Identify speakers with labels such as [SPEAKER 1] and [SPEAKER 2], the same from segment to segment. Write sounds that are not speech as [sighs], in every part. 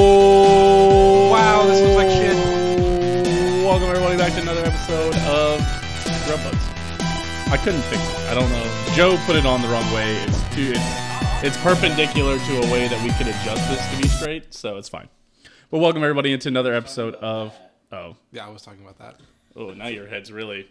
[SPEAKER 1] Oh!
[SPEAKER 2] Wow, this looks like shit.
[SPEAKER 1] Welcome everybody back to another episode of Grubbuds. I couldn't fix it. I don't know. Joe put it on the wrong way. It's too. It's, it's perpendicular to a way that we could adjust this to be straight, so it's fine. But welcome everybody into another episode of. Oh,
[SPEAKER 2] Yeah, I was talking about that.
[SPEAKER 1] oh! Now your head's really.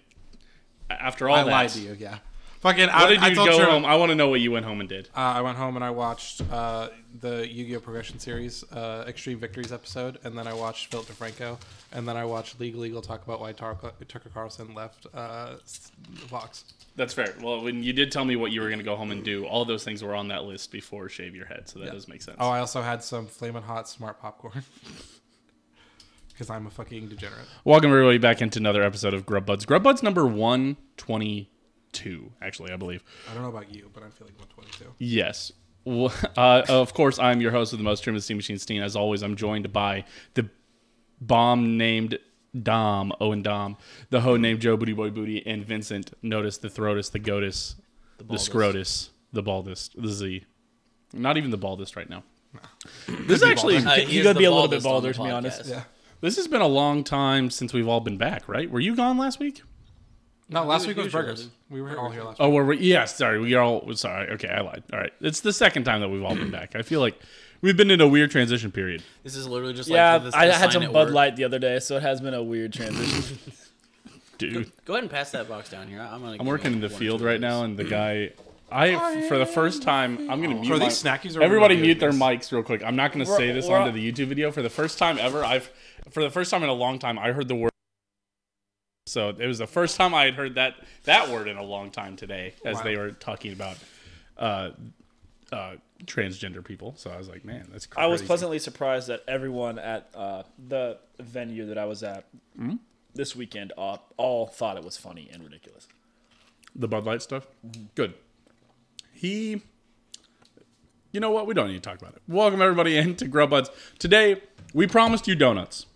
[SPEAKER 1] After all
[SPEAKER 2] I
[SPEAKER 1] that,
[SPEAKER 2] lied to you. Yeah. Fucking.
[SPEAKER 1] How
[SPEAKER 2] I,
[SPEAKER 1] did
[SPEAKER 2] I
[SPEAKER 1] you
[SPEAKER 2] told
[SPEAKER 1] go
[SPEAKER 2] Sherman-
[SPEAKER 1] home? I want to know what you went home and did.
[SPEAKER 2] Uh, I went home and I watched uh, the Yu-Gi-Oh Progression Series uh, Extreme Victories episode, and then I watched Philip DeFranco, and then I watched Legal Eagle talk about why Tar- Tucker Carlson left uh, s- Fox.
[SPEAKER 1] That's fair. Well, when you did tell me what you were going to go home and do, all those things were on that list before shave your head, so that does make sense.
[SPEAKER 2] Oh, I also had some flaming hot smart popcorn [laughs] because I'm a fucking degenerate.
[SPEAKER 1] Welcome everybody back into another episode of Grub Buds. Grub Buds number one twenty-two, actually, I believe.
[SPEAKER 2] I don't know about you, but I'm feeling 122.
[SPEAKER 1] Yes. Well, [laughs] Uh, of course, I'm your host of the most trimmed Steam Machine Steen. As always, I'm joined by the bomb named Dom, Owen Dom, the hoe named Joe Booty Boy Booty, and Vincent. Notice the throatus, the goatus, the, scrotus, the baldest, the Z. Not even the baldest right now. This actually,
[SPEAKER 3] Uh,
[SPEAKER 4] you
[SPEAKER 3] he's
[SPEAKER 4] gotta be
[SPEAKER 3] the
[SPEAKER 4] a little bit
[SPEAKER 3] baldest
[SPEAKER 4] balder,
[SPEAKER 3] on the
[SPEAKER 4] to be
[SPEAKER 3] podcast.
[SPEAKER 4] honest.
[SPEAKER 2] Yeah.
[SPEAKER 1] this has been a long time since we've all been back, right? Were you gone last week?
[SPEAKER 2] No, last
[SPEAKER 3] we-
[SPEAKER 2] week was
[SPEAKER 3] usually
[SPEAKER 2] burgers.
[SPEAKER 3] do.
[SPEAKER 2] We were all here last.
[SPEAKER 1] Oh, were we? Yeah, sorry. We all sorry. Okay, I lied. All right, it's the second time that we've all been back. I feel like we've been in a weird transition period.
[SPEAKER 3] This is literally just
[SPEAKER 4] Yeah,
[SPEAKER 3] like the, the
[SPEAKER 4] I had
[SPEAKER 3] sign
[SPEAKER 4] some
[SPEAKER 3] at
[SPEAKER 4] Bud
[SPEAKER 3] work.
[SPEAKER 4] Light the other day, so it has been a weird transition.
[SPEAKER 1] Dude,
[SPEAKER 3] Go ahead and pass that box down here. I'm gonna.
[SPEAKER 1] I'm working in the field right now, and the guy, I for the first time, I'm gonna mute.
[SPEAKER 2] Are
[SPEAKER 1] my-
[SPEAKER 2] these snackies or
[SPEAKER 1] Everybody
[SPEAKER 2] remote
[SPEAKER 1] mute their
[SPEAKER 2] games?
[SPEAKER 1] mics real quick. I'm not gonna say this
[SPEAKER 4] we're-
[SPEAKER 1] onto the YouTube video. For the first time ever, I've for the first time in a long time, I heard the word. So it was the first time I had heard that that word in a long time today, as
[SPEAKER 2] Wow.
[SPEAKER 1] they were talking about. Uh, uh, transgender people. So I was like, man, that's crazy.
[SPEAKER 4] I was pleasantly surprised that everyone at uh, the venue that I was at this weekend uh, all thought it was funny and ridiculous.
[SPEAKER 1] The Bud Light stuff? Good. He. You know what? We don't need to talk about it. Welcome, everybody, into Grubbuds. Today, we promised you donuts.
[SPEAKER 2] week.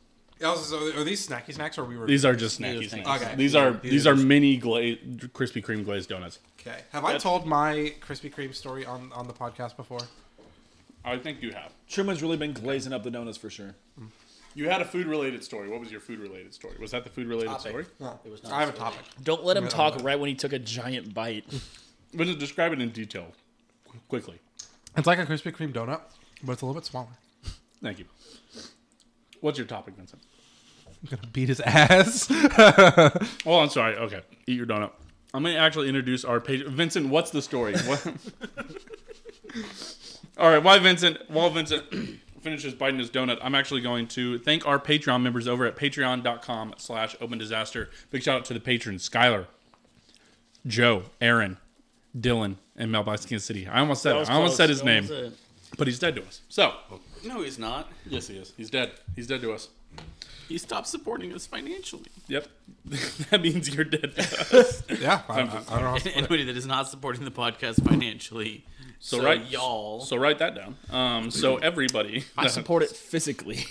[SPEAKER 2] Also, are these snacky snacks or we were?
[SPEAKER 1] These are just snacky
[SPEAKER 3] These are
[SPEAKER 1] snacks.
[SPEAKER 2] snacky Okay.
[SPEAKER 1] These are these are mini gla- Krispy Kreme glazed donuts.
[SPEAKER 2] Okay. Have I told my Krispy Kreme story on, on the podcast before?
[SPEAKER 1] I think you have.
[SPEAKER 4] Truman's really been glazing up the donuts for sure.
[SPEAKER 1] You had a food related story. What was your food related story? Was that the food related
[SPEAKER 3] Topic.
[SPEAKER 1] story?
[SPEAKER 3] It was not
[SPEAKER 2] I have a
[SPEAKER 3] a story.
[SPEAKER 2] topic.
[SPEAKER 4] Don't let him
[SPEAKER 2] No.
[SPEAKER 4] talk right when he took a giant [laughs] bite.
[SPEAKER 1] But just describe it in detail, quickly.
[SPEAKER 2] It's like a Krispy Kreme donut, but it's a little bit smaller.
[SPEAKER 1] Thank you. What's your topic, Vincent?
[SPEAKER 2] I'm gonna beat his ass.
[SPEAKER 1] Oh, I'm sorry. Okay, eat your donut. I'm gonna actually introduce our page. Vincent, what's the story? [laughs] What? All right, while Vincent, while Vincent [clears throat] finishes biting his donut, I'm actually going to thank our Patreon members over at Patreon.com/slash Open Disaster. Big shout out to the patrons: Skylar, Joe, Aaron, Dylan, and Mel by Skin City. I almost said it.
[SPEAKER 4] was
[SPEAKER 1] I almost
[SPEAKER 4] close.
[SPEAKER 1] said his
[SPEAKER 4] That
[SPEAKER 1] name,
[SPEAKER 4] was it.
[SPEAKER 1] but he's dead to us. So
[SPEAKER 3] No, he's not.
[SPEAKER 1] yes, he is. He's dead. He's dead to us.
[SPEAKER 3] He stopped supporting us financially.
[SPEAKER 1] Yep, [laughs] that means you're dead to us.
[SPEAKER 2] [laughs] yeah, I, I, I don't know. how
[SPEAKER 1] [laughs]
[SPEAKER 2] to put it.
[SPEAKER 3] [laughs] Anybody that is not supporting the podcast financially. So,
[SPEAKER 1] right-
[SPEAKER 3] y'all.
[SPEAKER 1] So write that down. Um, so
[SPEAKER 2] [laughs]
[SPEAKER 1] everybody, [laughs]
[SPEAKER 4] I support it physically.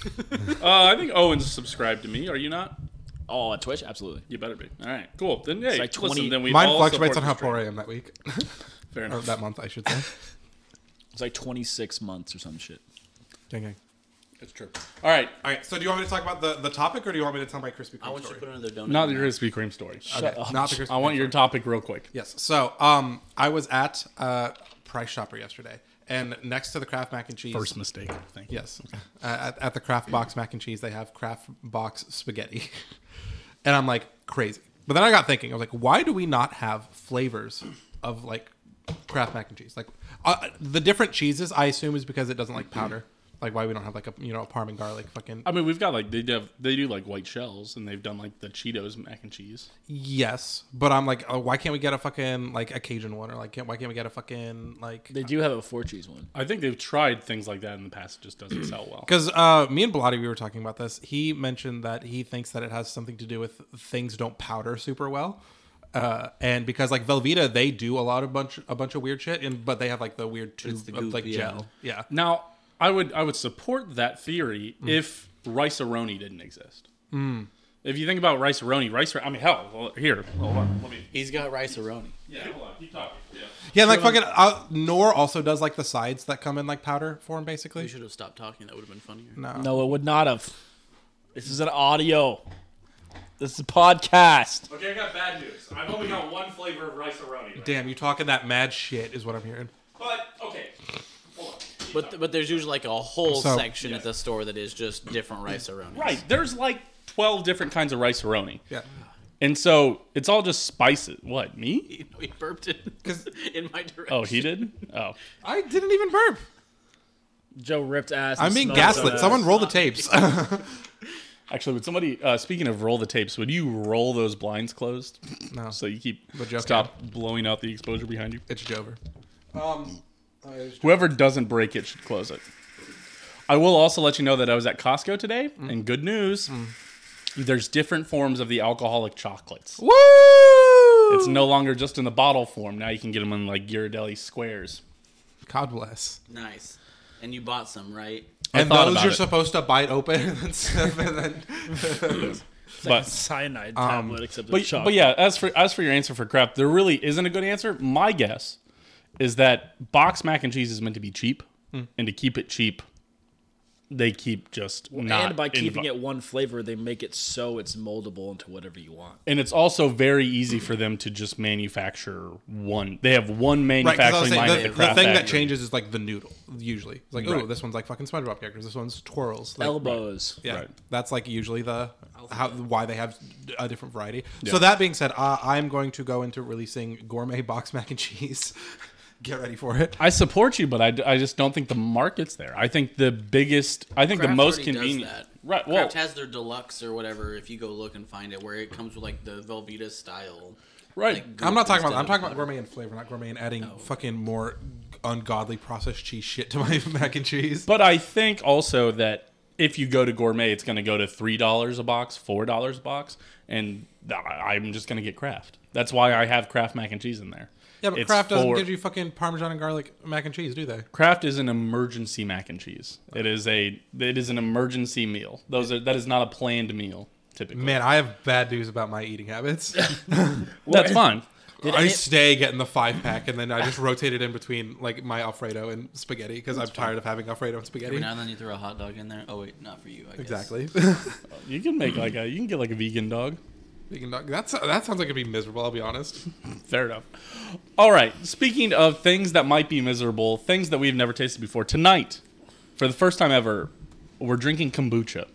[SPEAKER 1] Uh, I think Owen's subscribed to me. Are you not?
[SPEAKER 4] [laughs] oh, on Twitch, absolutely.
[SPEAKER 1] You better be. All right, cool. Then yeah,
[SPEAKER 4] like 20
[SPEAKER 1] listen. Then we
[SPEAKER 2] Mine
[SPEAKER 1] all
[SPEAKER 2] fluctuates on
[SPEAKER 1] support
[SPEAKER 2] how
[SPEAKER 1] the stream.
[SPEAKER 2] poor I am that week,
[SPEAKER 1] [laughs] Fair
[SPEAKER 2] or
[SPEAKER 1] enough.
[SPEAKER 2] that month, I should say.
[SPEAKER 4] It's like 26 months or some shit.
[SPEAKER 2] [laughs] Dang, dang.
[SPEAKER 1] It's true. All right.
[SPEAKER 2] All right. So, do you want me to talk about the, the topic, or do you want me to tell my Krispy Kreme
[SPEAKER 3] I want you
[SPEAKER 2] story?
[SPEAKER 3] to put another donut.
[SPEAKER 1] Not
[SPEAKER 3] in
[SPEAKER 1] your
[SPEAKER 3] there.
[SPEAKER 1] Krispy Kreme story.
[SPEAKER 2] Okay, not the Krispy
[SPEAKER 1] I want
[SPEAKER 2] Kreme
[SPEAKER 1] your
[SPEAKER 2] story.
[SPEAKER 1] topic real quick.
[SPEAKER 2] Yes. So, um, I was at uh, Price Shopper yesterday, and next to the Kraft mac and cheese.
[SPEAKER 1] First mistake. Thank you.
[SPEAKER 2] Yes. Uh, at, at the Kraft Box mac and cheese, they have Kraft Box spaghetti. [laughs] and I'm like, crazy. But then I got thinking, I was like, why do we not have flavors of like Kraft mac and cheese? Like uh, the different cheeses, I assume, is because it doesn't like powder. Like why we don't have like a you know a parm and garlic fucking
[SPEAKER 1] I mean, we've got like they do have, they do like white shells, and they've done like the Cheetos mac and cheese.
[SPEAKER 2] yes, but I'm like, oh, why can't we get a fucking like a Cajun one or like can't, why can't we get a fucking like
[SPEAKER 4] They do have a four cheese one.
[SPEAKER 1] I think they've tried things like that in the past. It just doesn't sell
[SPEAKER 2] [clears throat]
[SPEAKER 1] well.
[SPEAKER 2] Because uh, me and Bilotti, we were talking about this. He mentioned that he thinks that it has something to do with things don't powder super well, uh, and because like Velveeta, they do a lot of bunch a bunch of weird shit, and but they have like the weird tube
[SPEAKER 3] the
[SPEAKER 2] of, like
[SPEAKER 3] goop, yeah.
[SPEAKER 2] gel. Yeah,
[SPEAKER 1] Now, I would I would support that theory
[SPEAKER 2] Mm.
[SPEAKER 1] if rice aroni didn't exist. If you think about rice aroni, rice. I mean, hell, well, here, hold on, let me.
[SPEAKER 3] He's got rice aroni.
[SPEAKER 1] Yeah, hold on, keep talking. Yeah.
[SPEAKER 2] Yeah, like fucking uh, Nor also does like the sides that come in like powder form,
[SPEAKER 3] We
[SPEAKER 2] basically.
[SPEAKER 3] should have stopped talking. That would have been funnier.
[SPEAKER 2] No,
[SPEAKER 4] No, it would not have. This is an audio. This is a podcast.
[SPEAKER 1] Okay, I got bad news. I've only got one flavor of rice aroni. Right?
[SPEAKER 2] damn, you talking that mad shit is what I'm hearing.
[SPEAKER 1] But okay, hold on.
[SPEAKER 3] But but there's usually like a whole
[SPEAKER 2] So-
[SPEAKER 3] section at the store that is just different rice around.
[SPEAKER 1] Right, there's like twelve different kinds of rice aroni,
[SPEAKER 2] Yeah,
[SPEAKER 1] and so it's all just spices. What me?
[SPEAKER 3] [laughs] You know, he burped it
[SPEAKER 2] 'Cause-
[SPEAKER 3] [laughs] in my direction.
[SPEAKER 1] Oh, he did. Oh,
[SPEAKER 2] I didn't even burp.
[SPEAKER 4] Joe ripped ass. and
[SPEAKER 2] I'm being
[SPEAKER 4] smelled
[SPEAKER 2] gaslit.
[SPEAKER 4] ass.
[SPEAKER 2] Someone roll the tapes. [laughs]
[SPEAKER 1] actually, would somebody? Uh, speaking of roll the tapes, would you roll those blinds closed
[SPEAKER 2] no,
[SPEAKER 1] so you keep
[SPEAKER 2] But Joe
[SPEAKER 1] stop blowing out the exposure behind you?
[SPEAKER 2] it's Jover. Um,
[SPEAKER 1] Whoever doesn't break it should close it. I will also let you know that I was at Costco today, and good news. There's different forms of the alcoholic chocolates.
[SPEAKER 2] woo!
[SPEAKER 1] It's no longer just in the bottle form. Now you can get them in like Ghirardelli squares.
[SPEAKER 2] God bless.
[SPEAKER 3] Nice. And you bought some, right?
[SPEAKER 1] I
[SPEAKER 2] and
[SPEAKER 1] thought
[SPEAKER 2] those
[SPEAKER 1] about
[SPEAKER 2] you're
[SPEAKER 1] it.
[SPEAKER 2] supposed to bite open [laughs] and
[SPEAKER 1] [laughs]
[SPEAKER 2] then.
[SPEAKER 1] But
[SPEAKER 4] cyanide tablet except it's
[SPEAKER 1] Um, but,
[SPEAKER 4] chocolate.
[SPEAKER 1] but yeah, as for as for your answer for crap, there really isn't a good answer. My guess is that box mac and cheese is meant to be cheap,
[SPEAKER 4] Hmm.
[SPEAKER 1] and to keep it cheap, they keep just not
[SPEAKER 4] and by
[SPEAKER 1] in the
[SPEAKER 4] keeping
[SPEAKER 1] bo-
[SPEAKER 4] it one flavor, they make it so it's moldable into whatever you want.
[SPEAKER 1] And it's also very easy for them to just manufacture one. They have one
[SPEAKER 2] Right, because I
[SPEAKER 1] manufacturing
[SPEAKER 2] was saying
[SPEAKER 1] line at
[SPEAKER 2] the,
[SPEAKER 1] the
[SPEAKER 2] the
[SPEAKER 1] craft
[SPEAKER 2] thing that
[SPEAKER 1] factory.
[SPEAKER 2] changes is like the noodle. Usually, it's like, oh,
[SPEAKER 1] Right.
[SPEAKER 2] this one's like fucking SpongeBob characters. This one's twirls. Like,
[SPEAKER 4] Elbows.
[SPEAKER 2] Yeah,
[SPEAKER 1] Right.
[SPEAKER 2] that's like usually the how why they have a different variety. So that being said, uh, I'm going to go into releasing gourmet box mac and cheese. [laughs] Get ready for it.
[SPEAKER 1] I support you, but I, d- I just don't think the market's there. I think the biggest, I think the
[SPEAKER 3] Kraft
[SPEAKER 1] most
[SPEAKER 3] already does
[SPEAKER 1] convenient.
[SPEAKER 3] that.
[SPEAKER 1] Right. Well,
[SPEAKER 3] Kraft has their deluxe or whatever. If you go look and find it, where it comes with like the Velveeta style.
[SPEAKER 1] right.
[SPEAKER 3] Like,
[SPEAKER 2] I'm not talking
[SPEAKER 3] instead
[SPEAKER 2] about. I'm
[SPEAKER 3] of
[SPEAKER 2] talking about
[SPEAKER 3] butter.
[SPEAKER 2] gourmet and flavor, not gourmet and adding
[SPEAKER 1] Oh.
[SPEAKER 2] fucking more ungodly processed cheese shit to my [laughs] mac and cheese.
[SPEAKER 1] But I think also that if you go to gourmet, it's going to go to three dollars a box, four dollars a box, and th- I'm just going to get Kraft. That's why I have Kraft mac and cheese in there.
[SPEAKER 2] yeah, but
[SPEAKER 1] It's
[SPEAKER 2] Kraft doesn't
[SPEAKER 1] for-
[SPEAKER 2] give you fucking Parmesan and garlic mac and cheese, do they?
[SPEAKER 1] Kraft is an emergency mac and cheese. It is a it is an emergency meal. Those are that is not a planned meal typically.
[SPEAKER 2] Man, I have bad news about my eating
[SPEAKER 1] [laughs]
[SPEAKER 2] habits.
[SPEAKER 1] That's fine.
[SPEAKER 2] I stay getting the five pack, and then I just rotate it in between like my Alfredo and spaghetti because I'm tired of having Alfredo and spaghetti.
[SPEAKER 3] Every now and then you throw a hot dog in there. Oh wait, not for you. I guess.
[SPEAKER 2] Exactly. [laughs]
[SPEAKER 1] You can make like a you can get like a vegan dog.
[SPEAKER 2] Vegan dog. That's that sounds like it'd be miserable. I'll be honest.
[SPEAKER 1] Fair enough. All right. Speaking of things that might be miserable, things that we've never tasted before tonight, for the first time ever, we're drinking kombucha.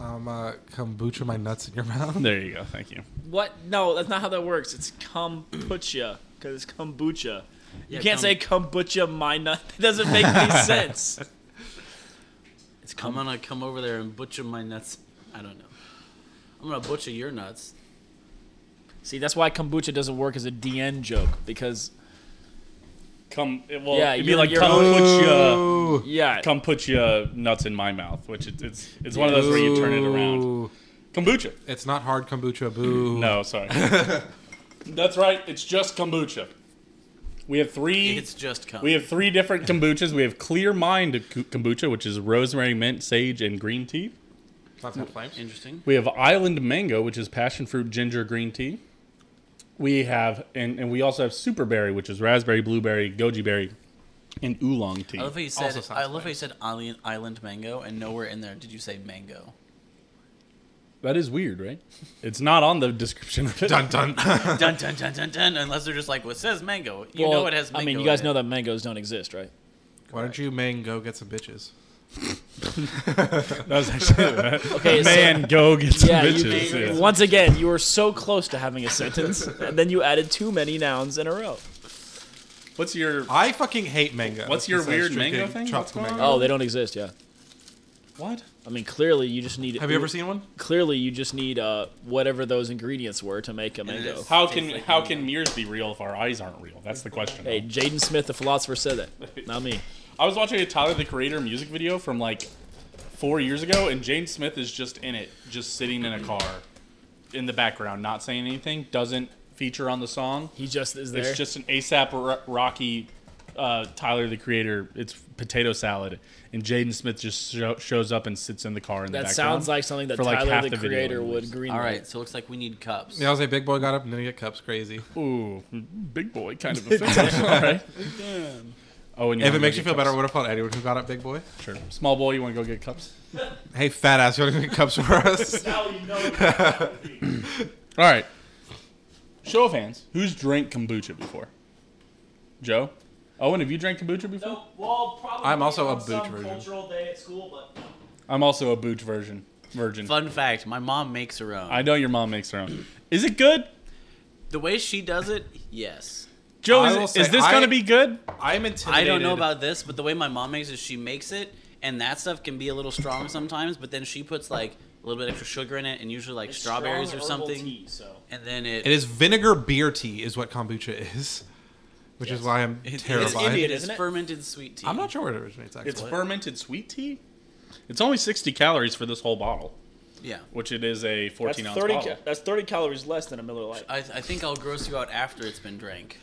[SPEAKER 2] Um, uh, kombucha my nuts in your mouth.
[SPEAKER 1] There you go. Thank you.
[SPEAKER 4] What? No, that's not how that works. It's kombucha because it's kombucha. You
[SPEAKER 3] Yeah,
[SPEAKER 4] can't
[SPEAKER 3] kom-
[SPEAKER 4] say kombucha my nut. [laughs] It doesn't make
[SPEAKER 1] [laughs]
[SPEAKER 4] any sense. It's
[SPEAKER 3] I'm
[SPEAKER 4] kombucha.
[SPEAKER 3] gonna come over there and butcher my nuts. I don't know. I'm gonna butcher your nuts.
[SPEAKER 4] See, that's why kombucha doesn't work as a DN joke because
[SPEAKER 1] Come. it- Well,
[SPEAKER 4] Yeah,
[SPEAKER 1] it'd be
[SPEAKER 4] you're-
[SPEAKER 1] like
[SPEAKER 4] you're-
[SPEAKER 1] come put your
[SPEAKER 2] Ooh.
[SPEAKER 4] yeah,
[SPEAKER 1] come put your nuts in my mouth, which it, it's it's one of those where you turn it around.
[SPEAKER 2] Ooh.
[SPEAKER 1] Kombucha.
[SPEAKER 2] It's not hard kombucha.
[SPEAKER 1] [clears throat]
[SPEAKER 2] Boo.
[SPEAKER 1] No,
[SPEAKER 2] [laughs]
[SPEAKER 1] sorry. That's right. It's just kombucha. We have three.
[SPEAKER 3] It's just come.
[SPEAKER 1] We have three different kombuchas. We have Clear Mind k- kombucha, which is rosemary, mint, sage, and green tea.
[SPEAKER 2] Not that flames.
[SPEAKER 3] interesting.
[SPEAKER 1] We have Island Mango, which is passion fruit, ginger, green tea. We have, and, and we also have Super Berry, which is raspberry, blueberry, goji berry, and oolong tea.
[SPEAKER 3] I
[SPEAKER 4] Oh,
[SPEAKER 3] love how you
[SPEAKER 2] Also
[SPEAKER 3] said.
[SPEAKER 2] sounds
[SPEAKER 3] I love how you said island, island mango, and nowhere in there did you say mango. [laughs]
[SPEAKER 1] That is weird, right? It's not on the description of it.
[SPEAKER 2] Dun
[SPEAKER 1] [laughs]
[SPEAKER 2] dun.
[SPEAKER 3] dun dun dun dun dun. Unless they're just like, well, it says mango. You
[SPEAKER 4] Well,
[SPEAKER 3] know it has. Mango
[SPEAKER 4] I mean, you guys know that mangoes don't exist, right?
[SPEAKER 2] Why don't you man go get some bitches?
[SPEAKER 4] [laughs]
[SPEAKER 1] That was actually
[SPEAKER 4] [laughs] Okay, so-
[SPEAKER 1] man. Go get some
[SPEAKER 4] Yeah, you-
[SPEAKER 1] bitches.
[SPEAKER 3] you-
[SPEAKER 1] yeah.
[SPEAKER 4] Once again, you were so close to having a sentence, and then you added too many nouns in a row.
[SPEAKER 1] What's your?
[SPEAKER 2] I fucking hate mango.
[SPEAKER 1] What's your
[SPEAKER 2] Besides
[SPEAKER 1] weird mango
[SPEAKER 2] drinking
[SPEAKER 1] thing? What's
[SPEAKER 2] Tropical
[SPEAKER 1] going
[SPEAKER 2] mango.
[SPEAKER 4] Oh, they don't exist. Yeah,
[SPEAKER 1] What?
[SPEAKER 4] I mean, clearly you just
[SPEAKER 5] Oh,
[SPEAKER 4] need.
[SPEAKER 2] Have you ever seen one?
[SPEAKER 4] Clearly, you just need uh, whatever those ingredients were to make a mango.
[SPEAKER 3] it's-
[SPEAKER 1] How can
[SPEAKER 3] Tastes like
[SPEAKER 1] how
[SPEAKER 3] mango.
[SPEAKER 1] can mirrors be real if our eyes aren't real? That's the question.
[SPEAKER 4] Hey, Jaden Smith, the philosopher, said
[SPEAKER 1] [laughs]
[SPEAKER 4] that. Not me.
[SPEAKER 1] I was watching a Tyler the Creator music video from like four years ago, and Jane Smith is just in it, just sitting in a car in the background, not saying anything, doesn't feature on the song.
[SPEAKER 4] He just is there.
[SPEAKER 1] It's just an ASAP Ro- Rocky uh, Tyler the Creator. It's potato salad, and Jaden Smith just sho- shows up and sits in the car in the
[SPEAKER 4] That
[SPEAKER 1] background
[SPEAKER 4] sounds like something that
[SPEAKER 1] for, like, half
[SPEAKER 4] Tyler the
[SPEAKER 1] the video
[SPEAKER 4] Creator
[SPEAKER 1] at
[SPEAKER 4] would
[SPEAKER 1] least.
[SPEAKER 4] greenlight.
[SPEAKER 3] All right, so it looks like we need cups.
[SPEAKER 2] Yeah, I was like, big boy got up and then he got cups. Crazy.
[SPEAKER 1] ooh, big boy
[SPEAKER 4] [laughs]
[SPEAKER 1] kind of offensive. All
[SPEAKER 2] [laughs]
[SPEAKER 1] right. Oh, and you wanna
[SPEAKER 2] If it
[SPEAKER 1] go
[SPEAKER 2] makes you
[SPEAKER 1] get
[SPEAKER 2] feel better, I
[SPEAKER 1] cups.
[SPEAKER 2] would have called Edward who got up, big boy.
[SPEAKER 1] sure. Small boy, you want to go get cups?
[SPEAKER 2] Hey, fat ass, you want to get cups for us?
[SPEAKER 1] All right. Show of hands. Who's drank kombucha before? Joe? Owen, have you drank kombucha before?
[SPEAKER 6] No, well, probably
[SPEAKER 2] I'm also
[SPEAKER 6] on
[SPEAKER 2] a boot
[SPEAKER 6] some
[SPEAKER 2] version.
[SPEAKER 6] cultural day at school, but
[SPEAKER 1] I'm also a boot version. Virgin.
[SPEAKER 3] Fun fact: My mom makes her own.
[SPEAKER 1] I know your mom makes her own. Is it good?
[SPEAKER 3] the way she does it, yes.
[SPEAKER 1] Joe,
[SPEAKER 2] I
[SPEAKER 1] is,
[SPEAKER 2] will
[SPEAKER 1] it-
[SPEAKER 2] say,
[SPEAKER 1] is this
[SPEAKER 2] I-
[SPEAKER 1] going to be good?
[SPEAKER 2] I'm intimidated.
[SPEAKER 3] I don't know about this, but the way my mom makes it, she makes it, and that stuff can be a little strong sometimes. But then she puts like a little bit extra sugar in it, and usually like
[SPEAKER 6] it's
[SPEAKER 3] strawberries
[SPEAKER 6] strong
[SPEAKER 3] or
[SPEAKER 6] herbal
[SPEAKER 3] something,
[SPEAKER 6] Tea, so
[SPEAKER 3] and then it.
[SPEAKER 2] It is vinegar beer tea, is what kombucha is, which is why I'm
[SPEAKER 3] it's
[SPEAKER 2] terrified.
[SPEAKER 4] Indian,
[SPEAKER 3] It is
[SPEAKER 4] isn't it?
[SPEAKER 3] fermented sweet tea.
[SPEAKER 2] I'm not sure where it originates. Actually,
[SPEAKER 1] It's fermented sweet tea. It's only 60 calories for this whole bottle,
[SPEAKER 3] Yeah.
[SPEAKER 1] which it is a
[SPEAKER 4] That's
[SPEAKER 1] 14 ounce
[SPEAKER 4] 30,
[SPEAKER 1] bottle.
[SPEAKER 4] ca- that's 30 calories less than a Miller Lite.
[SPEAKER 3] I, I think I'll gross you out after it's been drank.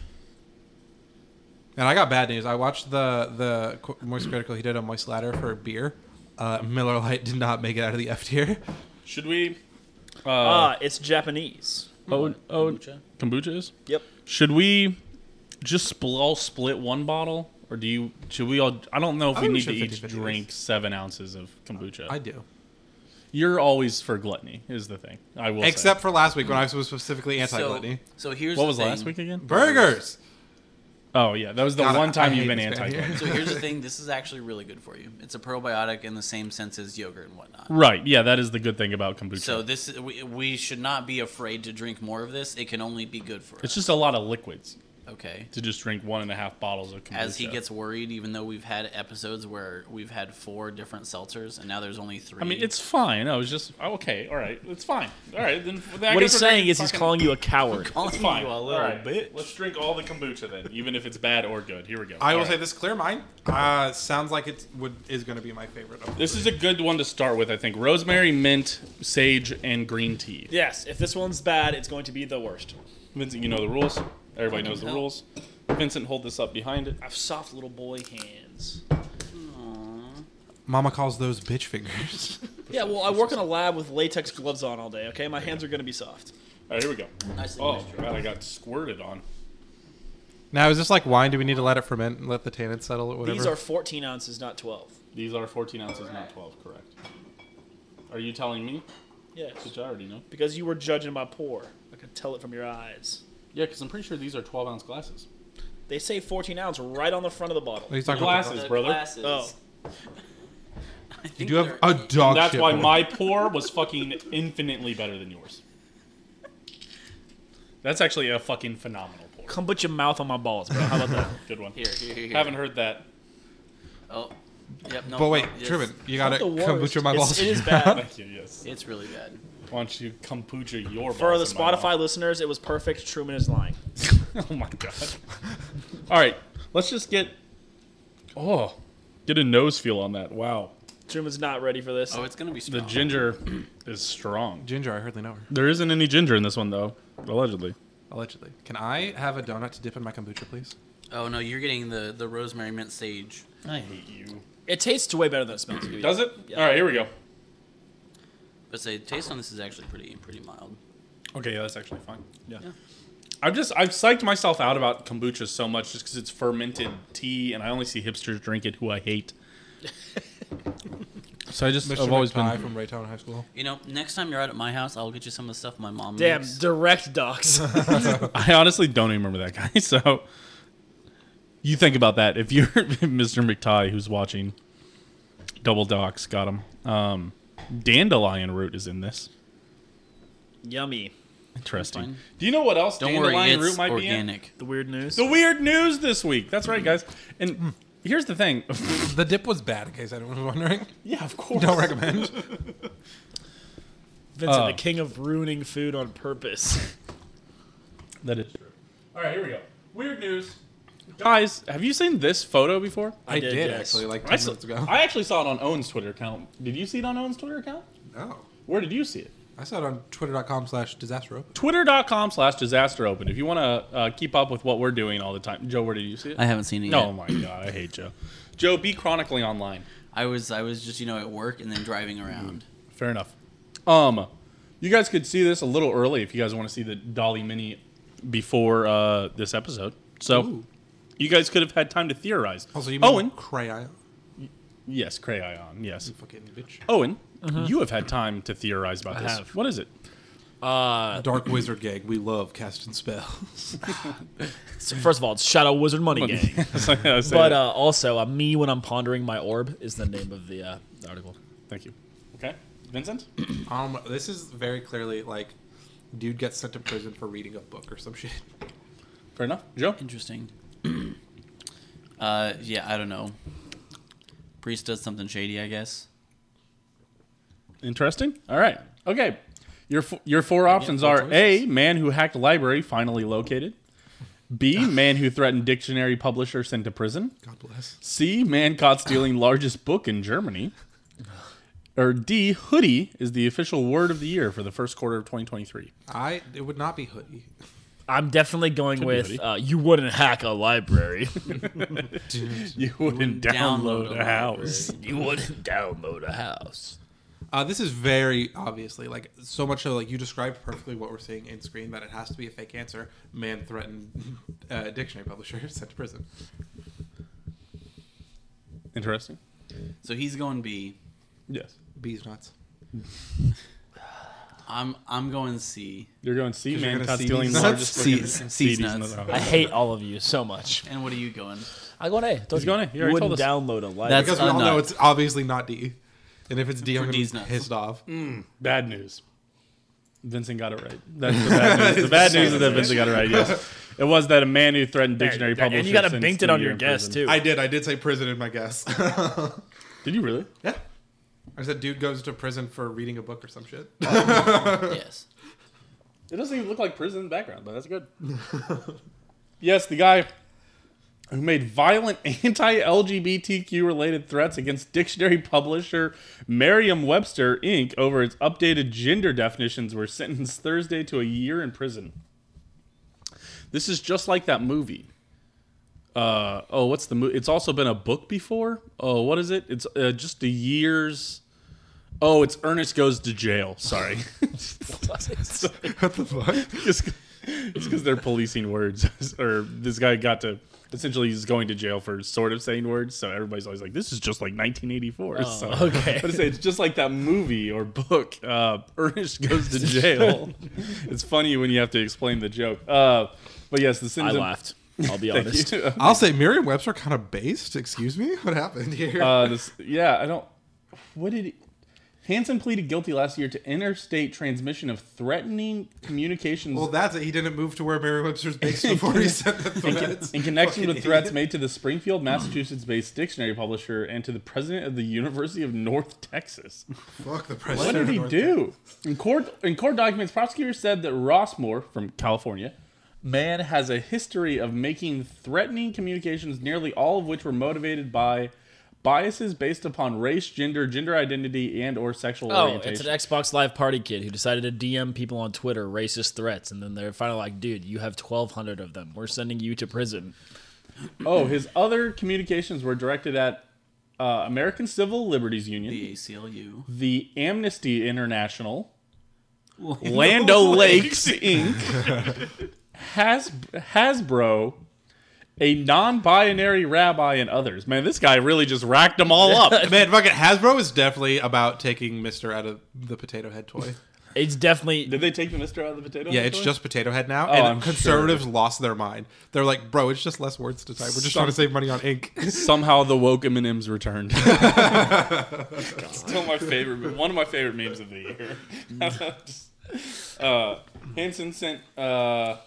[SPEAKER 2] and I got bad news. I watched the the Qu- Moist Critical. He did a Moist Ladder for beer. Uh, Miller Lite did not make it out of the F tier.
[SPEAKER 1] Should we? Uh,
[SPEAKER 4] Ah, it's Japanese.
[SPEAKER 1] Owen, Owen,
[SPEAKER 3] Kombucha?
[SPEAKER 1] kombucha is?
[SPEAKER 4] Yep.
[SPEAKER 1] Should we just spl- all split one bottle, or do you? Should we all? I don't know if
[SPEAKER 2] I
[SPEAKER 1] we
[SPEAKER 2] think we
[SPEAKER 1] need to
[SPEAKER 2] should
[SPEAKER 1] each
[SPEAKER 2] 50-50
[SPEAKER 1] drink
[SPEAKER 2] this.
[SPEAKER 1] seven ounces of kombucha.
[SPEAKER 2] I do,
[SPEAKER 1] You're always for gluttony, is the thing. I will. say.
[SPEAKER 2] except for last week when I was specifically
[SPEAKER 3] So,
[SPEAKER 2] anti-gluttony.
[SPEAKER 3] so here's
[SPEAKER 1] what
[SPEAKER 3] the
[SPEAKER 1] was
[SPEAKER 3] thing.
[SPEAKER 1] last week again?
[SPEAKER 2] Burgers.
[SPEAKER 1] Oh yeah, that was the
[SPEAKER 2] God,
[SPEAKER 1] one
[SPEAKER 2] I-
[SPEAKER 1] time
[SPEAKER 2] I
[SPEAKER 1] you've
[SPEAKER 2] hate
[SPEAKER 1] been
[SPEAKER 2] this band here.
[SPEAKER 1] anti-gluttony.
[SPEAKER 3] So here's the thing. This is actually really good for you. It's a probiotic in the same sense as yogurt and whatnot.
[SPEAKER 1] [laughs] Right. Yeah, that is the good thing about kombucha.
[SPEAKER 3] So this is- we, we should not be afraid to drink more of this. It can only be good for
[SPEAKER 1] it's
[SPEAKER 3] us.
[SPEAKER 1] just a lot of liquids
[SPEAKER 3] Okay.
[SPEAKER 1] to just drink one and a half bottles of kombucha.
[SPEAKER 3] As he gets worried, even though we've had episodes where we've had four different seltzers and now there's only three.
[SPEAKER 1] I mean,
[SPEAKER 3] [laughs]
[SPEAKER 1] it's fine. I was just oh, okay. All right, it's fine. All right. Then, then I
[SPEAKER 4] What
[SPEAKER 1] guess
[SPEAKER 4] he's
[SPEAKER 1] we're
[SPEAKER 4] saying is he's
[SPEAKER 1] fucking-
[SPEAKER 4] calling you a coward.
[SPEAKER 3] calling
[SPEAKER 1] [laughs] It's fine.
[SPEAKER 3] you a
[SPEAKER 1] All
[SPEAKER 3] little
[SPEAKER 1] right,
[SPEAKER 3] bitch.
[SPEAKER 1] Let's drink all the kombucha then, even if it's bad or good. Here we go.
[SPEAKER 2] I will
[SPEAKER 1] All
[SPEAKER 2] say
[SPEAKER 1] right.
[SPEAKER 2] this clear mind uh, sounds like it would is going to be my favorite. Of
[SPEAKER 1] This is a good one to start with, I think. Rosemary, mint, sage, and green tea.
[SPEAKER 4] Yes, if this one's bad, it's going to be the worst.
[SPEAKER 1] Vincent, you know the rules. Everybody knows the
[SPEAKER 3] hell.
[SPEAKER 1] rules. Vincent, hold this up behind it.
[SPEAKER 4] I have soft little boy hands.
[SPEAKER 2] Mama calls those bitch fingers.
[SPEAKER 4] Yeah, well, I work in a lab with latex gloves on all day, okay? My hands are going to be soft.
[SPEAKER 1] All right, here we go.
[SPEAKER 3] Nicely
[SPEAKER 1] Oh,
[SPEAKER 3] moisturized.
[SPEAKER 1] God, I got squirted on.
[SPEAKER 2] now is this like wine? Do we need to let it ferment and let the tannins settle or whatever?
[SPEAKER 4] These are 14 ounces, not 12.
[SPEAKER 1] These are 14 ounces, not 12, correct. Are you telling me?
[SPEAKER 4] Yes.
[SPEAKER 1] Which I already know.
[SPEAKER 4] Because you were judging my pour. I could tell it from your eyes.
[SPEAKER 1] Yeah, because I'm pretty sure these are 12 ounce glasses.
[SPEAKER 4] They say 14 ounce right on the front of the bottle.
[SPEAKER 2] He's talking
[SPEAKER 1] Glasses,
[SPEAKER 2] About
[SPEAKER 1] brother.
[SPEAKER 3] Glasses.
[SPEAKER 4] Oh.
[SPEAKER 3] [laughs] I
[SPEAKER 2] you
[SPEAKER 3] think
[SPEAKER 2] do have
[SPEAKER 3] they're-
[SPEAKER 2] a dog.
[SPEAKER 1] That's
[SPEAKER 2] shit
[SPEAKER 1] why
[SPEAKER 2] one.
[SPEAKER 1] my pour was fucking infinitely better than yours. That's actually a fucking phenomenal pour.
[SPEAKER 4] Come put your mouth on my balls, bro.
[SPEAKER 1] [laughs]
[SPEAKER 4] How about that?
[SPEAKER 1] Good one.
[SPEAKER 3] Here, here, here. here.
[SPEAKER 1] Haven't heard that.
[SPEAKER 3] Oh. Yep, no.
[SPEAKER 2] But wait,
[SPEAKER 3] no, yes.
[SPEAKER 2] Truman, you got to
[SPEAKER 4] the worst.
[SPEAKER 2] kombucha my
[SPEAKER 4] It's-
[SPEAKER 2] balls.
[SPEAKER 4] it is bad.
[SPEAKER 1] Thank you, yes.
[SPEAKER 3] It's really bad.
[SPEAKER 1] Why don't you kombucha your
[SPEAKER 4] For the
[SPEAKER 1] balls in my
[SPEAKER 4] Spotify listeners, it was perfect. Truman is lying.
[SPEAKER 1] mouth? [laughs] oh my god. All right, let's just get. Oh, get a nose feel on that. Wow,
[SPEAKER 4] Truman's not ready for this.
[SPEAKER 3] Oh, it's gonna be strong.
[SPEAKER 1] the ginger is strong.
[SPEAKER 2] [laughs] Ginger, I hardly know her.
[SPEAKER 1] There isn't any ginger in this one though, allegedly.
[SPEAKER 2] Allegedly. Can I have a donut to dip in my kombucha, please?
[SPEAKER 3] Oh no, you're getting the the rosemary mint sage.
[SPEAKER 1] I hate you.
[SPEAKER 4] It tastes way better than it smells.
[SPEAKER 1] Does it? All right, here we go.
[SPEAKER 3] But say taste on this is actually pretty pretty mild.
[SPEAKER 1] Okay, yeah, that's actually fine.
[SPEAKER 4] Yeah.
[SPEAKER 3] Yeah.
[SPEAKER 1] I've just I've psyched myself out about kombucha so much just because it's fermented tea, and I only see hipsters drink it who I hate. so I just I've always been
[SPEAKER 2] from Raytown High School.
[SPEAKER 3] You know, next time you're out at my house, I'll get you some of the stuff my mom
[SPEAKER 4] Damn,
[SPEAKER 3] makes.
[SPEAKER 4] direct docs.
[SPEAKER 1] [laughs] I honestly don't even remember that guy. [laughs] So you think about that. If you're [laughs] Mr. McTie who's watching, Double Docs got him. Um, dandelion root is in this.
[SPEAKER 4] Yummy.
[SPEAKER 1] Interesting.
[SPEAKER 3] fine.
[SPEAKER 1] Do you know what else
[SPEAKER 3] Don't worry,
[SPEAKER 1] dandelion
[SPEAKER 3] it's
[SPEAKER 1] root might be in?
[SPEAKER 3] organic.
[SPEAKER 4] The weird news.
[SPEAKER 1] The weird news this week. That's right, guys. And here's the thing. [laughs]
[SPEAKER 2] The dip was bad, in case anyone was wondering.
[SPEAKER 1] yeah,
[SPEAKER 2] [laughs]
[SPEAKER 1] of course.
[SPEAKER 2] Don't recommend.
[SPEAKER 4] Vincent,
[SPEAKER 1] Oh.
[SPEAKER 4] the king of ruining food on purpose. [laughs]
[SPEAKER 1] That is true. All right, here we go. Weird news. Guys, have you seen this photo before?
[SPEAKER 2] I,
[SPEAKER 4] did,
[SPEAKER 2] did,
[SPEAKER 4] yes.
[SPEAKER 2] actually, like 10
[SPEAKER 1] I, saw-
[SPEAKER 2] minutes ago.
[SPEAKER 1] I actually saw it on Owen's Twitter account. Did you see it on Owen's Twitter account?
[SPEAKER 2] no.
[SPEAKER 1] Where did you see it?
[SPEAKER 2] I saw it on twitter.com slash disaster open.
[SPEAKER 1] Twitter.com slash disaster open. If you want to uh, keep up with what we're doing all the time. Joe, where did you see it?
[SPEAKER 3] I haven't seen it
[SPEAKER 1] No,
[SPEAKER 3] yet.
[SPEAKER 1] my God. I hate Joe. Joe, be chronically online.
[SPEAKER 3] I was I was just you know at work and then driving around.
[SPEAKER 1] Fair enough. Um, you guys could see this a little early if you guys want to see the Dolly Mini before uh, this episode. So you guys could have had time to theorize.
[SPEAKER 2] Also, you mean
[SPEAKER 1] Owen,
[SPEAKER 2] crayon?
[SPEAKER 1] yes, crayon, yes.
[SPEAKER 2] Fucking bitch.
[SPEAKER 1] Owen, you have had time to theorize about this.
[SPEAKER 5] have.
[SPEAKER 1] What is it?
[SPEAKER 2] Dark Wizard Gag. We love casting spells.
[SPEAKER 5] So first of all, it's Shadow Wizard Money
[SPEAKER 1] [laughs]
[SPEAKER 5] Gang. But
[SPEAKER 1] but
[SPEAKER 5] uh, also, uh, me when I'm pondering my orb is the name of the, uh, the article.
[SPEAKER 1] thank you. Okay, Vincent.
[SPEAKER 2] um, this is very clearly like dude gets sent to prison for reading a book or some shit.
[SPEAKER 1] Fair enough. Joe.
[SPEAKER 3] Interesting. [clears throat] uh, yeah, I don't know. Priest does something shady, I guess.
[SPEAKER 1] Interesting. All right. Okay. Your f- your four options
[SPEAKER 2] four
[SPEAKER 1] are
[SPEAKER 2] choices.
[SPEAKER 1] A, man who hacked library finally located.
[SPEAKER 2] [laughs]
[SPEAKER 1] B, man who threatened dictionary publisher sent to prison.
[SPEAKER 2] God bless.
[SPEAKER 1] C, man caught
[SPEAKER 2] [laughs]
[SPEAKER 1] stealing largest book in Germany. Or D, hoodie is the official word of the year for the first quarter of 2023.
[SPEAKER 2] [laughs] I it would not be hoodie.
[SPEAKER 5] I'm definitely going
[SPEAKER 1] hoodie.
[SPEAKER 5] with uh, you wouldn't hack a library. [laughs]
[SPEAKER 1] You wouldn't
[SPEAKER 3] download
[SPEAKER 1] download
[SPEAKER 3] a
[SPEAKER 1] a house.
[SPEAKER 5] you wouldn't download a house.
[SPEAKER 2] Uh, this is very obviously like so much so like you described perfectly what we're seeing in screen that it has to be a fake answer. Man threatened [laughs] uh, dictionary publisher [laughs] sent to prison.
[SPEAKER 1] Interesting.
[SPEAKER 3] So he's going B.
[SPEAKER 1] Yes.
[SPEAKER 2] Bees nuts.
[SPEAKER 3] I'm I'm going C.
[SPEAKER 1] You're going C,
[SPEAKER 2] 'Cause you're
[SPEAKER 1] man
[SPEAKER 2] gonna
[SPEAKER 1] caught
[SPEAKER 2] see
[SPEAKER 1] stealing
[SPEAKER 2] these
[SPEAKER 1] largest book in
[SPEAKER 3] nuts. C's-
[SPEAKER 1] CDs
[SPEAKER 3] C's nuts.
[SPEAKER 1] another
[SPEAKER 5] I
[SPEAKER 1] house.
[SPEAKER 5] hate all of you so much.
[SPEAKER 3] And what are you
[SPEAKER 1] [laughs]
[SPEAKER 3] going?
[SPEAKER 5] I go on A. Told
[SPEAKER 1] He's going A. He
[SPEAKER 5] You
[SPEAKER 1] already
[SPEAKER 5] wouldn't
[SPEAKER 1] told us.
[SPEAKER 5] download a library.
[SPEAKER 3] That's-
[SPEAKER 2] Because we
[SPEAKER 3] Uh,
[SPEAKER 2] all know
[SPEAKER 3] nut.
[SPEAKER 2] it's obviously not D. And if it's D, I'm
[SPEAKER 3] For
[SPEAKER 2] gonna
[SPEAKER 3] D's
[SPEAKER 2] be
[SPEAKER 3] nuts. Mm.
[SPEAKER 2] pissed off.
[SPEAKER 1] Bad news. Vincent got it right. That's the bad news. The
[SPEAKER 2] [laughs]
[SPEAKER 1] bad news is that Vincent got it right.
[SPEAKER 5] [laughs]
[SPEAKER 1] Yes, it was that a man who threatened dictionary publisher.
[SPEAKER 5] and you got a
[SPEAKER 1] sends
[SPEAKER 5] binked
[SPEAKER 1] to
[SPEAKER 5] it on
[SPEAKER 1] a
[SPEAKER 5] your
[SPEAKER 1] year in
[SPEAKER 5] guess
[SPEAKER 1] prison.
[SPEAKER 5] too.
[SPEAKER 2] I did. I did say prison in my guess. [laughs]
[SPEAKER 1] Did you really?
[SPEAKER 2] yeah. I said dude goes to prison for reading a book or some shit.
[SPEAKER 3] yes.
[SPEAKER 1] It doesn't even look like prison in the background, but that's [laughs] good. yes, the guy who made violent [laughs] anti-LGBTQ related threats against dictionary publisher Merriam-Webster Inc. over its updated gender definitions were sentenced Thursday to a year in prison. This is just like that movie. Uh, oh, what's the movie? It's also been a book before. Oh, what is it? It's uh, just the years. Oh, it's Ernest Goes to Jail. Sorry.
[SPEAKER 2] what the fuck?
[SPEAKER 1] just it's because they're policing words [laughs] or this guy got to essentially he's going to jail for sort of saying words so everybody's always like this is just like 1984 so
[SPEAKER 5] okay.
[SPEAKER 1] but it's just like that movie or book uh ernest goes to jail [laughs] it's funny when you have to explain the joke uh but yes the
[SPEAKER 5] I
[SPEAKER 1] sentence
[SPEAKER 5] laughed. I'll
[SPEAKER 1] [laughs]
[SPEAKER 5] be
[SPEAKER 1] Thank
[SPEAKER 5] honest.
[SPEAKER 1] you.
[SPEAKER 2] I'll say Merriam-Webster kind of based. Excuse me. What happened here?
[SPEAKER 1] Uh, this, yeah, I don't. What did he? Hansen pleaded guilty last year to interstate transmission of threatening communications
[SPEAKER 2] well, that's it. He didn't move to
[SPEAKER 1] [laughs]
[SPEAKER 2] where Merriam-Webster's based before he sent the threats.
[SPEAKER 1] In connection
[SPEAKER 2] Fucking
[SPEAKER 1] with
[SPEAKER 2] [laughs]
[SPEAKER 1] threats
[SPEAKER 2] idiot.
[SPEAKER 1] made to the Springfield, Massachusetts based dictionary publisher and to the president of the University of North Texas.
[SPEAKER 2] Fuck the president.
[SPEAKER 1] What did
[SPEAKER 2] of
[SPEAKER 1] he
[SPEAKER 2] North
[SPEAKER 1] do? In court, in court documents, prosecutors said that Rossmore from California, man has a history of making threatening communications, nearly all of which were motivated by biases based upon race, gender, gender identity, and or sexual
[SPEAKER 5] Oh, it's
[SPEAKER 1] orientation.
[SPEAKER 5] an Xbox Live party kid who decided to DM people on Twitter racist threats, and then they're finally like, "Dude, you have 1,200 of them. We're sending you to prison."
[SPEAKER 1] oh, his other communications were directed at uh, American Civil Liberties Union.
[SPEAKER 3] The ACLU.
[SPEAKER 1] the Amnesty International,
[SPEAKER 3] Lando
[SPEAKER 1] Lando Lakes Inc., Has Hasbro, a non-binary rabbi, and others. Man, this guy really just racked them all
[SPEAKER 2] [laughs]
[SPEAKER 1] up.
[SPEAKER 2] Man, fucking Hasbro is definitely about taking Mister out of the potato head toy.
[SPEAKER 5] It's definitely
[SPEAKER 1] Did they take the Mister out of the potato?
[SPEAKER 2] Yeah,
[SPEAKER 1] head
[SPEAKER 2] it's
[SPEAKER 1] toy?
[SPEAKER 2] just potato head now,
[SPEAKER 1] I'm
[SPEAKER 2] and
[SPEAKER 1] sure.
[SPEAKER 2] conservatives lost their mind. They're like, bro, it's just less words to type. We're just trying to save money on ink.
[SPEAKER 1] [laughs] somehow the woke M and M's [laughs] returned. Still my favorite, one of my favorite memes of the year. [laughs] uh, Hansen sent uh,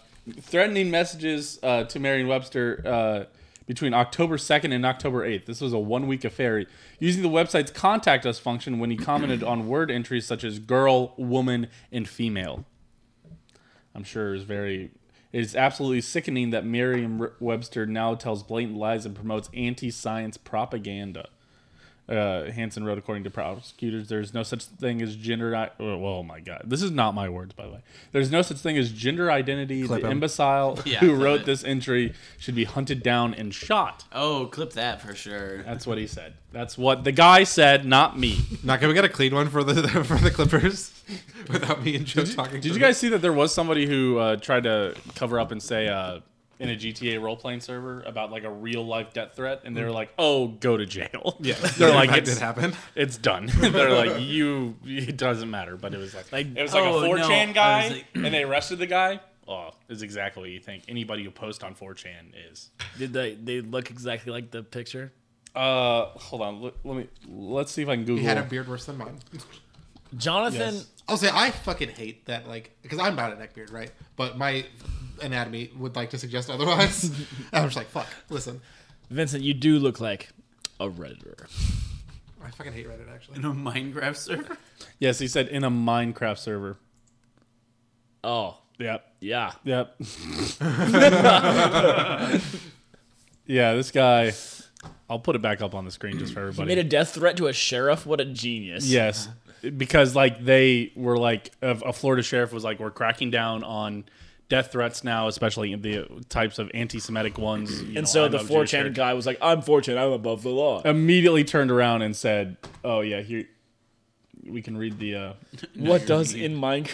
[SPEAKER 1] threatening messages uh, to Merriam-Webster uh, between October 2nd and October 8th. This was a one-week affair. Using the website's contact us function when he commented on word entries such as girl, woman, and female. I'm sure is very. It's absolutely sickening that Merriam-Webster now tells blatant lies and promotes anti-science propaganda. Uh, Hansen wrote, according to prosecutors, there's no such thing as gender. I- oh, well, my God, this is not my words, by the way. There's no such thing as gender identity.
[SPEAKER 2] Clip
[SPEAKER 1] the
[SPEAKER 2] him.
[SPEAKER 1] imbecile
[SPEAKER 3] [laughs] Yeah,
[SPEAKER 1] who
[SPEAKER 3] clip
[SPEAKER 1] wrote
[SPEAKER 3] it.
[SPEAKER 1] this entry should be hunted down and shot.
[SPEAKER 3] Oh, clip that for sure. [laughs]
[SPEAKER 1] That's what he said. That's what the guy said, not me.
[SPEAKER 2] Now, can we get a clean one for the [laughs] for the Clippers [laughs] without me and Joe talking?
[SPEAKER 1] Did
[SPEAKER 2] through
[SPEAKER 1] you
[SPEAKER 2] it?
[SPEAKER 1] guys see that there was somebody who uh, tried to cover up and say uh, in a GTA role playing server about like a real life death threat, and they were like, "Oh, go to jail." Yeah, [laughs] they're like,
[SPEAKER 2] it did
[SPEAKER 1] "It's
[SPEAKER 2] happen.
[SPEAKER 1] it's done." [laughs] they're like, "You, it doesn't matter." But it was like, it was like
[SPEAKER 3] oh,
[SPEAKER 1] a
[SPEAKER 3] no.
[SPEAKER 1] 4chan
[SPEAKER 3] I
[SPEAKER 1] guy,
[SPEAKER 3] was like-
[SPEAKER 1] and
[SPEAKER 3] [clears throat]
[SPEAKER 1] they arrested the guy. Oh, is exactly what you think anybody who posts on 4chan is.
[SPEAKER 5] Did they they look exactly like the picture?
[SPEAKER 1] Uh, hold on, let, let me let's see if I can Google.
[SPEAKER 2] He had a beard worse than mine.
[SPEAKER 5] Jonathan,
[SPEAKER 1] Yes.
[SPEAKER 2] I'll say I fucking hate that, like, because I'm not a neck beard, right? But my anatomy would like to
[SPEAKER 1] [laughs]
[SPEAKER 2] suggest otherwise. And I'm just like, fuck. Listen,
[SPEAKER 5] Vincent, you do look like a redditor.
[SPEAKER 2] I fucking hate Reddit actually.
[SPEAKER 3] In a Minecraft server.
[SPEAKER 1] yes, he said in a Minecraft server.
[SPEAKER 5] Oh
[SPEAKER 1] Yep.
[SPEAKER 5] yeah, [laughs]
[SPEAKER 1] Yep. yeah, this guy. I'll put it back up on the screen just for everybody.
[SPEAKER 5] made a death threat to a sheriff. What a genius!
[SPEAKER 1] yes, because like they were like a, a Florida sheriff was like we're cracking down on death threats now, especially in the types of anti-Semitic ones. you know,
[SPEAKER 5] And so
[SPEAKER 1] I'm
[SPEAKER 5] the
[SPEAKER 1] of Jewish
[SPEAKER 5] 4chan
[SPEAKER 1] heritage.
[SPEAKER 5] guy was like, "I'm fortunate. I'm above the law."
[SPEAKER 1] immediately turned around and said, "Oh yeah, here we can read the." Uh,
[SPEAKER 5] what does in Minecraft?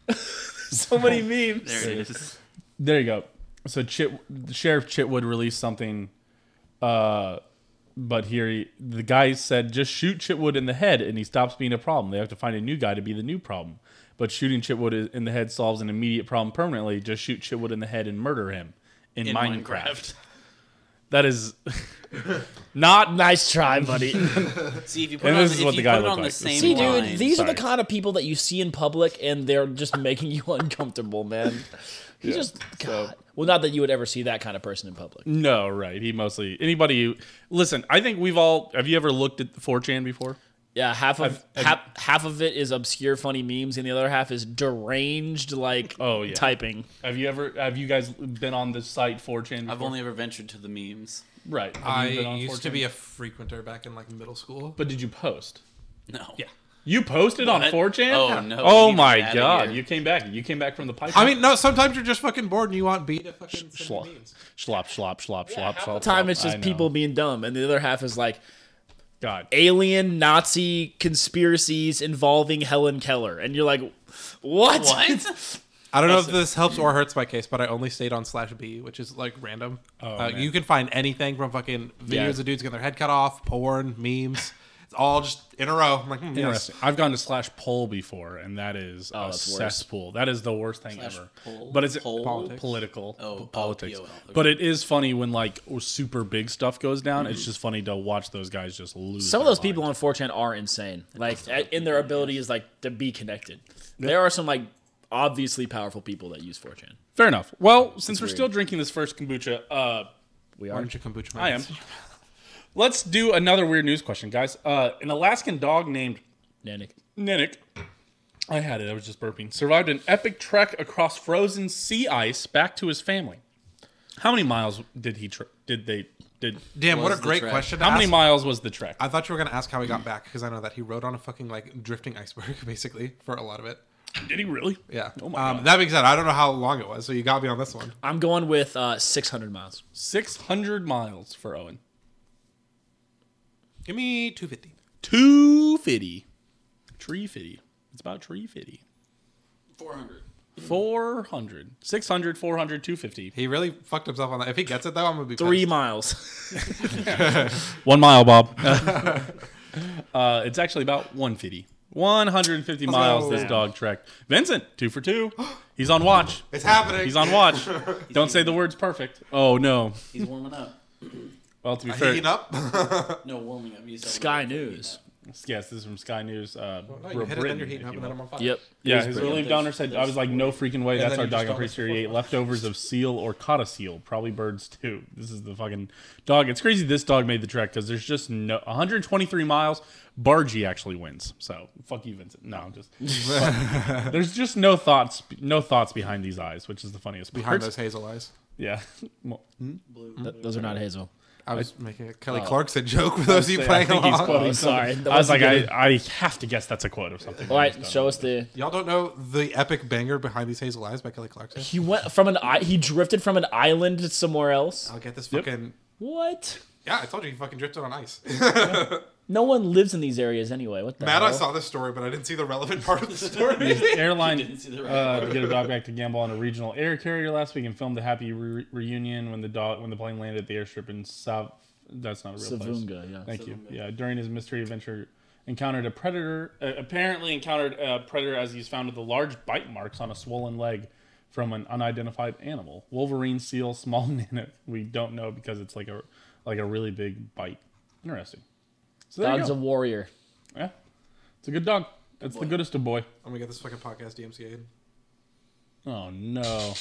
[SPEAKER 5] [laughs] so [laughs] many memes.
[SPEAKER 3] There it is.
[SPEAKER 1] there you go. So Chit, Sheriff Chitwood released something, uh, but here he, the guy said, just shoot Chitwood in the head and he stops being a problem. They have to find a new guy to be the new problem. But shooting Chitwood i- in the head solves an immediate problem permanently. Just shoot Chitwood in the head and murder him in,
[SPEAKER 3] In
[SPEAKER 1] Minecraft.
[SPEAKER 3] Minecraft.
[SPEAKER 1] That is [laughs] not
[SPEAKER 5] Nice try, [laughs] buddy.
[SPEAKER 3] See if you put
[SPEAKER 1] And
[SPEAKER 3] it on,
[SPEAKER 1] this is
[SPEAKER 3] if
[SPEAKER 1] what the
[SPEAKER 3] you
[SPEAKER 1] guy
[SPEAKER 3] put it
[SPEAKER 1] looked
[SPEAKER 3] on the
[SPEAKER 1] like.
[SPEAKER 3] same
[SPEAKER 5] See,
[SPEAKER 3] line.
[SPEAKER 5] dude, these are
[SPEAKER 1] Sorry.
[SPEAKER 5] the kind of people that you see in public, and they're just making you [laughs] uncomfortable, man. He just, God. Well, not that you would ever see that kind of person in public.
[SPEAKER 1] no right. He mostly anybody. Who, listen, I think we've all. Have you ever looked at 4chan before?
[SPEAKER 5] Yeah, half of half, half of it is obscure, funny memes, and the other half is deranged, like
[SPEAKER 1] [laughs] Oh, yeah.
[SPEAKER 5] typing.
[SPEAKER 1] Have you ever? Have you guys been on the site 4chan? Before?
[SPEAKER 3] I've only ever ventured to the memes.
[SPEAKER 1] right. Have
[SPEAKER 2] I
[SPEAKER 1] you been on
[SPEAKER 2] used to
[SPEAKER 1] 4chan?
[SPEAKER 2] be a frequenter back in like middle school.
[SPEAKER 1] But did you post?
[SPEAKER 3] No. Yeah.
[SPEAKER 1] You posted on
[SPEAKER 3] What?
[SPEAKER 1] 4chan?
[SPEAKER 3] Oh, no,
[SPEAKER 1] Oh
[SPEAKER 3] you need
[SPEAKER 1] my
[SPEAKER 3] that
[SPEAKER 1] god!
[SPEAKER 3] here.
[SPEAKER 1] You came back. You came back from the pipe.
[SPEAKER 2] I mean, no. Sometimes you're just fucking bored and you want B to fucking send you
[SPEAKER 1] schlop,
[SPEAKER 2] memes.
[SPEAKER 1] schlop, schlop, schlop, schlop,
[SPEAKER 5] Half the
[SPEAKER 1] schlop.
[SPEAKER 5] time,
[SPEAKER 1] schlop.
[SPEAKER 5] it's
[SPEAKER 1] I
[SPEAKER 5] just
[SPEAKER 1] know.
[SPEAKER 5] people being dumb, and the other half is like
[SPEAKER 1] God.
[SPEAKER 5] alien Nazi conspiracies involving Helen Keller, and you're like, what?
[SPEAKER 3] What?
[SPEAKER 2] I don't know if this helps or hurts my case, but I only stayed on slash B, which is like random. uh,
[SPEAKER 1] Oh, man.
[SPEAKER 2] you can find anything from fucking videos
[SPEAKER 5] Yeah.
[SPEAKER 2] of dudes getting their head cut off, porn, memes. It's all just in a row. I'm like, hmm, yes.
[SPEAKER 1] Interesting. I've gone to slash poll before, and that is a
[SPEAKER 5] that's worse.
[SPEAKER 1] cesspool. That is the worst thing
[SPEAKER 3] Oh, Slash
[SPEAKER 1] ever.
[SPEAKER 3] poll?
[SPEAKER 1] But it's
[SPEAKER 3] Poll?
[SPEAKER 2] Politics.
[SPEAKER 1] political
[SPEAKER 3] Oh,
[SPEAKER 1] p-
[SPEAKER 3] oh,
[SPEAKER 1] politics.
[SPEAKER 3] POL, okay.
[SPEAKER 1] But it is funny when like super big stuff goes down. It's just funny to watch those guys just lose.
[SPEAKER 5] [laughs] Some of
[SPEAKER 1] their
[SPEAKER 5] those people
[SPEAKER 1] mind.
[SPEAKER 5] on 4chan are insane. Like a- in their ability is like to be connected. There are some like obviously powerful people that use 4chan.
[SPEAKER 1] Fair enough. Well, since we're still drinking this first kombucha, uh,
[SPEAKER 5] We
[SPEAKER 2] Why
[SPEAKER 5] are.
[SPEAKER 2] don't you kombucha? my
[SPEAKER 1] I am.
[SPEAKER 2] hands?
[SPEAKER 1] Let's do another weird news question, guys. Uh, an Alaskan dog named
[SPEAKER 5] Nanik.
[SPEAKER 1] Nenik. I had it. I was just burping. Survived an epic trek across frozen sea ice back to his family. How many miles did he? Tr- did they? Did
[SPEAKER 2] Damn, what
[SPEAKER 3] Was
[SPEAKER 2] a
[SPEAKER 3] the
[SPEAKER 2] great
[SPEAKER 3] track.
[SPEAKER 2] question. to
[SPEAKER 1] how many
[SPEAKER 2] ask.
[SPEAKER 1] miles was the trek?
[SPEAKER 2] I thought you were gonna ask how he got back because I know that he rode on a fucking like drifting iceberg [laughs] basically for a lot of it.
[SPEAKER 1] did he really?
[SPEAKER 2] Yeah.
[SPEAKER 1] Oh my
[SPEAKER 2] um,
[SPEAKER 1] God.
[SPEAKER 2] that being said, I don't know how long it was, so you got me on this one.
[SPEAKER 5] I'm going with uh, 600 miles.
[SPEAKER 1] Six hundred miles for Owen.
[SPEAKER 2] Give me two fifty.
[SPEAKER 1] Two fifty. Tree fifty. It's about tree fifty.
[SPEAKER 3] 400.
[SPEAKER 1] 400. 600, 400, 250.
[SPEAKER 2] He really fucked himself on that. If he gets it though, I'm gonna be
[SPEAKER 5] Three
[SPEAKER 2] pissed.
[SPEAKER 5] miles. [laughs]
[SPEAKER 1] One mile,
[SPEAKER 2] [laughs]
[SPEAKER 1] Bob. uh, it's actually about 150. 150 miles this
[SPEAKER 2] Oh.
[SPEAKER 1] dog trekked. Vincent, two for two. [gasps] He's on watch.
[SPEAKER 2] It's happening.
[SPEAKER 1] He's on watch. Don't say the words perfect. Oh, no.
[SPEAKER 3] He's warming up.
[SPEAKER 1] Well, to be fair.
[SPEAKER 2] [laughs] Heating up. [laughs]
[SPEAKER 3] No, warming up. He's
[SPEAKER 5] Sky News.
[SPEAKER 3] [laughs]
[SPEAKER 1] Yes, this is from Sky News. Uh,
[SPEAKER 2] No, you hit it,
[SPEAKER 1] Britain,
[SPEAKER 2] then you're heating
[SPEAKER 1] if
[SPEAKER 2] up,
[SPEAKER 1] you
[SPEAKER 2] and
[SPEAKER 1] will.
[SPEAKER 2] then I'm on fire.
[SPEAKER 5] Yep.
[SPEAKER 1] Yeah, his
[SPEAKER 5] Newsbreak.
[SPEAKER 1] relief
[SPEAKER 3] There's-
[SPEAKER 1] donor said, I was like, no freaking way. That's
[SPEAKER 2] then
[SPEAKER 1] our
[SPEAKER 2] you
[SPEAKER 1] dog
[SPEAKER 2] just
[SPEAKER 1] I'm pretty
[SPEAKER 2] don't
[SPEAKER 1] sure
[SPEAKER 2] respond.
[SPEAKER 1] he ate leftovers of seal or caught a seal, probably birds too. This is the fucking dog. It's crazy this dog made the trek because there's just no 123 miles. Bargy actually wins. So fuck you, Vincent. No, I'm just fuck. there's just no thoughts, no thoughts behind these eyes, which is the funniest. part. [laughs]
[SPEAKER 2] Behind those hazel eyes.
[SPEAKER 1] yeah. Well,
[SPEAKER 3] Blue.
[SPEAKER 5] Th- those are not Hazel.
[SPEAKER 2] I was making a Kelly Clarkson joke for those of you
[SPEAKER 4] I
[SPEAKER 2] playing
[SPEAKER 4] think he's
[SPEAKER 2] along.
[SPEAKER 4] quoting
[SPEAKER 5] Oh, sorry. That
[SPEAKER 1] I was
[SPEAKER 5] wasn't
[SPEAKER 1] like,
[SPEAKER 5] good.
[SPEAKER 1] I, I have to guess that's a quote of something.
[SPEAKER 5] All right, show us the.
[SPEAKER 2] Y'all don't know the epic banger behind these hazel eyes by Kelly Clarkson.
[SPEAKER 5] He went from an i. He drifted from an island to somewhere else.
[SPEAKER 2] I'll get this fucking.
[SPEAKER 5] What?
[SPEAKER 2] Yeah, I told you he fucking drifted on ice. [laughs]
[SPEAKER 5] No one lives in these areas anyway. What the
[SPEAKER 2] Matt,
[SPEAKER 5] hell?
[SPEAKER 2] I saw this story, but I didn't see the relevant part of the story.
[SPEAKER 1] His airline
[SPEAKER 3] see
[SPEAKER 1] [laughs]
[SPEAKER 3] the
[SPEAKER 1] uh, to get a dog back to Gamble on a regional air carrier last week and filmed the happy re- reunion when the dog when the plane landed at the airstrip in Sav. That's not a real place.
[SPEAKER 5] Savunga, yeah.
[SPEAKER 1] Thank you. Yeah, during his mystery adventure, encountered a predator. Uh, apparently, encountered a predator as he's found with the large bite marks on a swollen leg from an unidentified animal: wolverine, seal, small [laughs] mammoth. We don't know because it's like a like a really big bite. Interesting. So there you
[SPEAKER 5] Dog's
[SPEAKER 1] go.
[SPEAKER 5] a warrior.
[SPEAKER 1] yeah, it's a good dog. It's the goodest of boy.
[SPEAKER 2] I'm gonna get this fucking podcast DMCA.
[SPEAKER 1] Oh no.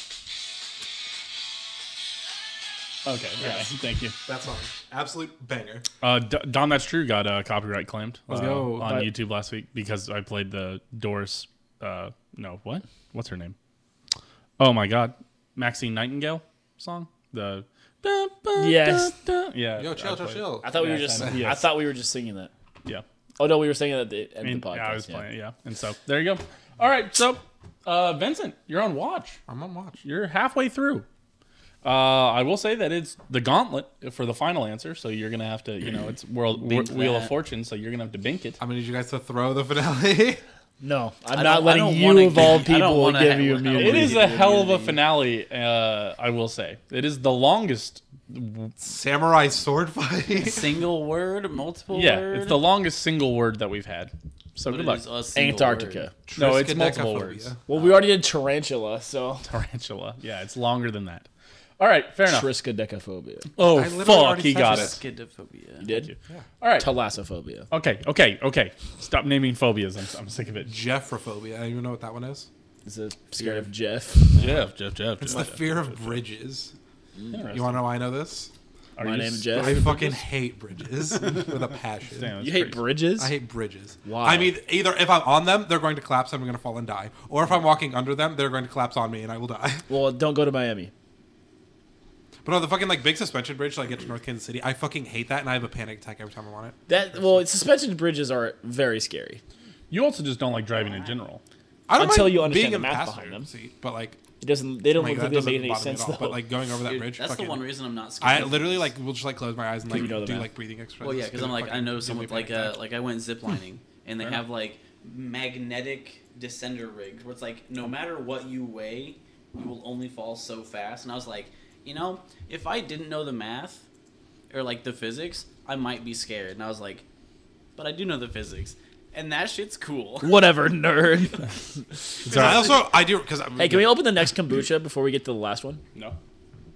[SPEAKER 1] Okay, yeah, thank you.
[SPEAKER 2] That song, absolute banger.
[SPEAKER 1] Uh, D- Dom, that's true. Got uh, copyright claimed. Let's
[SPEAKER 2] go.
[SPEAKER 1] on
[SPEAKER 2] But-
[SPEAKER 1] YouTube last week because I played the Doris. Uh, no, what? What's her name? Oh my God, Maxine Nightingale song. The dun, dun,
[SPEAKER 5] Yes.
[SPEAKER 1] dun, dun. Yeah.
[SPEAKER 2] Yo, chill,
[SPEAKER 1] I
[SPEAKER 2] chill,
[SPEAKER 1] played-
[SPEAKER 2] chill.
[SPEAKER 5] I thought we
[SPEAKER 1] Yeah,
[SPEAKER 5] were just.
[SPEAKER 1] kinda,
[SPEAKER 5] I
[SPEAKER 1] yes.
[SPEAKER 5] thought we were just singing that.
[SPEAKER 1] Yeah.
[SPEAKER 5] Oh no, we were singing that at the end
[SPEAKER 1] And,
[SPEAKER 5] of the podcast.
[SPEAKER 1] yeah, I was
[SPEAKER 5] yeah.
[SPEAKER 1] playing. it, Yeah. And so there you go. All right. So, uh, Vincent, you're on watch.
[SPEAKER 2] I'm on watch.
[SPEAKER 1] You're halfway through. Uh, I will say that it's the gauntlet for the final answer, so you're gonna have to, you know, it's world
[SPEAKER 3] Bink
[SPEAKER 1] wheel of
[SPEAKER 3] that.
[SPEAKER 1] fortune, so you're gonna have to bink it.
[SPEAKER 2] I'm gonna need you guys to throw the finale. [laughs]
[SPEAKER 5] No, I'm not
[SPEAKER 3] I don't- I
[SPEAKER 5] letting
[SPEAKER 3] don't
[SPEAKER 5] you
[SPEAKER 3] wanna
[SPEAKER 5] of all
[SPEAKER 3] give- I don't
[SPEAKER 5] people
[SPEAKER 3] wanna
[SPEAKER 5] give
[SPEAKER 3] have-
[SPEAKER 5] you
[SPEAKER 3] I don't
[SPEAKER 5] immunity.
[SPEAKER 1] It is a hell of a finale. Uh, I will say it is the longest.
[SPEAKER 2] Samurai sword fight.
[SPEAKER 3] Single word, multiple
[SPEAKER 1] Yeah,
[SPEAKER 3] word.
[SPEAKER 1] it's the longest single word that we've had. So
[SPEAKER 3] But
[SPEAKER 1] good
[SPEAKER 3] it
[SPEAKER 1] luck.
[SPEAKER 3] is a single
[SPEAKER 5] Antarctica.
[SPEAKER 3] word.
[SPEAKER 1] No, it's multiple words.
[SPEAKER 5] Well, we already did tarantula, so
[SPEAKER 1] Tarantula. Yeah, it's longer than that. All right, fair enough.
[SPEAKER 5] triskaidekaphobia.
[SPEAKER 1] Oh
[SPEAKER 2] I literally
[SPEAKER 1] fuck,
[SPEAKER 2] already
[SPEAKER 1] he
[SPEAKER 2] said
[SPEAKER 1] got
[SPEAKER 2] this.
[SPEAKER 1] it.
[SPEAKER 3] Schizophobia.
[SPEAKER 5] Did
[SPEAKER 1] All right.
[SPEAKER 5] thalassophobia?
[SPEAKER 1] Okay, okay, okay. Stop naming phobias. I'm, I'm sick of it.
[SPEAKER 2] Jeffrophobia. I don't even know what that one is.
[SPEAKER 5] Is it scared of Jeff?
[SPEAKER 1] Jeff, Jeff, Jeff.
[SPEAKER 2] It's the fear of bridges. You want to know why I know this?
[SPEAKER 1] Are
[SPEAKER 5] My
[SPEAKER 1] you
[SPEAKER 5] name is
[SPEAKER 1] s-
[SPEAKER 5] Jeff.
[SPEAKER 2] I fucking hate bridges [laughs] with a passion.
[SPEAKER 1] Damn, that's
[SPEAKER 5] you hate
[SPEAKER 1] crazy.
[SPEAKER 5] bridges?
[SPEAKER 2] I hate bridges.
[SPEAKER 5] Why?
[SPEAKER 2] I mean, either if I'm on them, they're going to collapse and I'm going to fall and die, or if I'm walking under them, they're going to collapse on me and I will die. [laughs]
[SPEAKER 5] well, don't go to Miami.
[SPEAKER 2] But on the fucking like big suspension bridge, till I get to North Kansas City, I fucking hate that and I have a panic attack every time I'm on it.
[SPEAKER 5] That well, suspension bridges are very scary.
[SPEAKER 1] You also just don't like driving in general.
[SPEAKER 2] I don't
[SPEAKER 5] Until
[SPEAKER 2] mind
[SPEAKER 5] you understand
[SPEAKER 2] being
[SPEAKER 5] the
[SPEAKER 2] in
[SPEAKER 5] math
[SPEAKER 2] passenger
[SPEAKER 5] behind them.
[SPEAKER 2] seat, but like,
[SPEAKER 5] It doesn't. They don't
[SPEAKER 2] like
[SPEAKER 5] look like
[SPEAKER 2] that
[SPEAKER 5] they
[SPEAKER 2] Oh doesn't
[SPEAKER 5] made any
[SPEAKER 2] bother me
[SPEAKER 5] sense
[SPEAKER 2] at
[SPEAKER 5] though.
[SPEAKER 2] all. But like going over that
[SPEAKER 3] Dude,
[SPEAKER 2] bridge,
[SPEAKER 3] that's the
[SPEAKER 2] fucking-
[SPEAKER 3] one reason I'm not scared.
[SPEAKER 2] I literally like will just like close my eyes and like
[SPEAKER 5] You know the
[SPEAKER 2] do
[SPEAKER 5] math.
[SPEAKER 2] like breathing exercises.
[SPEAKER 3] Well, yeah, because I'm
[SPEAKER 2] it
[SPEAKER 3] like
[SPEAKER 2] fucking
[SPEAKER 3] I know
[SPEAKER 2] gives me
[SPEAKER 3] someone
[SPEAKER 2] a
[SPEAKER 3] like
[SPEAKER 2] panic
[SPEAKER 3] uh
[SPEAKER 2] attack.
[SPEAKER 3] like I went zip lining and they have like magnetic descender rigs where it's like no matter what you weigh, you will only fall so fast. And I was like, you know, if I didn't know the math or like the physics, I might be scared. And I was like, but I do know the physics, and that
[SPEAKER 1] [laughs]
[SPEAKER 3] shit's cool.
[SPEAKER 5] [laughs] Whatever, nerd.
[SPEAKER 2] And I also I do because
[SPEAKER 5] hey, can we open the next kombucha before we get to the last one?
[SPEAKER 1] No.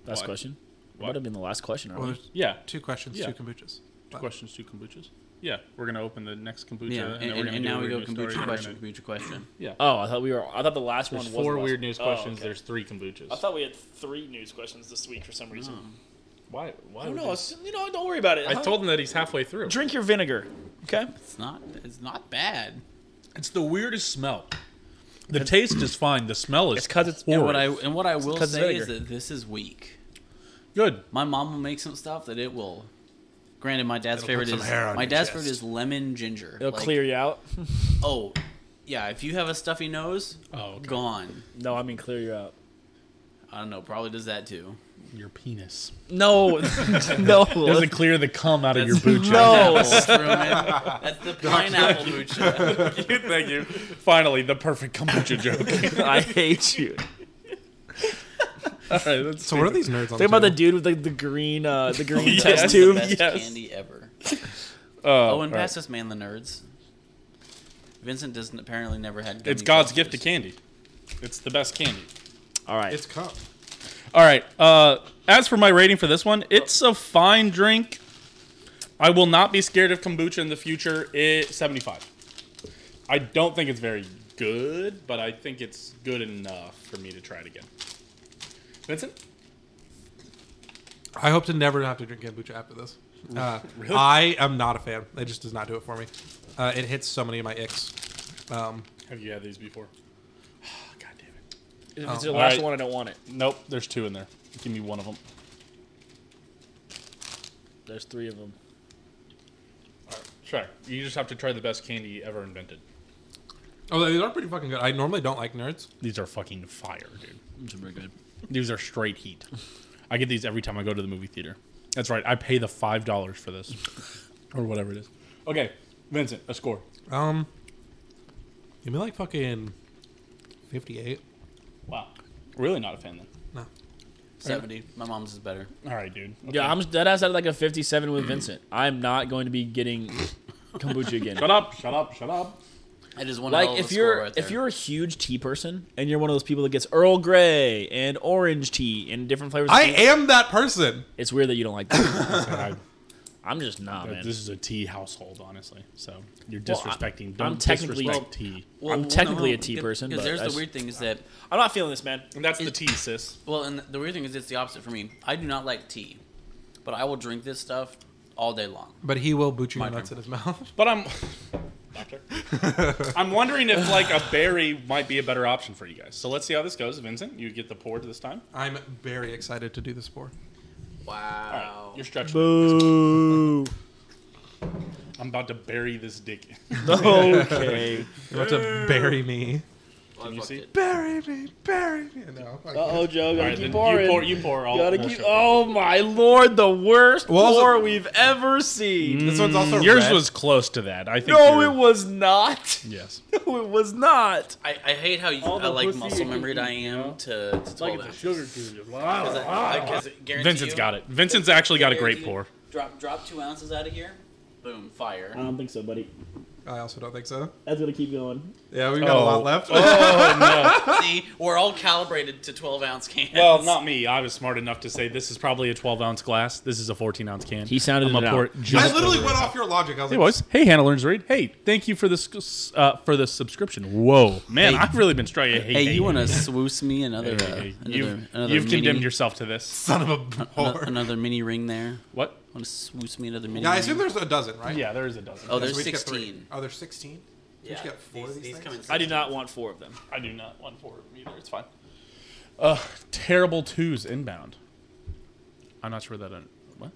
[SPEAKER 5] Last
[SPEAKER 1] Why?
[SPEAKER 5] question.
[SPEAKER 1] Why?
[SPEAKER 5] Would have been the last question. Right?
[SPEAKER 2] Well, there's
[SPEAKER 1] Yeah.
[SPEAKER 2] two questions,
[SPEAKER 1] Yeah.
[SPEAKER 2] two kombuchas.
[SPEAKER 1] questions, two kombuchas. Yeah, we're gonna open the next kombucha.
[SPEAKER 3] Yeah,
[SPEAKER 1] and,
[SPEAKER 3] and,
[SPEAKER 1] then we're
[SPEAKER 3] and,
[SPEAKER 1] gonna
[SPEAKER 3] and
[SPEAKER 1] do a
[SPEAKER 3] now we go
[SPEAKER 1] weird news story,
[SPEAKER 3] kombucha
[SPEAKER 1] and
[SPEAKER 3] question,
[SPEAKER 1] we're gonna-
[SPEAKER 3] kombucha question.
[SPEAKER 5] oh, I thought we were. I thought the last one
[SPEAKER 1] There's
[SPEAKER 5] was
[SPEAKER 1] four
[SPEAKER 5] the last
[SPEAKER 1] weird
[SPEAKER 5] one.
[SPEAKER 1] news
[SPEAKER 5] Oh,
[SPEAKER 1] questions.
[SPEAKER 5] okay.
[SPEAKER 1] There's three kombuchas.
[SPEAKER 4] I thought we had three news questions this week for some reason.
[SPEAKER 1] why? Why?
[SPEAKER 4] I don't
[SPEAKER 1] would
[SPEAKER 4] know.
[SPEAKER 1] they-
[SPEAKER 4] it's- You know, don't worry about it.
[SPEAKER 1] I
[SPEAKER 4] huh?
[SPEAKER 1] told him that he's halfway through.
[SPEAKER 4] drink your vinegar. Okay.
[SPEAKER 3] It's not it's not bad.
[SPEAKER 1] It's the weirdest smell. The taste is fine. The smell is.
[SPEAKER 4] It's 'cause it's-
[SPEAKER 1] horrid.
[SPEAKER 3] And what I and what I will
[SPEAKER 4] 'cause of
[SPEAKER 3] say is
[SPEAKER 4] vinegar.
[SPEAKER 3] that this is weak.
[SPEAKER 1] good.
[SPEAKER 3] My mom will make some stuff that it will. Granted, my dad's
[SPEAKER 2] It'll put
[SPEAKER 3] favorite
[SPEAKER 2] some
[SPEAKER 3] is
[SPEAKER 2] hair on
[SPEAKER 3] my
[SPEAKER 2] your
[SPEAKER 3] dad's
[SPEAKER 2] chest.
[SPEAKER 3] favorite is lemon ginger.
[SPEAKER 5] It'll
[SPEAKER 3] Like,
[SPEAKER 5] clear you out. [laughs]
[SPEAKER 3] Oh, yeah. If you have a stuffy nose,
[SPEAKER 1] Oh, okay.
[SPEAKER 3] gone.
[SPEAKER 5] No, I mean clear you out.
[SPEAKER 3] I don't know. Probably does that too.
[SPEAKER 1] Your penis
[SPEAKER 5] No, [laughs] no.
[SPEAKER 1] does
[SPEAKER 5] [laughs]
[SPEAKER 1] it clear the cum out of your boot?
[SPEAKER 5] No.
[SPEAKER 3] That's Truman. That's
[SPEAKER 2] [laughs]
[SPEAKER 3] the pineapple bucha.
[SPEAKER 1] Thank you. [laughs] Finally, the perfect kombucha joke. [laughs]
[SPEAKER 5] I hate you.
[SPEAKER 1] All right, that's
[SPEAKER 2] So what are these nerds on?
[SPEAKER 5] Think about the dude with the, the green, uh, the green
[SPEAKER 1] Yes.
[SPEAKER 5] test
[SPEAKER 3] That's
[SPEAKER 5] tube.
[SPEAKER 3] the best
[SPEAKER 1] yes.
[SPEAKER 3] candy ever.
[SPEAKER 1] Oh,
[SPEAKER 3] Oh, and
[SPEAKER 1] all right.
[SPEAKER 3] past this man, the nerds. Vincent doesn't apparently never had.
[SPEAKER 1] It's
[SPEAKER 3] gummy
[SPEAKER 1] God's
[SPEAKER 3] bears.
[SPEAKER 1] gift to candy. It's the best candy.
[SPEAKER 5] All right.
[SPEAKER 2] It's cup.
[SPEAKER 1] All right. Uh, as for my rating for this one, it's a fine drink. I will not be scared of kombucha in the future. It, 75. I don't think it's very good, but I think it's good enough for me to try it again. Vincent?
[SPEAKER 2] I hope to never have to drink kombucha
[SPEAKER 5] [laughs]
[SPEAKER 2] after this. Uh, I am not a fan. It just does not do it for me. Uh, it hits so many of my icks. Um,
[SPEAKER 1] Have you had these before? [sighs] God damn it.
[SPEAKER 5] If it's the
[SPEAKER 1] Oh. All
[SPEAKER 5] last
[SPEAKER 1] right.
[SPEAKER 5] one, I don't want it.
[SPEAKER 1] Nope, there's two in there. Give me one of them.
[SPEAKER 5] There's three of them.
[SPEAKER 1] Try. You just have to try the best candy ever invented.
[SPEAKER 2] Oh, these are pretty fucking good. I normally don't like nerds.
[SPEAKER 1] These are fucking fire, dude.
[SPEAKER 5] These are pretty good.
[SPEAKER 1] These are straight heat. I get these every time I go to the movie theater. That's right. I pay the five dollars for this, or whatever it is. Okay, Vincent, a score.
[SPEAKER 2] Um, give me like fucking fifty-eight.
[SPEAKER 1] Wow, really not a fan then.
[SPEAKER 2] No,
[SPEAKER 3] Seventy. My mom's is better.
[SPEAKER 1] All right, dude.
[SPEAKER 5] Yeah, I'm dead ass out of like a 57 with Vincent. I'm not going to be getting kombucha
[SPEAKER 1] [laughs]
[SPEAKER 5] again.
[SPEAKER 1] Shut up! Shut up! Shut up!
[SPEAKER 3] It is one.
[SPEAKER 5] Like
[SPEAKER 1] Oh,
[SPEAKER 3] hell of a
[SPEAKER 5] if
[SPEAKER 3] score
[SPEAKER 5] you're
[SPEAKER 3] right
[SPEAKER 5] if
[SPEAKER 3] there.
[SPEAKER 5] you're a huge tea person and you're one of those people that gets Earl Grey and orange tea and different flavors, of
[SPEAKER 2] I
[SPEAKER 5] tea,
[SPEAKER 2] am that person.
[SPEAKER 5] it's weird that you don't like that.
[SPEAKER 1] [laughs]
[SPEAKER 5] [laughs]
[SPEAKER 1] I-
[SPEAKER 5] I'm just not, man.
[SPEAKER 1] this is a tea household, honestly. So you're
[SPEAKER 5] Well, I-
[SPEAKER 1] disrespecting.
[SPEAKER 5] I'm
[SPEAKER 1] Don't
[SPEAKER 5] technically-
[SPEAKER 1] disrespect tea.
[SPEAKER 3] Well,
[SPEAKER 5] I'm
[SPEAKER 3] well,
[SPEAKER 5] technically a tea
[SPEAKER 3] yeah,
[SPEAKER 5] person, but
[SPEAKER 3] Because there's
[SPEAKER 5] that's-
[SPEAKER 3] the weird thing is that
[SPEAKER 5] I'm not feeling this, man.
[SPEAKER 1] And that's the
[SPEAKER 3] it-
[SPEAKER 1] tea, sis.
[SPEAKER 3] well, and the weird thing is it's the opposite for me. I do not like tea, but I will drink this stuff all day long.
[SPEAKER 2] But he will boot you your nuts in
[SPEAKER 3] turn.
[SPEAKER 2] his mouth. [laughs]
[SPEAKER 1] But I'm. Doctor. [laughs] I'm wondering if like a berry might be a better option for you guys. So let's see how this goes, Vincent. You get the pour this time.
[SPEAKER 2] I'm very excited to do this for.
[SPEAKER 1] All right,
[SPEAKER 3] Wow.
[SPEAKER 1] you're stretching.
[SPEAKER 5] Boo.
[SPEAKER 1] I'm about to bury this dick.
[SPEAKER 5] [laughs] okay.
[SPEAKER 2] You're about to bury me.
[SPEAKER 3] Well, I
[SPEAKER 1] you
[SPEAKER 3] fucked
[SPEAKER 1] see?
[SPEAKER 3] it.
[SPEAKER 2] Bury me, bury me. No. I
[SPEAKER 5] Uh
[SPEAKER 2] can't.
[SPEAKER 5] oh, Joe,
[SPEAKER 1] All
[SPEAKER 5] gotta
[SPEAKER 1] right,
[SPEAKER 5] keep
[SPEAKER 1] then
[SPEAKER 5] pouring.
[SPEAKER 1] you pour. You pour. I'll,
[SPEAKER 5] gotta
[SPEAKER 1] we'll
[SPEAKER 5] keep.
[SPEAKER 1] show you.
[SPEAKER 5] Oh my lord, the worst
[SPEAKER 2] Well, also-
[SPEAKER 5] pour we've ever seen.
[SPEAKER 2] This one's also
[SPEAKER 1] Yours
[SPEAKER 2] red.
[SPEAKER 1] was close to that. I think.
[SPEAKER 5] No,
[SPEAKER 1] you're-
[SPEAKER 5] it was not.
[SPEAKER 1] Yes.
[SPEAKER 5] No, [laughs] it was not.
[SPEAKER 3] I, I hate how you
[SPEAKER 4] All
[SPEAKER 3] I
[SPEAKER 4] the
[SPEAKER 3] like
[SPEAKER 4] pussy you
[SPEAKER 3] muscle
[SPEAKER 4] can
[SPEAKER 3] memoried
[SPEAKER 4] eat,
[SPEAKER 3] I
[SPEAKER 4] you know?
[SPEAKER 3] am to, to 12 ounces.
[SPEAKER 4] sugar cube.
[SPEAKER 3] 'Cause
[SPEAKER 4] Wow.
[SPEAKER 3] I- I- 'cause I guarantee
[SPEAKER 1] Vincent's
[SPEAKER 3] you,
[SPEAKER 1] got it. Vincent's actually got a great
[SPEAKER 3] guarantee-
[SPEAKER 1] pour.
[SPEAKER 3] Drop drop two ounces out of here. Boom, fire.
[SPEAKER 4] I
[SPEAKER 5] [laughs]
[SPEAKER 4] don't think so, buddy.
[SPEAKER 2] I also don't think so.
[SPEAKER 4] That's gonna keep going.
[SPEAKER 2] Yeah, we've got a
[SPEAKER 1] Oh.
[SPEAKER 2] lot left.
[SPEAKER 3] See, we're all calibrated to 12 ounce cans.
[SPEAKER 1] Well, not me. I was smart enough to say this is probably a 12 ounce glass. This is a 14 ounce can.
[SPEAKER 5] He sounded
[SPEAKER 1] I'm
[SPEAKER 5] it
[SPEAKER 1] a
[SPEAKER 5] out.
[SPEAKER 1] pour it just
[SPEAKER 2] I literally
[SPEAKER 1] over.
[SPEAKER 2] went off your logic. I was
[SPEAKER 1] Hey
[SPEAKER 2] like,
[SPEAKER 1] boys. Hey Hannah learns to read. Hey, thank you for this uh, for the subscription. Whoa, man,
[SPEAKER 3] Hey.
[SPEAKER 1] I've really been struggling. Hey,
[SPEAKER 3] Hey, you want to
[SPEAKER 1] hey,
[SPEAKER 3] swoose me another?
[SPEAKER 1] hey,
[SPEAKER 3] uh,
[SPEAKER 1] hey.
[SPEAKER 3] another,
[SPEAKER 1] You've,
[SPEAKER 3] another
[SPEAKER 1] you've
[SPEAKER 3] mini,
[SPEAKER 1] condemned yourself to this.
[SPEAKER 2] son of a
[SPEAKER 3] ano-
[SPEAKER 2] whore.
[SPEAKER 3] another mini ring there.
[SPEAKER 1] What?
[SPEAKER 3] Want to swoose me another mini?
[SPEAKER 2] Yeah, I
[SPEAKER 3] ring?
[SPEAKER 2] assume there's a dozen, right?
[SPEAKER 1] Yeah, there is a dozen.
[SPEAKER 3] Oh, there's
[SPEAKER 2] So we just get three.
[SPEAKER 3] 16.
[SPEAKER 2] Oh, there's 16?
[SPEAKER 3] Yeah,
[SPEAKER 2] get four of these things?
[SPEAKER 3] come in
[SPEAKER 5] I do not want four of them.
[SPEAKER 1] I do not want four either. It's fine. Uh, terrible twos inbound. I'm not sure that. I, what?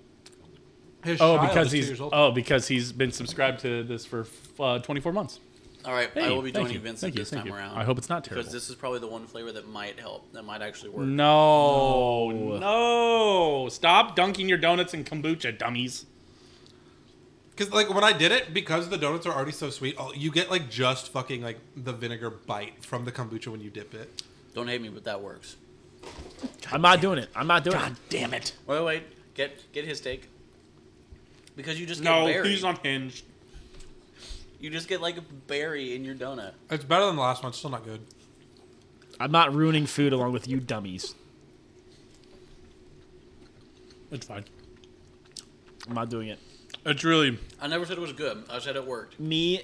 [SPEAKER 2] His
[SPEAKER 1] Oh,
[SPEAKER 2] child
[SPEAKER 1] because
[SPEAKER 2] is two
[SPEAKER 1] he's
[SPEAKER 2] years old.
[SPEAKER 1] oh because he's been subscribed to this for uh, 24 months.
[SPEAKER 3] All right, I
[SPEAKER 1] Hey,
[SPEAKER 3] will be
[SPEAKER 1] thank
[SPEAKER 3] joining
[SPEAKER 1] you,
[SPEAKER 3] Vincent
[SPEAKER 1] thank you,
[SPEAKER 3] this
[SPEAKER 1] thank
[SPEAKER 3] time
[SPEAKER 1] you.
[SPEAKER 3] around.
[SPEAKER 1] I hope it's not terrible. Mm.
[SPEAKER 3] because this is probably the one flavor that might help. That might actually work.
[SPEAKER 1] No, no! Stop dunking your donuts in kombucha, dummies.
[SPEAKER 2] Because like when I did it, because the donuts are already so sweet, oh, you get like just fucking like the vinegar bite from the kombucha when you dip it.
[SPEAKER 3] Don't hate me, but that works.
[SPEAKER 5] I'm not doing it. I'm not doing it.
[SPEAKER 1] damn it!
[SPEAKER 3] Wait, wait, get get his take. Because you just get
[SPEAKER 1] No,
[SPEAKER 3] berry.
[SPEAKER 1] he's unhinged.
[SPEAKER 3] You just get like a berry in your donut.
[SPEAKER 2] It's better than the last one. It's still not good.
[SPEAKER 5] I'm not ruining food along with you dummies.
[SPEAKER 1] It's fine.
[SPEAKER 5] I'm not doing it.
[SPEAKER 1] It's really
[SPEAKER 3] I never said it was good. I said it worked.
[SPEAKER 5] Me,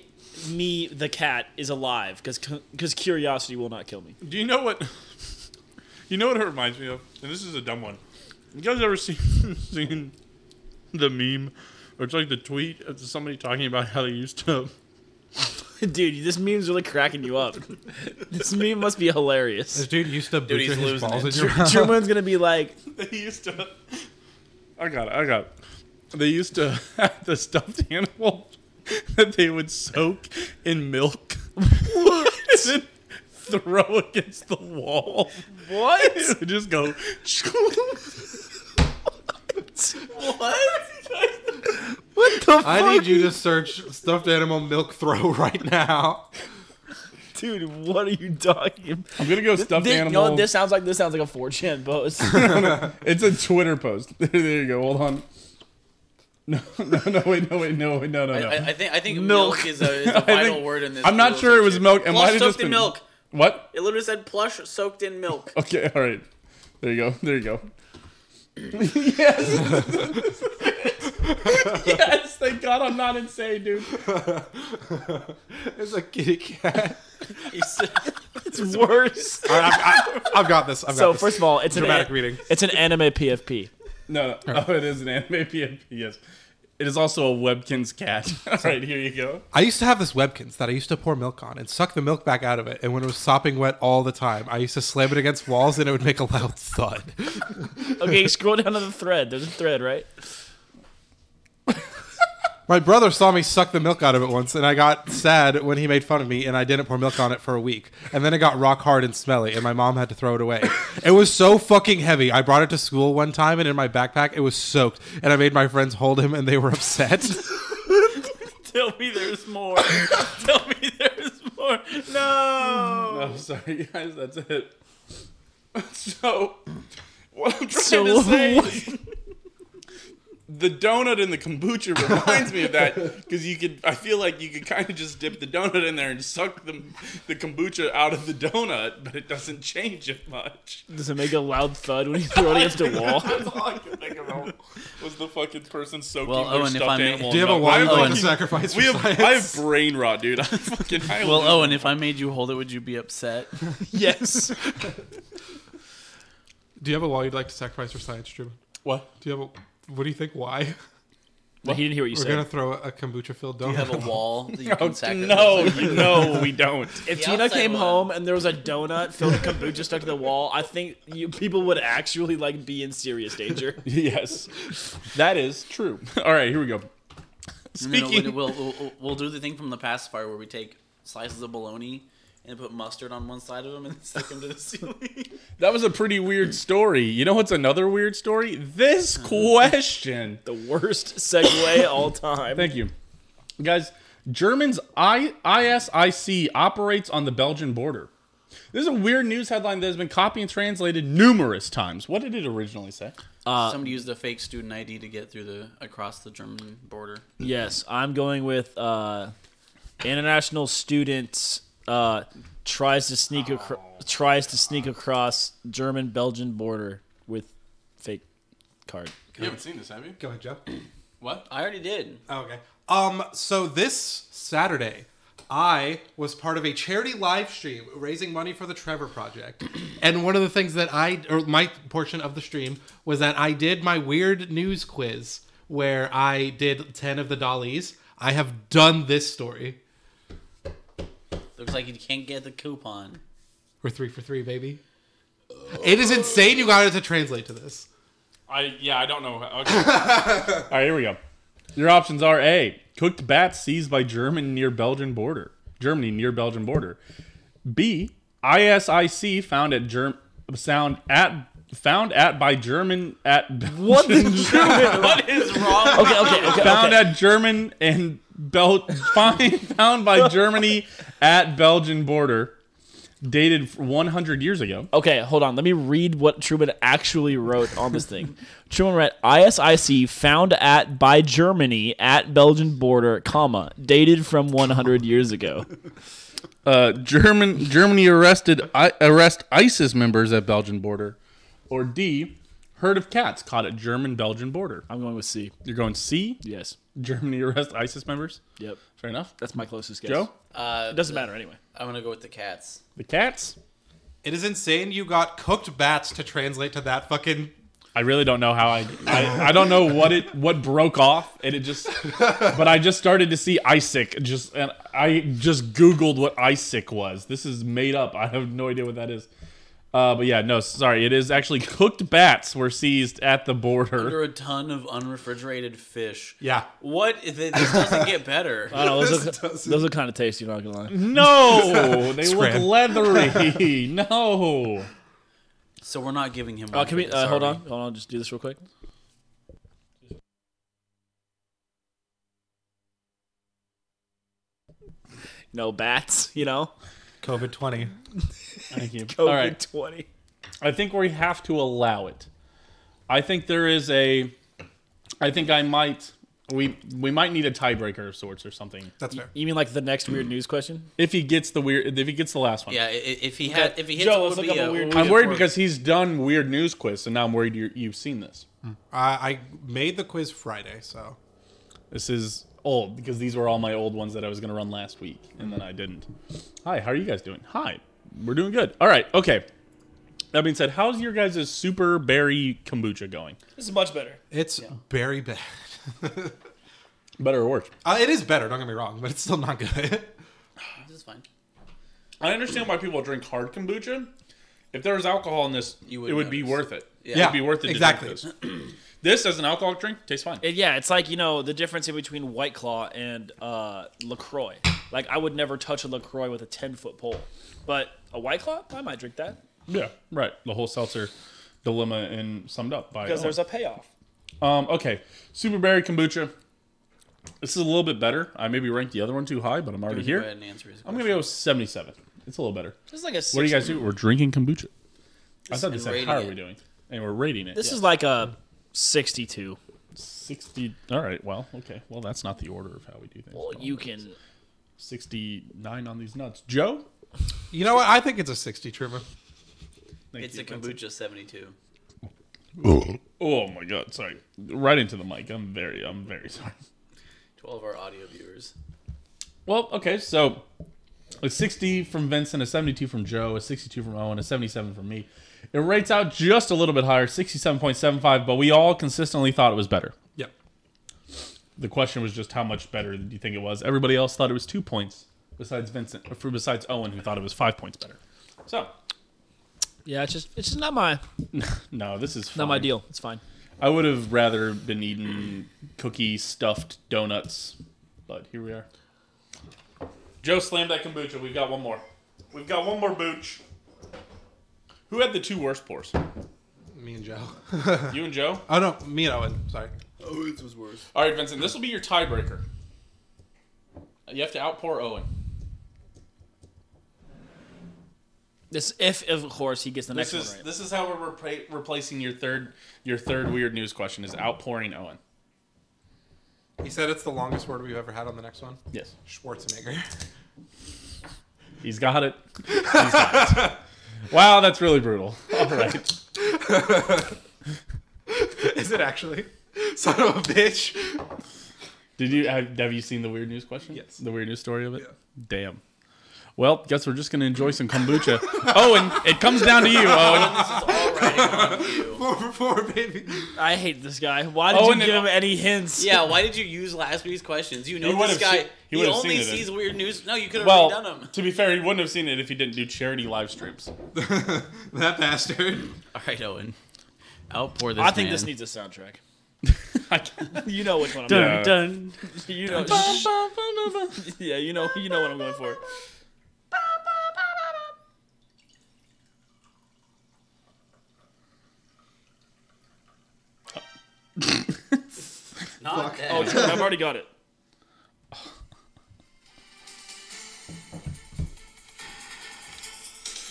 [SPEAKER 5] me, the cat is alive because because curiosity will not kill me.
[SPEAKER 1] Do you know what? [laughs] You know what it reminds me of? And this is a dumb one. You guys ever [laughs] seen seen the meme? Or it's like the tweet of somebody talking about how they used to.
[SPEAKER 5] [laughs]
[SPEAKER 1] [laughs]
[SPEAKER 5] Dude, this meme's really cracking you [laughs] up. this meme must be hilarious.
[SPEAKER 2] This dude used to
[SPEAKER 3] he's
[SPEAKER 2] butcher his
[SPEAKER 3] losing
[SPEAKER 2] balls
[SPEAKER 3] it.
[SPEAKER 5] [laughs]
[SPEAKER 2] in your mouth.
[SPEAKER 5] Truman's gonna be like,
[SPEAKER 1] They used to. I got it. I got it. They used to [laughs] have the stuffed animal [laughs] that they would soak in milk [laughs] and then throw against the wall. [laughs]
[SPEAKER 5] [laughs] "What?
[SPEAKER 1] It would just go. [laughs]
[SPEAKER 5] What the fuck?"
[SPEAKER 2] I need you to search stuffed animal milk throw [laughs] right now.
[SPEAKER 5] dude. What are you talking? about?
[SPEAKER 1] I'm gonna go stuffed
[SPEAKER 5] This, you know
[SPEAKER 1] animal.
[SPEAKER 5] what? This sounds like this sounds like a 4chan post. [laughs]
[SPEAKER 1] It's a Twitter post. [laughs] there you go. Hold on. No, [laughs] no, no, wait, no, wait, no, wait, no, no,
[SPEAKER 3] I,
[SPEAKER 1] no.
[SPEAKER 3] I, I think I think
[SPEAKER 5] Milk.
[SPEAKER 3] milk, is
[SPEAKER 1] [laughs]
[SPEAKER 3] a, is a vital
[SPEAKER 1] think-
[SPEAKER 3] word in this.
[SPEAKER 1] I'm not
[SPEAKER 3] little
[SPEAKER 1] sure it was
[SPEAKER 3] section.
[SPEAKER 1] milk. And
[SPEAKER 3] Plush
[SPEAKER 1] why did this
[SPEAKER 3] soaked in
[SPEAKER 1] been-
[SPEAKER 3] milk.
[SPEAKER 1] What?
[SPEAKER 3] It literally said plush soaked in milk.
[SPEAKER 1] [laughs] Okay, all right. There you go. There you go. yes. yes. Thank God I'm not
[SPEAKER 5] [laughs]
[SPEAKER 1] insane, dude.
[SPEAKER 2] It's a kitty cat.
[SPEAKER 3] It's-
[SPEAKER 5] it's worse.
[SPEAKER 2] All right, I've, I, I've got this. I've got
[SPEAKER 5] So
[SPEAKER 2] this.
[SPEAKER 5] first of all, it's an
[SPEAKER 2] dramatic
[SPEAKER 5] an,
[SPEAKER 2] reading.
[SPEAKER 5] It's an anime PFP.
[SPEAKER 1] No, no. Oh, it is an anime PNP. Yes. It is also a Webkins cat. [laughs] All right, here you go.
[SPEAKER 2] I used to have this Webkins that I used to pour milk on and suck the milk back out of it. And when it was sopping wet all the time, I used to slam it against walls and it would make a loud thud.
[SPEAKER 5] [laughs] Okay, scroll down to the thread. There's a thread, right?
[SPEAKER 2] My brother saw me suck the milk out of it once, and I got sad when he made fun of me, and I didn't pour milk on it for a week. And then it got rock hard and smelly, and my mom had to throw it away. It was so fucking heavy. I brought it to school one time, and in my backpack, it was soaked. And I made my friends hold him, and they were upset.
[SPEAKER 4] [laughs] Tell me there's more. [laughs] Tell me there's more. No.
[SPEAKER 1] Oh, sorry, guys, that's it. [laughs] So, what I'm trying
[SPEAKER 5] So
[SPEAKER 1] to say, is [laughs] the donut and the kombucha reminds me of that because you could. I feel like you could kind of just dip the donut in there and suck the the kombucha out of the donut, but it doesn't change it much.
[SPEAKER 5] Does it make a loud thud when you throw it against a
[SPEAKER 2] [laughs]
[SPEAKER 5] wall?
[SPEAKER 1] [laughs] That's all I could think about was the fucking person soaking
[SPEAKER 3] Well,
[SPEAKER 1] their
[SPEAKER 3] Owen, if
[SPEAKER 1] stuffed
[SPEAKER 3] I may-
[SPEAKER 1] animal.
[SPEAKER 2] Do you have a
[SPEAKER 1] in milk.
[SPEAKER 2] wild
[SPEAKER 1] I
[SPEAKER 2] life
[SPEAKER 1] fucking-
[SPEAKER 2] to sacrifice for
[SPEAKER 1] We have,
[SPEAKER 2] science?
[SPEAKER 1] I have brain rot, dude. I fucking. I
[SPEAKER 3] Well,
[SPEAKER 1] live-
[SPEAKER 3] Owen, if I made you hold it, would you be upset?
[SPEAKER 5] yes.
[SPEAKER 2] Do you have a wall you'd like to sacrifice for science, Drew?
[SPEAKER 1] [laughs] what?
[SPEAKER 2] Do you have a? What do you think? Why?
[SPEAKER 5] He didn't hear what you
[SPEAKER 2] We're
[SPEAKER 5] said.
[SPEAKER 2] gonna throw a kombucha filled donut.
[SPEAKER 3] You
[SPEAKER 5] [laughs]
[SPEAKER 3] have a wall that you can sacrifice.
[SPEAKER 1] No, Oh, you know we don't.
[SPEAKER 5] If
[SPEAKER 3] The
[SPEAKER 5] Tina
[SPEAKER 3] outside
[SPEAKER 5] came
[SPEAKER 3] one.
[SPEAKER 5] home and there was a donut filled with kombucha stuck to the wall, I think you, people would actually like be in serious
[SPEAKER 2] [laughs]
[SPEAKER 5] danger.
[SPEAKER 1] Yes, that is true. [laughs] All right, here we go.
[SPEAKER 3] No, no,
[SPEAKER 1] Speaking,
[SPEAKER 3] we'll, we'll, we'll, we'll do the thing from the pacifier where we take slices of bologna and put mustard on one side of them and [laughs] stick them to the ceiling.
[SPEAKER 1] that was a pretty weird story. You know what's another weird story? This question.
[SPEAKER 5] The worst segue all time.
[SPEAKER 1] Thank you, guys. Germans I ISIC operates on the Belgian border. This is a weird news headline that has been copied and translated numerous times. What did it originally say?
[SPEAKER 5] Uh,
[SPEAKER 3] Somebody used the fake student ID to get through the across the German border.
[SPEAKER 5] Yes, I'm going with uh, international students uh, tries to sneak acro- tries to sneak across German Belgian border with fake card.
[SPEAKER 1] You haven't seen this, have you?
[SPEAKER 2] Go ahead, Joe.
[SPEAKER 3] What? I already did.
[SPEAKER 2] Oh, okay. Um. So this Saturday, I was part of a charity live stream raising money for the Trevor Project, [clears throat] and one of the things that I or my portion of the stream was that I did my weird news quiz where I did ten of the dollies. I have done this story.
[SPEAKER 3] Looks like you can't get
[SPEAKER 5] [laughs]
[SPEAKER 3] the coupon.
[SPEAKER 2] We're three for three, baby. It is insane. You got it to translate to this.
[SPEAKER 1] I yeah, I don't know. Okay. All right, here we go. Your options are A, cooked bats seized by German near Belgian border. Germany near Belgian border. B, ISIC found at Germ sound at found at by German at
[SPEAKER 5] [laughs] What the German?
[SPEAKER 3] What is [laughs] wrong?
[SPEAKER 5] Okay, okay,
[SPEAKER 1] [laughs]
[SPEAKER 5] okay.
[SPEAKER 1] found
[SPEAKER 5] okay.
[SPEAKER 1] at German and Bel [laughs] find, found by Germany at Belgian border dated 100 years ago.
[SPEAKER 5] Okay, hold on. Let me read what Truman actually wrote on this thing. [laughs] Truman wrote ISIC found at by Germany at Belgian border, comma, dated from 100 years ago.
[SPEAKER 1] uh, German Germany arrested I, arrest ISIS members at Belgian border, or D, herd of cats caught at German Belgian border.
[SPEAKER 5] I'm going with C.
[SPEAKER 1] You're going C.
[SPEAKER 5] Yes.
[SPEAKER 1] Germany arrest ISIS members.
[SPEAKER 5] Yep.
[SPEAKER 1] Fair enough.
[SPEAKER 5] That's my closest guess.
[SPEAKER 1] Joe,
[SPEAKER 3] Uh,
[SPEAKER 5] It doesn't matter anyway.
[SPEAKER 3] I'm gonna go with the cats.
[SPEAKER 1] the cats.
[SPEAKER 2] It is insane. You got cooked bats to translate to that fucking.
[SPEAKER 1] I really don't know how I, I I don't know what it what broke off and it just but I just started to see ISIC just and I just googled what ISIC was. This is made up. I have no idea what that is. Uh, but yeah, no, sorry. It is actually cooked bats were seized at the border.
[SPEAKER 3] Under a ton of unrefrigerated fish.
[SPEAKER 2] Yeah.
[SPEAKER 3] What? Th- This doesn't get better.
[SPEAKER 5] [laughs] I don't know, those,
[SPEAKER 2] This
[SPEAKER 5] look,
[SPEAKER 2] doesn't-
[SPEAKER 5] those look kind of tasty, not gonna
[SPEAKER 1] Mm-hmm. [laughs]
[SPEAKER 5] lie.
[SPEAKER 1] No,
[SPEAKER 5] [laughs]
[SPEAKER 1] they look
[SPEAKER 2] Scram.
[SPEAKER 1] leathery. No.
[SPEAKER 3] So we're not giving him.
[SPEAKER 5] Uh,
[SPEAKER 3] one
[SPEAKER 5] can
[SPEAKER 3] for
[SPEAKER 5] we
[SPEAKER 3] this,
[SPEAKER 5] uh,
[SPEAKER 3] are
[SPEAKER 5] hold
[SPEAKER 3] we?
[SPEAKER 5] on? Hold on, just do this real quick. No bats, you know.
[SPEAKER 2] COVID 20.
[SPEAKER 1] Thank you.
[SPEAKER 5] COVID
[SPEAKER 1] All right.
[SPEAKER 5] twenty.
[SPEAKER 1] I think we have to allow it. I think there is a. I think I might. We we might need a tiebreaker of sorts or something.
[SPEAKER 2] That's fair.
[SPEAKER 5] You mean like the next weird news question?
[SPEAKER 1] If he gets the weird, if he gets the last one.
[SPEAKER 3] Yeah. i- i- If he had, if he hits,
[SPEAKER 5] Joe,
[SPEAKER 3] it
[SPEAKER 5] let's
[SPEAKER 3] would
[SPEAKER 5] look
[SPEAKER 3] be
[SPEAKER 5] up a
[SPEAKER 3] a
[SPEAKER 5] weird-
[SPEAKER 1] I'm
[SPEAKER 5] Yeah,
[SPEAKER 1] worried
[SPEAKER 5] for-
[SPEAKER 1] because he's done weird news quiz, and now I'm worried you're, you've seen this.
[SPEAKER 2] I, I made the quiz Friday, so.
[SPEAKER 1] This is old because these were all my old ones that I was going to run last week, and then I didn't. Hi, how are you guys doing? Hi, we're doing good. All right, okay. That being said, how's your guys' super berry kombucha going?
[SPEAKER 4] This is much better.
[SPEAKER 2] It's very bad.
[SPEAKER 1] Better or worse?
[SPEAKER 2] Uh, it is better, don't get me wrong, but it's still not good. [laughs]
[SPEAKER 3] This is fine.
[SPEAKER 1] I understand why people drink hard kombucha. If there was alcohol in this,
[SPEAKER 3] You would
[SPEAKER 1] it would be
[SPEAKER 3] notice.
[SPEAKER 1] worth it.
[SPEAKER 3] Yeah.
[SPEAKER 1] It'd be worth it
[SPEAKER 2] Exactly.
[SPEAKER 1] to drink this.
[SPEAKER 4] This as an alcoholic drink tastes fine.
[SPEAKER 5] It- yeah, it's like you know the difference in between White Claw and uh, Lacroix. Like I would never touch a Lacroix with a ten foot pole, but a White Claw, I might drink that
[SPEAKER 1] Yeah, right. The whole seltzer dilemma and summed up by
[SPEAKER 4] because there's a payoff.
[SPEAKER 1] um okay super berry kombucha. This is a little bit better. I maybe ranked the other one too high, but I'm already
[SPEAKER 3] Go ahead
[SPEAKER 1] here.
[SPEAKER 3] and answer his
[SPEAKER 1] I'm gonna go 77. It's a little better.
[SPEAKER 5] It's like a. Six
[SPEAKER 1] What do you guys do? We're drinking kombucha. I thought they
[SPEAKER 3] and
[SPEAKER 1] said
[SPEAKER 3] rating
[SPEAKER 1] how are
[SPEAKER 3] it.
[SPEAKER 1] we doing, and we're rating it.
[SPEAKER 5] This is like a sixty-two.
[SPEAKER 1] 60. All right. Well, okay. Well, that's not the order of how we do things.
[SPEAKER 5] Well, you can.
[SPEAKER 1] 69 on these nuts. Joe?
[SPEAKER 2] You know what? I think it's a 60, Truman.
[SPEAKER 1] Thank
[SPEAKER 3] It's
[SPEAKER 1] you.
[SPEAKER 3] a kombucha 72.
[SPEAKER 1] Oh my god, sorry. Right into the mic. I'm very I'm very [laughs] sorry.
[SPEAKER 3] To all of our audio
[SPEAKER 1] [laughs]
[SPEAKER 3] viewers.
[SPEAKER 1] Well, okay, so a 60 from Vincent, a 72 from Joe, a 62 from Owen, a 77 from me. It rates out just a little bit higher, 67.75, but we all consistently thought it was better.
[SPEAKER 2] Yep.
[SPEAKER 1] The question was just how much better do you think it was? Everybody else thought it was 2 points besides Vincent, or besides Owen who thought it was 5 points better. So,
[SPEAKER 5] Yeah, it's just it's just not my
[SPEAKER 1] no, this is
[SPEAKER 5] not my
[SPEAKER 1] fine.
[SPEAKER 5] deal. It's fine.
[SPEAKER 1] I would have rather been eating cookie stuffed donuts, but here we are. Joe slammed that kombucha. We've got one more. We've got one more booch. Who had the two worst pours?
[SPEAKER 2] Me and Joe.
[SPEAKER 1] You and Joe?
[SPEAKER 2] [laughs] oh, no. Me and Owen. Sorry.
[SPEAKER 3] Oh, it was worse.
[SPEAKER 1] All right, Vincent, this will be your tiebreaker. You have to outpour Owen.
[SPEAKER 5] This if of course he gets the
[SPEAKER 1] This
[SPEAKER 5] next
[SPEAKER 1] is
[SPEAKER 5] one right.
[SPEAKER 1] this is how we're repra- replacing your third your third weird news question is outpouring Owen.
[SPEAKER 2] He said it's the longest word we've ever had on the next one.
[SPEAKER 1] Yes.
[SPEAKER 2] [laughs] Schwarzenegger.
[SPEAKER 1] He's got it. He's got it. wow, that's really brutal. All right.
[SPEAKER 2] Is it actually? Son of a bitch.
[SPEAKER 1] Did you have, have you seen the weird news question?
[SPEAKER 2] Yes.
[SPEAKER 1] The weird news story of it.
[SPEAKER 2] Yeah.
[SPEAKER 1] Damn. Well, guess we're just gonna enjoy some kombucha. Owen, it comes down to you, Owen.
[SPEAKER 2] Four for four, baby. [laughs]
[SPEAKER 5] I hate this guy. Why did
[SPEAKER 1] Oh,
[SPEAKER 5] you
[SPEAKER 1] and
[SPEAKER 5] give
[SPEAKER 1] it-
[SPEAKER 5] him any hints?
[SPEAKER 3] Yeah, why did you use last week's questions? You know
[SPEAKER 1] He
[SPEAKER 3] this
[SPEAKER 1] would've
[SPEAKER 3] guy.
[SPEAKER 1] se- he
[SPEAKER 3] he
[SPEAKER 1] would've
[SPEAKER 3] only
[SPEAKER 1] seen it
[SPEAKER 3] sees weird news. No, you could have
[SPEAKER 1] Well,
[SPEAKER 3] redone him.
[SPEAKER 1] to be fair, he wouldn't have seen it if he didn't do charity live [laughs] streams.
[SPEAKER 2] that bastard.
[SPEAKER 3] All right, Owen. Outpour this.
[SPEAKER 5] I think
[SPEAKER 3] man.
[SPEAKER 5] this needs a soundtrack.
[SPEAKER 1] I can't-
[SPEAKER 5] You know which one I'm
[SPEAKER 1] Dun,
[SPEAKER 5] going.
[SPEAKER 1] dun.
[SPEAKER 5] You know. [laughs] yeah, you know you know what I'm
[SPEAKER 1] [laughs]
[SPEAKER 5] going for.
[SPEAKER 3] Not that.
[SPEAKER 5] Oh, I've already got it.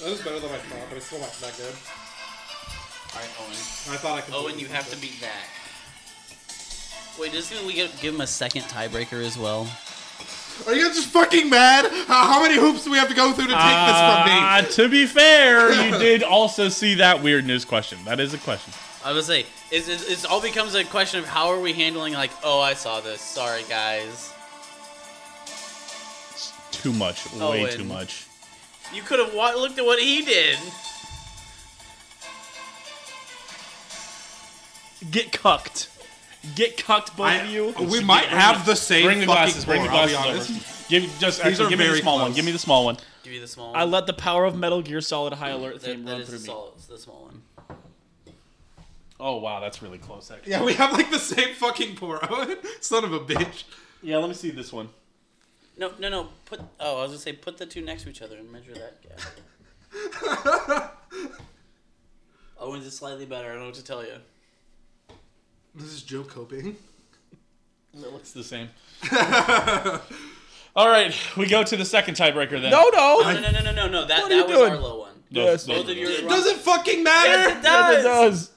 [SPEAKER 2] That was better than I thought, but it's still not that good.
[SPEAKER 3] All right, Owen.
[SPEAKER 2] I thought I could.
[SPEAKER 3] Owen, you have to beat that. Wait, doesn't we give, give him a second tiebreaker as well?
[SPEAKER 2] Are you guys just fucking mad? How, how many hoops do we have to go through to take
[SPEAKER 1] Ah, to be fair, [laughs] you did also see that weird news question. That is a question.
[SPEAKER 3] I would say it's, it's, it's all becomes a question of how are we handling like, oh, I saw this. Sorry, guys.
[SPEAKER 1] Too much. Way
[SPEAKER 3] Owen.
[SPEAKER 1] too much.
[SPEAKER 3] You could have wa- looked at what he did.
[SPEAKER 5] Get cucked. Get cucked, both of you.
[SPEAKER 2] from me? We might have the same
[SPEAKER 1] Bring the
[SPEAKER 2] fucking
[SPEAKER 1] glasses. Bring the
[SPEAKER 2] score, I'll be
[SPEAKER 1] glasses over.
[SPEAKER 2] honest.
[SPEAKER 1] Give just actually
[SPEAKER 2] are
[SPEAKER 1] give me the
[SPEAKER 2] very
[SPEAKER 1] small one.
[SPEAKER 2] close.
[SPEAKER 1] Give me the small one.
[SPEAKER 3] Give you the small one.
[SPEAKER 5] I let the power of Metal Gear Solid High Alert
[SPEAKER 3] that,
[SPEAKER 5] theme
[SPEAKER 3] that
[SPEAKER 5] run
[SPEAKER 3] is
[SPEAKER 5] through
[SPEAKER 3] the,
[SPEAKER 5] me.
[SPEAKER 3] sol- the small one.
[SPEAKER 1] Oh wow, that's really close. Actually.
[SPEAKER 2] Yeah, we have like the same fucking pour. Owen, [laughs] son of a bitch.
[SPEAKER 1] Yeah, let me see this one.
[SPEAKER 3] No, no, no. Put. Oh, I was gonna say put the two next to each other and measure that gap. Owen's Oh, is slightly better. I don't know what to tell you.
[SPEAKER 2] This is Joe coping.
[SPEAKER 1] It looks the
[SPEAKER 2] [laughs]
[SPEAKER 1] same. All right, we go to the second tiebreaker then.
[SPEAKER 5] no.
[SPEAKER 3] No, no, no, no, no, no. That
[SPEAKER 5] are you
[SPEAKER 3] that was our
[SPEAKER 5] doing?
[SPEAKER 3] low one.
[SPEAKER 1] Those-
[SPEAKER 5] Yes.
[SPEAKER 1] those-
[SPEAKER 3] Both of you
[SPEAKER 1] those-
[SPEAKER 3] are wrong.
[SPEAKER 2] Does it fucking matter?
[SPEAKER 3] Yes, it does.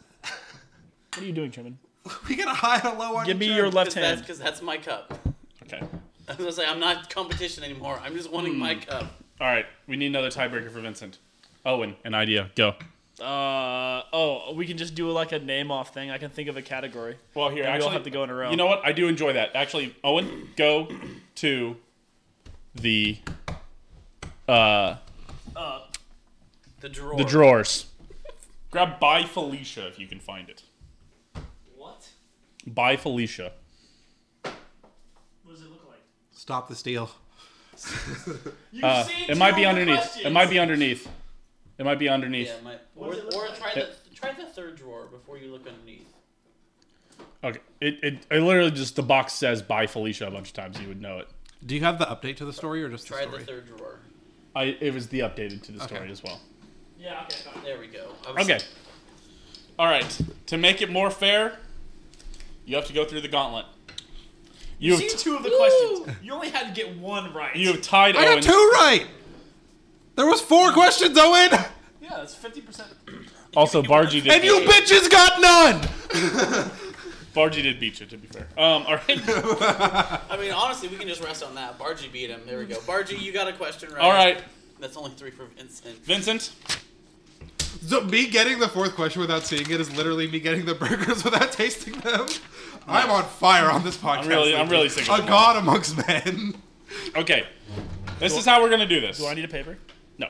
[SPEAKER 5] What are you doing, Truman?
[SPEAKER 2] [laughs] We got a high and a low on
[SPEAKER 5] Give me
[SPEAKER 2] each
[SPEAKER 5] your
[SPEAKER 2] end.
[SPEAKER 5] left
[SPEAKER 3] Because that's,
[SPEAKER 5] hand.
[SPEAKER 3] 'cause that's my cup. [laughs]
[SPEAKER 1] Okay.
[SPEAKER 3] I was gonna say I'm not competition anymore. I'm just wanting my cup.
[SPEAKER 1] All right, we need another tiebreaker for Vincent. Owen, an idea. Go.
[SPEAKER 5] Uh oh, we can just do like a name off thing. I can think of a category.
[SPEAKER 1] Well, here
[SPEAKER 5] And we
[SPEAKER 1] actually
[SPEAKER 5] all have to go in a row.
[SPEAKER 1] You know what? I do enjoy that. Actually, Owen, go to the uh
[SPEAKER 3] The drawer.
[SPEAKER 1] the drawers. Grab by Felicia if you can find it.
[SPEAKER 6] What?
[SPEAKER 1] By Felicia.
[SPEAKER 6] What does it look like?
[SPEAKER 2] Stop the steal. [laughs]
[SPEAKER 1] Uh,
[SPEAKER 6] seen
[SPEAKER 1] it might
[SPEAKER 6] two
[SPEAKER 1] be
[SPEAKER 6] of the
[SPEAKER 1] underneath. It
[SPEAKER 6] questions.
[SPEAKER 1] might be underneath. It might be underneath.
[SPEAKER 3] Yeah, my, or, or try the try the third drawer before you look underneath.
[SPEAKER 1] Okay. It, it, it literally just the box says "By Felicia" a bunch of times. You would know it.
[SPEAKER 2] Do you have the update to the story or just the
[SPEAKER 3] Try the
[SPEAKER 2] story?
[SPEAKER 3] third drawer.
[SPEAKER 1] I it was the updated to the
[SPEAKER 2] Okay.
[SPEAKER 1] story as well.
[SPEAKER 6] Yeah, okay, I found it.
[SPEAKER 3] There we go. I was-
[SPEAKER 1] Okay. All right. To make it more fair, you have to go through the gauntlet. You have,
[SPEAKER 6] Seen
[SPEAKER 1] t-
[SPEAKER 6] two of the questions. You only had to get one right.
[SPEAKER 1] you have tied
[SPEAKER 2] I
[SPEAKER 1] Owen.
[SPEAKER 2] got two right. There was four questions, Owen,
[SPEAKER 6] yeah, that's fifty percent.
[SPEAKER 1] Also, Bargy did.
[SPEAKER 2] and you bitches got none.
[SPEAKER 1] Bargy did beat you. To be fair. Um. All right. [laughs]
[SPEAKER 3] I mean, honestly, we can just rest on that. Bargy beat him. There we go. Bargy, you got a question right.
[SPEAKER 1] All right.
[SPEAKER 3] That's only three for Vincent.
[SPEAKER 1] Vincent.
[SPEAKER 2] So me getting the fourth question without seeing it is literally me getting the burgers [laughs] without tasting them. I'm on fire on this podcast.
[SPEAKER 1] I'm really. I'm really sick.
[SPEAKER 2] a
[SPEAKER 1] Of it.
[SPEAKER 2] god amongst men.
[SPEAKER 1] Okay. This is how we're gonna do this.
[SPEAKER 4] Do I need a paper?
[SPEAKER 1] No.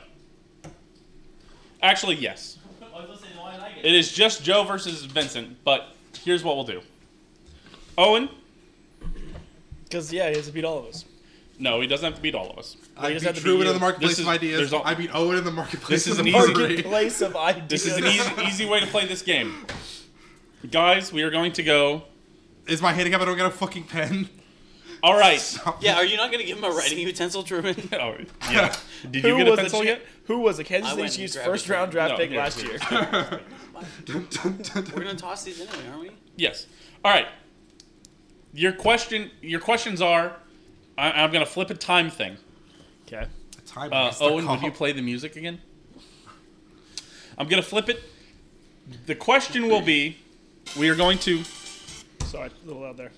[SPEAKER 1] Actually, yes.
[SPEAKER 6] I was listening to why I get.
[SPEAKER 1] It is just Joe versus Vincent, but here's what we'll do. Owen,
[SPEAKER 4] Because yeah, he has to beat all of us.
[SPEAKER 1] no, he doesn't have to beat all of us.
[SPEAKER 2] I
[SPEAKER 4] just
[SPEAKER 2] beat
[SPEAKER 4] have to
[SPEAKER 2] Truman
[SPEAKER 4] beat
[SPEAKER 2] in
[SPEAKER 4] you.
[SPEAKER 2] the marketplace
[SPEAKER 1] This is-
[SPEAKER 2] of ideas.
[SPEAKER 1] there's al-
[SPEAKER 2] I beat Owen in the marketplace
[SPEAKER 1] This is
[SPEAKER 2] of
[SPEAKER 1] an easy-
[SPEAKER 2] marketing.
[SPEAKER 4] Place of ideas.
[SPEAKER 1] This is an easy, easy way to play this game. Guys, we are going to go.
[SPEAKER 2] Is my handicap? I don't get a
[SPEAKER 1] [laughs]
[SPEAKER 2] fucking pen.
[SPEAKER 1] All right.
[SPEAKER 3] Yeah, are you not going to give him a writing utensil, Truman?
[SPEAKER 1] [laughs]
[SPEAKER 3] [laughs]
[SPEAKER 1] Oh, yeah. Did you
[SPEAKER 4] Who
[SPEAKER 1] get a
[SPEAKER 4] was
[SPEAKER 1] pencil
[SPEAKER 4] cha-
[SPEAKER 1] yet?
[SPEAKER 4] Who was a Kansas
[SPEAKER 3] I
[SPEAKER 4] City
[SPEAKER 3] went and
[SPEAKER 4] Chiefs
[SPEAKER 3] grabbed
[SPEAKER 4] first
[SPEAKER 3] it.
[SPEAKER 4] round draft
[SPEAKER 1] No,
[SPEAKER 4] pick
[SPEAKER 1] here,
[SPEAKER 4] last
[SPEAKER 1] here.
[SPEAKER 4] year?
[SPEAKER 1] [laughs]
[SPEAKER 3] We're going to toss these anyway, aren't we?
[SPEAKER 1] Yes. All right. Your question. Your questions are. I, I'm going to flip a time thing.
[SPEAKER 4] Okay.
[SPEAKER 2] Time
[SPEAKER 1] Uh,
[SPEAKER 2] is the
[SPEAKER 1] Owen,
[SPEAKER 2] call.
[SPEAKER 1] would you play the music again? I'm gonna flip it. The question will be: We are going to,
[SPEAKER 4] Sorry, a little loud there.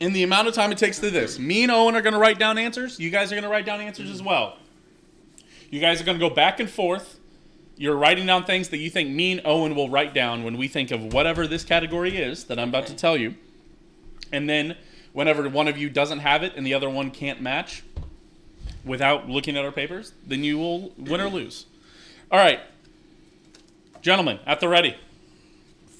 [SPEAKER 1] in the amount of time it takes to this. Me and Owen are gonna write down answers. You guys are gonna write down answers as well. You guys are gonna go back and forth. You're writing down things that you think me and Owen will write down when we think of whatever this category is that I'm about to tell you. And then, whenever one of you doesn't have it and the other one can't match, without looking at our papers, then you will win or lose. All right, gentlemen, at the ready.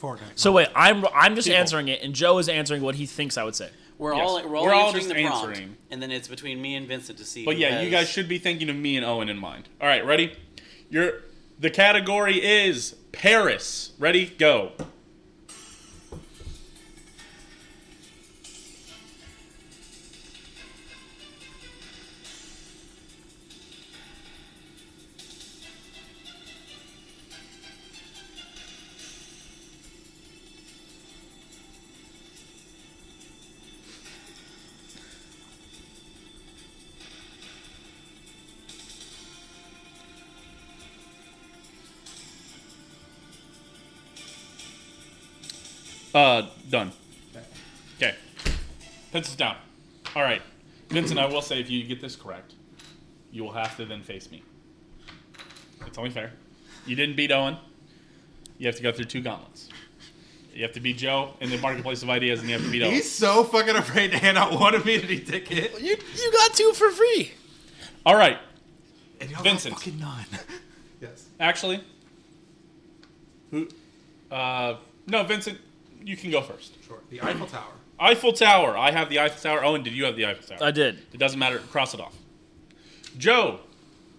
[SPEAKER 2] Fortnite.
[SPEAKER 5] So wait, I'm I'm just
[SPEAKER 1] People.
[SPEAKER 5] answering it, and Joe is answering what he thinks I would say.
[SPEAKER 3] We're
[SPEAKER 1] Yes.
[SPEAKER 3] all we're all
[SPEAKER 1] We're all
[SPEAKER 3] answering
[SPEAKER 1] just
[SPEAKER 3] the prompt,
[SPEAKER 1] answering.
[SPEAKER 3] and then it's between me and Vincent to see.
[SPEAKER 1] But
[SPEAKER 3] who
[SPEAKER 1] yeah, you
[SPEAKER 3] has-
[SPEAKER 1] guys should be thinking of me and Owen in mind. All right, ready? Your the category is Paris. Ready? Go. Uh, done. Okay. Pencils down. All right, Vincent. I will say if you get this correct, you will have to then face me. It's only fair. You didn't beat Owen. You have to go through two gauntlets. You have to beat Joe in the marketplace of ideas, and you have to beat Owen.
[SPEAKER 2] He's so fucking afraid to hand out one immunity ticket.
[SPEAKER 5] You you got two for free.
[SPEAKER 1] All right.
[SPEAKER 2] And y'all got
[SPEAKER 1] Vincent.
[SPEAKER 2] fucking none. [laughs] yes.
[SPEAKER 1] Actually, who? Uh, no, Vincent, you can go first.
[SPEAKER 2] Sure. The Eiffel Tower.
[SPEAKER 1] Eiffel Tower. I have the Eiffel Tower. Owen, did you have the Eiffel Tower?
[SPEAKER 5] I did.
[SPEAKER 1] It doesn't matter. Cross it off. Joe,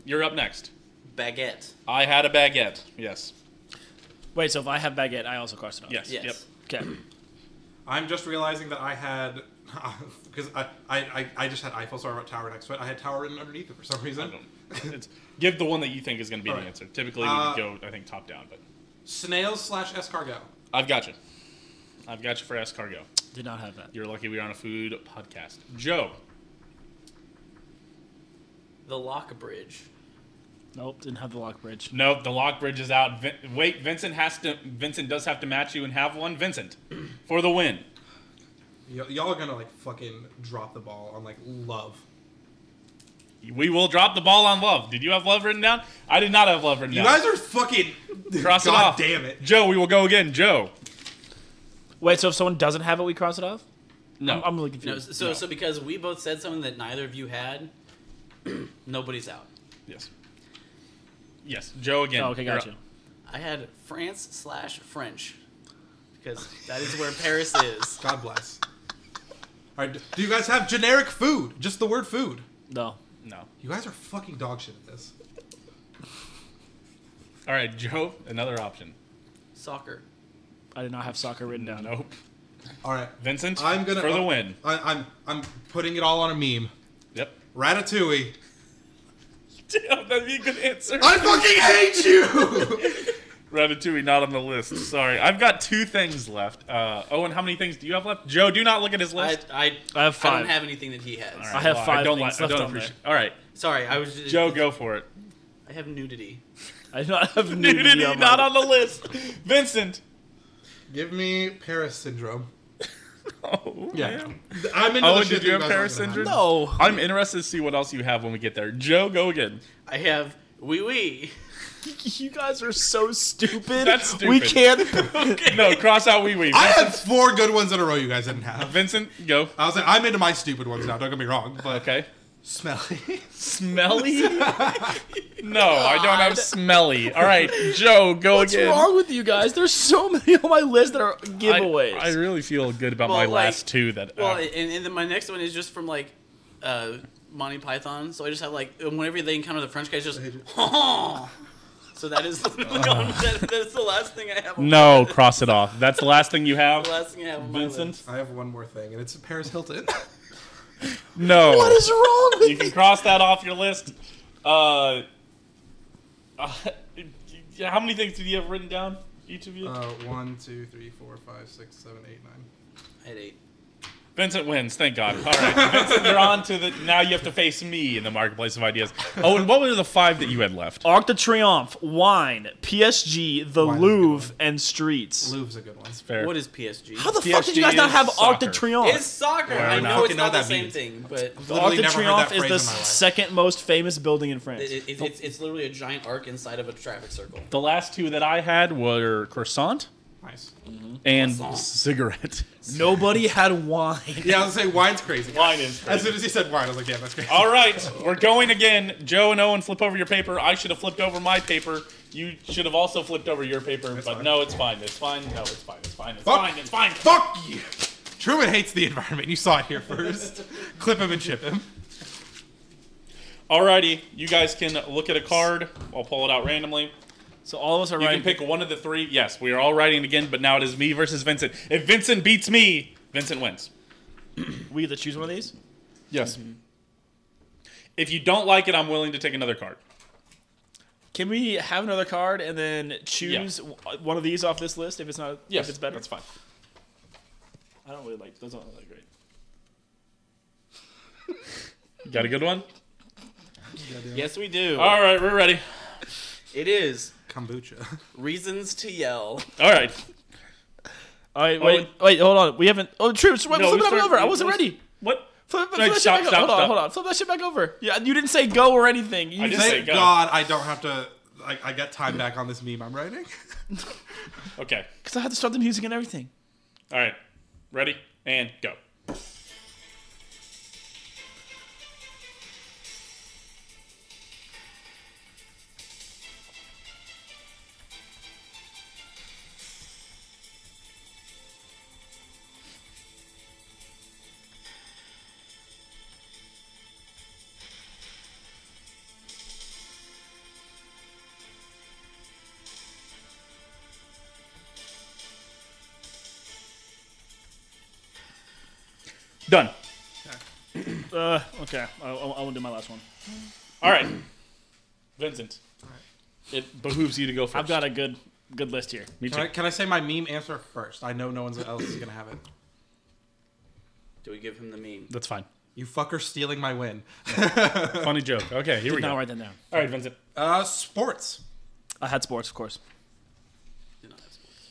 [SPEAKER 1] you're up next.
[SPEAKER 3] baguette.
[SPEAKER 1] I had a baguette. Yes.
[SPEAKER 5] Wait, so if I have baguette, I also crossed it off.
[SPEAKER 1] Yes.
[SPEAKER 3] Yes.
[SPEAKER 1] Yep.
[SPEAKER 5] Okay.
[SPEAKER 2] I'm just realizing that I had [laughs] because I, I I I just had Eiffel, so I wrote tower next to it. I had tower written underneath it for some
[SPEAKER 1] I
[SPEAKER 2] [laughs] reason.
[SPEAKER 1] don't- it's- give the one that you think is going to be
[SPEAKER 2] All
[SPEAKER 1] the
[SPEAKER 2] right.
[SPEAKER 1] answer. Typically,
[SPEAKER 2] Uh,
[SPEAKER 1] we would go, I think, top down, but
[SPEAKER 2] Snails slash escargot.
[SPEAKER 1] I've got you. I've got you for escargot.
[SPEAKER 5] Did not have that.
[SPEAKER 1] You're lucky we are on a food podcast. Joe,
[SPEAKER 3] The Lock Bridge.
[SPEAKER 5] Nope. Didn't have the lock bridge.
[SPEAKER 1] no, the lock bridge is out. Vin- wait, Vincent has to. Vincent does have to match you and have one. Vincent, [clears throat] for the win.
[SPEAKER 2] Y- y'all are gonna like fucking drop the ball on like love.
[SPEAKER 1] We will drop the ball on love. Did you have love written down? I did not have love written
[SPEAKER 2] You
[SPEAKER 1] down.
[SPEAKER 2] guys are fucking.
[SPEAKER 1] [laughs] Cross
[SPEAKER 2] God
[SPEAKER 1] it off.
[SPEAKER 2] damn it.
[SPEAKER 1] Joe, we will go again. Joe.
[SPEAKER 5] Wait, so if someone doesn't have it, we cross it off.
[SPEAKER 1] No.
[SPEAKER 5] I'm, I'm really
[SPEAKER 3] No,
[SPEAKER 5] confused.
[SPEAKER 3] so so because we both said something that neither of you had, [clears throat] nobody's out.
[SPEAKER 1] yes. Yes. Joe again.
[SPEAKER 5] Oh, okay,
[SPEAKER 1] You're
[SPEAKER 5] got you.
[SPEAKER 1] up.
[SPEAKER 3] I had France slash French, because that is where Paris is. [laughs]
[SPEAKER 2] God bless. All right. d- Do you guys have generic food? Just the word food.
[SPEAKER 5] No.
[SPEAKER 1] No.
[SPEAKER 2] You guys are fucking dog shit at this.
[SPEAKER 1] All right, Joe. Another option.
[SPEAKER 3] Soccer.
[SPEAKER 1] Mm.
[SPEAKER 5] I did not have soccer written down.
[SPEAKER 1] Nope.
[SPEAKER 2] All right.
[SPEAKER 1] Vincent,
[SPEAKER 2] I'm gonna
[SPEAKER 1] for the win.
[SPEAKER 2] I, I'm I'm putting it all on a meme.
[SPEAKER 1] Yep.
[SPEAKER 2] [laughs] Ratatouille.
[SPEAKER 1] Damn, that'd be a good answer.
[SPEAKER 2] I fucking hate you.
[SPEAKER 1] [laughs]
[SPEAKER 2] [laughs]
[SPEAKER 1] Ratatouille not on the list. Sorry, I've got two things left. Uh, Owen, how many things do you have left? Joe, do not look at his
[SPEAKER 3] I,
[SPEAKER 1] list.
[SPEAKER 3] I,
[SPEAKER 5] I have
[SPEAKER 3] I
[SPEAKER 5] five.
[SPEAKER 3] don't have anything that he has.
[SPEAKER 1] All right,
[SPEAKER 5] have
[SPEAKER 1] well,
[SPEAKER 5] five
[SPEAKER 1] don't
[SPEAKER 5] things
[SPEAKER 1] like-
[SPEAKER 5] left
[SPEAKER 1] I
[SPEAKER 5] on
[SPEAKER 1] don't
[SPEAKER 5] there.
[SPEAKER 1] appreciate. All right,
[SPEAKER 3] Sorry, I was.
[SPEAKER 1] Joe, go for it.
[SPEAKER 3] I have nudity.
[SPEAKER 5] I don't have nudity,
[SPEAKER 1] Nudity
[SPEAKER 5] on my
[SPEAKER 1] not on the list. Vincent.
[SPEAKER 2] Give me Paris syndrome.
[SPEAKER 1] Oh,
[SPEAKER 2] Yeah.
[SPEAKER 1] man.
[SPEAKER 2] I'm into
[SPEAKER 1] Owen, Oh,
[SPEAKER 2] the
[SPEAKER 1] did
[SPEAKER 2] shit
[SPEAKER 1] you
[SPEAKER 2] that
[SPEAKER 1] have
[SPEAKER 2] guys
[SPEAKER 1] Paris
[SPEAKER 2] aren't
[SPEAKER 1] syndrome?
[SPEAKER 2] gonna
[SPEAKER 5] No.
[SPEAKER 1] I'm interested to see what else you have when we get there. Joe, go again.
[SPEAKER 3] I have wee wee.
[SPEAKER 5] [laughs] You guys are so stupid.
[SPEAKER 1] That's
[SPEAKER 5] We
[SPEAKER 1] stupid.
[SPEAKER 5] can't.
[SPEAKER 1] No, cross out wee wee.
[SPEAKER 2] have. I had four good ones in a row. You guys didn't have.
[SPEAKER 1] Vincent, go.
[SPEAKER 2] I was like, I'm into my stupid ones now. Don't get me wrong,
[SPEAKER 1] [laughs]
[SPEAKER 2] but
[SPEAKER 1] Okay.
[SPEAKER 2] smelly.
[SPEAKER 1] Smelly? no, I don't have smelly. All right, Joe, go
[SPEAKER 5] What's
[SPEAKER 1] again.
[SPEAKER 5] wrong with you guys? There's so many on my list that are
[SPEAKER 1] I,
[SPEAKER 5] giveaways.
[SPEAKER 1] I really feel good about
[SPEAKER 3] Well,
[SPEAKER 1] my
[SPEAKER 3] like-
[SPEAKER 1] last two. That
[SPEAKER 3] Well,
[SPEAKER 1] uh,
[SPEAKER 3] and, and then my next one is just from like uh, Monty Python. So I just have like whenever they encounter the French guys, just. [laughs] so that is literally on, [laughs] that, that's the last thing I have. On
[SPEAKER 1] no,
[SPEAKER 3] my,
[SPEAKER 1] cross it off. That's the last thing you have.
[SPEAKER 3] [laughs] the last thing I have. On My
[SPEAKER 1] Vincent?
[SPEAKER 3] list.
[SPEAKER 2] I have one more thing, and it's
[SPEAKER 1] [laughs]
[SPEAKER 2] Paris Hilton.
[SPEAKER 1] No.
[SPEAKER 5] what is wrong with
[SPEAKER 1] you can cross that off your list. Uh, uh, how many things did you have written down? Each of you?
[SPEAKER 2] uh, one, two, three, four, five, six, seven, eight, nine.
[SPEAKER 3] I had eight.
[SPEAKER 1] Vincent wins. Thank God. All right, Vincent, you're on to the. Now you have to face me in the marketplace of ideas. Oh, and what were the five that you had left?
[SPEAKER 5] Arc de Triomphe, Wine, PSG, The
[SPEAKER 2] Wine's a good
[SPEAKER 5] Louvre,
[SPEAKER 2] one.
[SPEAKER 5] and Streets.
[SPEAKER 2] Louvre's a good one.
[SPEAKER 1] Fair.
[SPEAKER 3] What is PSG?
[SPEAKER 5] How the fuck did you
[SPEAKER 1] PSG
[SPEAKER 5] guys not
[SPEAKER 1] is
[SPEAKER 5] have Arc de
[SPEAKER 1] soccer.
[SPEAKER 5] Triomphe?
[SPEAKER 3] It's soccer.
[SPEAKER 1] Well,
[SPEAKER 3] I
[SPEAKER 1] I
[SPEAKER 3] know
[SPEAKER 1] fucking
[SPEAKER 3] it's
[SPEAKER 2] know
[SPEAKER 3] not the
[SPEAKER 2] that
[SPEAKER 3] same
[SPEAKER 2] means.
[SPEAKER 3] thing, but
[SPEAKER 5] Arc
[SPEAKER 2] Literally
[SPEAKER 5] de
[SPEAKER 2] never heard that
[SPEAKER 5] Triomphe
[SPEAKER 2] phrase
[SPEAKER 5] is
[SPEAKER 2] in
[SPEAKER 5] the
[SPEAKER 2] my life.
[SPEAKER 5] second most famous building in France.
[SPEAKER 3] it, it, it's- it's it's literally a giant arc inside of a traffic circle.
[SPEAKER 1] The last two that I had were croissant
[SPEAKER 2] Nice.
[SPEAKER 1] and
[SPEAKER 3] Croissant.
[SPEAKER 1] cigarette.
[SPEAKER 5] [laughs] Nobody had wine.
[SPEAKER 2] Yeah, I was gonna say wine's crazy.
[SPEAKER 1] Wine is
[SPEAKER 2] As soon as he said wine, I was like, yeah, that's crazy.
[SPEAKER 1] All right, we're going again. Joe and Owen, flip over your paper. I should have flipped over my paper. You should have also flipped over your paper, but
[SPEAKER 2] fine.
[SPEAKER 1] no, it's fine. It's fine. No, it's fine. It's fine. It's
[SPEAKER 2] Fuck.
[SPEAKER 1] fine. It's fine.
[SPEAKER 2] Fuck you. Truman hates the environment. You saw it here
[SPEAKER 1] [laughs]
[SPEAKER 2] first. Clip him and ship him.
[SPEAKER 1] Alrighty, you guys can look at a card. I'll pull it out randomly.
[SPEAKER 5] So all of us are
[SPEAKER 1] You
[SPEAKER 5] right.
[SPEAKER 1] can pick one of the three. Yes, we are all writing again, but now it is me versus Vincent. If Vincent beats me, Vincent wins.
[SPEAKER 5] we either choose one of these.
[SPEAKER 1] Yes. If you don't like it, I'm willing to take another card.
[SPEAKER 5] Can we have another card and then choose w- uh, one of these off this list if it's not if it's better?
[SPEAKER 1] That's fine.
[SPEAKER 5] I don't really like those. Don't look that great.
[SPEAKER 1] You got a good one?
[SPEAKER 3] Yes, we do.
[SPEAKER 1] All right, we're ready.
[SPEAKER 3] It is
[SPEAKER 2] Kombucha.
[SPEAKER 3] reasons to yell.
[SPEAKER 1] All right.
[SPEAKER 5] All right, Oh, wait, wait, hold on. We haven't. Oh, true. Flip,
[SPEAKER 1] No,
[SPEAKER 5] flip
[SPEAKER 1] we
[SPEAKER 5] it
[SPEAKER 1] start-
[SPEAKER 5] over. I
[SPEAKER 1] we-
[SPEAKER 5] wasn't
[SPEAKER 1] we-
[SPEAKER 5] ready.
[SPEAKER 1] What?
[SPEAKER 5] Flip, flip
[SPEAKER 1] Right,
[SPEAKER 5] that
[SPEAKER 1] stop,
[SPEAKER 5] shit back
[SPEAKER 1] stop,
[SPEAKER 5] over. Hold on,
[SPEAKER 1] stop.
[SPEAKER 5] hold on. Flip that shit back over. Yeah, you didn't say go or anything. You
[SPEAKER 1] I
[SPEAKER 5] just
[SPEAKER 1] didn't
[SPEAKER 5] said
[SPEAKER 1] say
[SPEAKER 2] Thank
[SPEAKER 1] go.
[SPEAKER 2] God I don't have to. I, I get time back on this meme I'm writing. [laughs]
[SPEAKER 1] Okay.
[SPEAKER 5] because I had to start the music and everything.
[SPEAKER 1] All right. Ready and go. Done.
[SPEAKER 5] Uh, okay. I, I, I won't do my last one.
[SPEAKER 1] All right. Vincent. It behooves you to go 1st
[SPEAKER 5] I've got a good good list here.
[SPEAKER 1] Me
[SPEAKER 2] Can I,
[SPEAKER 1] too.
[SPEAKER 2] can I say my meme answer first? I know no one else is gonna have it.
[SPEAKER 3] Do we give him the meme?
[SPEAKER 1] That's fine.
[SPEAKER 2] You fucker stealing my win.
[SPEAKER 1] Funny joke. Okay, here we go.
[SPEAKER 5] Now write that down.
[SPEAKER 1] All right, Vincent.
[SPEAKER 2] Uh, sports.
[SPEAKER 5] I had sports, of course.
[SPEAKER 3] Did not have sports.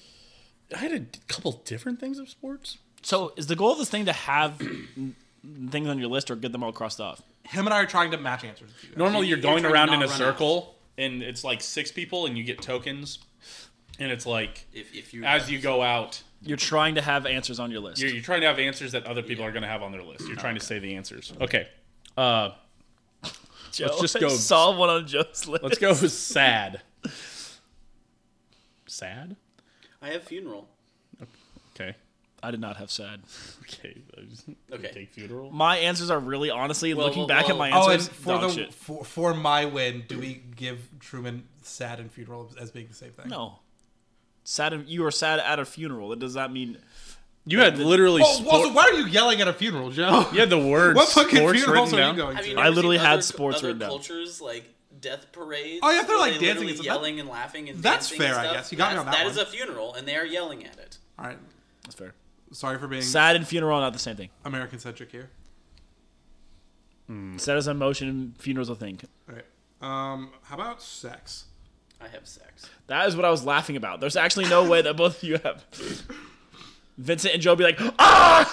[SPEAKER 1] I had a couple different things of sports.
[SPEAKER 5] So is the goal of this thing to have [clears throat] n- things on your list or get them all crossed off?
[SPEAKER 2] Him and I are trying to match answers. With you guys.
[SPEAKER 1] Normally, you're
[SPEAKER 3] You're
[SPEAKER 1] going
[SPEAKER 3] trying to
[SPEAKER 1] around in
[SPEAKER 3] not
[SPEAKER 1] a
[SPEAKER 3] run
[SPEAKER 1] circle, and it's like six people, and you get tokens, and it's like
[SPEAKER 3] If if you
[SPEAKER 1] as you go out,
[SPEAKER 5] You're trying to have answers on your list.
[SPEAKER 1] you're, you're trying to have answers that other people are going to have on their list. You're trying to say the answers. Okay. Uh,
[SPEAKER 5] Joe,
[SPEAKER 1] [laughs] let's just
[SPEAKER 5] I
[SPEAKER 1] go-
[SPEAKER 5] saw one on Joe's list.
[SPEAKER 1] let's go with sad. Sad.
[SPEAKER 3] I have funeral.
[SPEAKER 1] Okay.
[SPEAKER 5] I did not have sad.
[SPEAKER 1] Okay.
[SPEAKER 3] Okay.
[SPEAKER 1] Take funeral.
[SPEAKER 5] My answers are really honestly
[SPEAKER 3] Well,
[SPEAKER 5] looking
[SPEAKER 3] well,
[SPEAKER 5] back at
[SPEAKER 3] well.
[SPEAKER 5] my
[SPEAKER 2] Oh, and
[SPEAKER 5] answers.
[SPEAKER 2] for
[SPEAKER 5] dog
[SPEAKER 2] the
[SPEAKER 5] shit.
[SPEAKER 2] for, for my win, do we give Truman sad and funeral as being the same thing?
[SPEAKER 5] No. Sad. You are sad at a funeral. That Oh, does not mean
[SPEAKER 1] You had literally
[SPEAKER 2] Well, well,
[SPEAKER 1] sport-
[SPEAKER 2] so Oh, why are you yelling at a funeral, Joe?
[SPEAKER 1] you had the words
[SPEAKER 2] [laughs] What fucking
[SPEAKER 1] sports
[SPEAKER 2] funerals
[SPEAKER 1] written
[SPEAKER 2] are
[SPEAKER 1] down.
[SPEAKER 2] you going
[SPEAKER 3] Have you
[SPEAKER 2] to?
[SPEAKER 3] never
[SPEAKER 5] I literally
[SPEAKER 3] seen
[SPEAKER 5] had
[SPEAKER 3] other-
[SPEAKER 5] sports
[SPEAKER 3] other
[SPEAKER 5] written down.
[SPEAKER 3] Cultures like death parades.
[SPEAKER 2] Oh, yeah, if they're,
[SPEAKER 3] where
[SPEAKER 2] like,
[SPEAKER 3] they
[SPEAKER 2] dancing
[SPEAKER 3] literally
[SPEAKER 2] and stuff, that-
[SPEAKER 3] yelling and laughing and
[SPEAKER 2] That's
[SPEAKER 3] dancing and
[SPEAKER 2] fair, I
[SPEAKER 3] stuff.
[SPEAKER 2] guess. You got me
[SPEAKER 3] That's-
[SPEAKER 2] on that
[SPEAKER 3] That is
[SPEAKER 2] one.
[SPEAKER 3] a funeral, and they are yelling at it.
[SPEAKER 2] All right.
[SPEAKER 5] That's fair.
[SPEAKER 2] Sorry for being
[SPEAKER 5] Sad and funeral, not the same thing.
[SPEAKER 2] American centric here.
[SPEAKER 5] Sad is emotion, funeral's a thing.
[SPEAKER 2] All right. Um, how about sex?
[SPEAKER 3] I have sex.
[SPEAKER 5] That is what I was laughing about. There's actually no way that both of you have. Vincent and Joe be like, ah!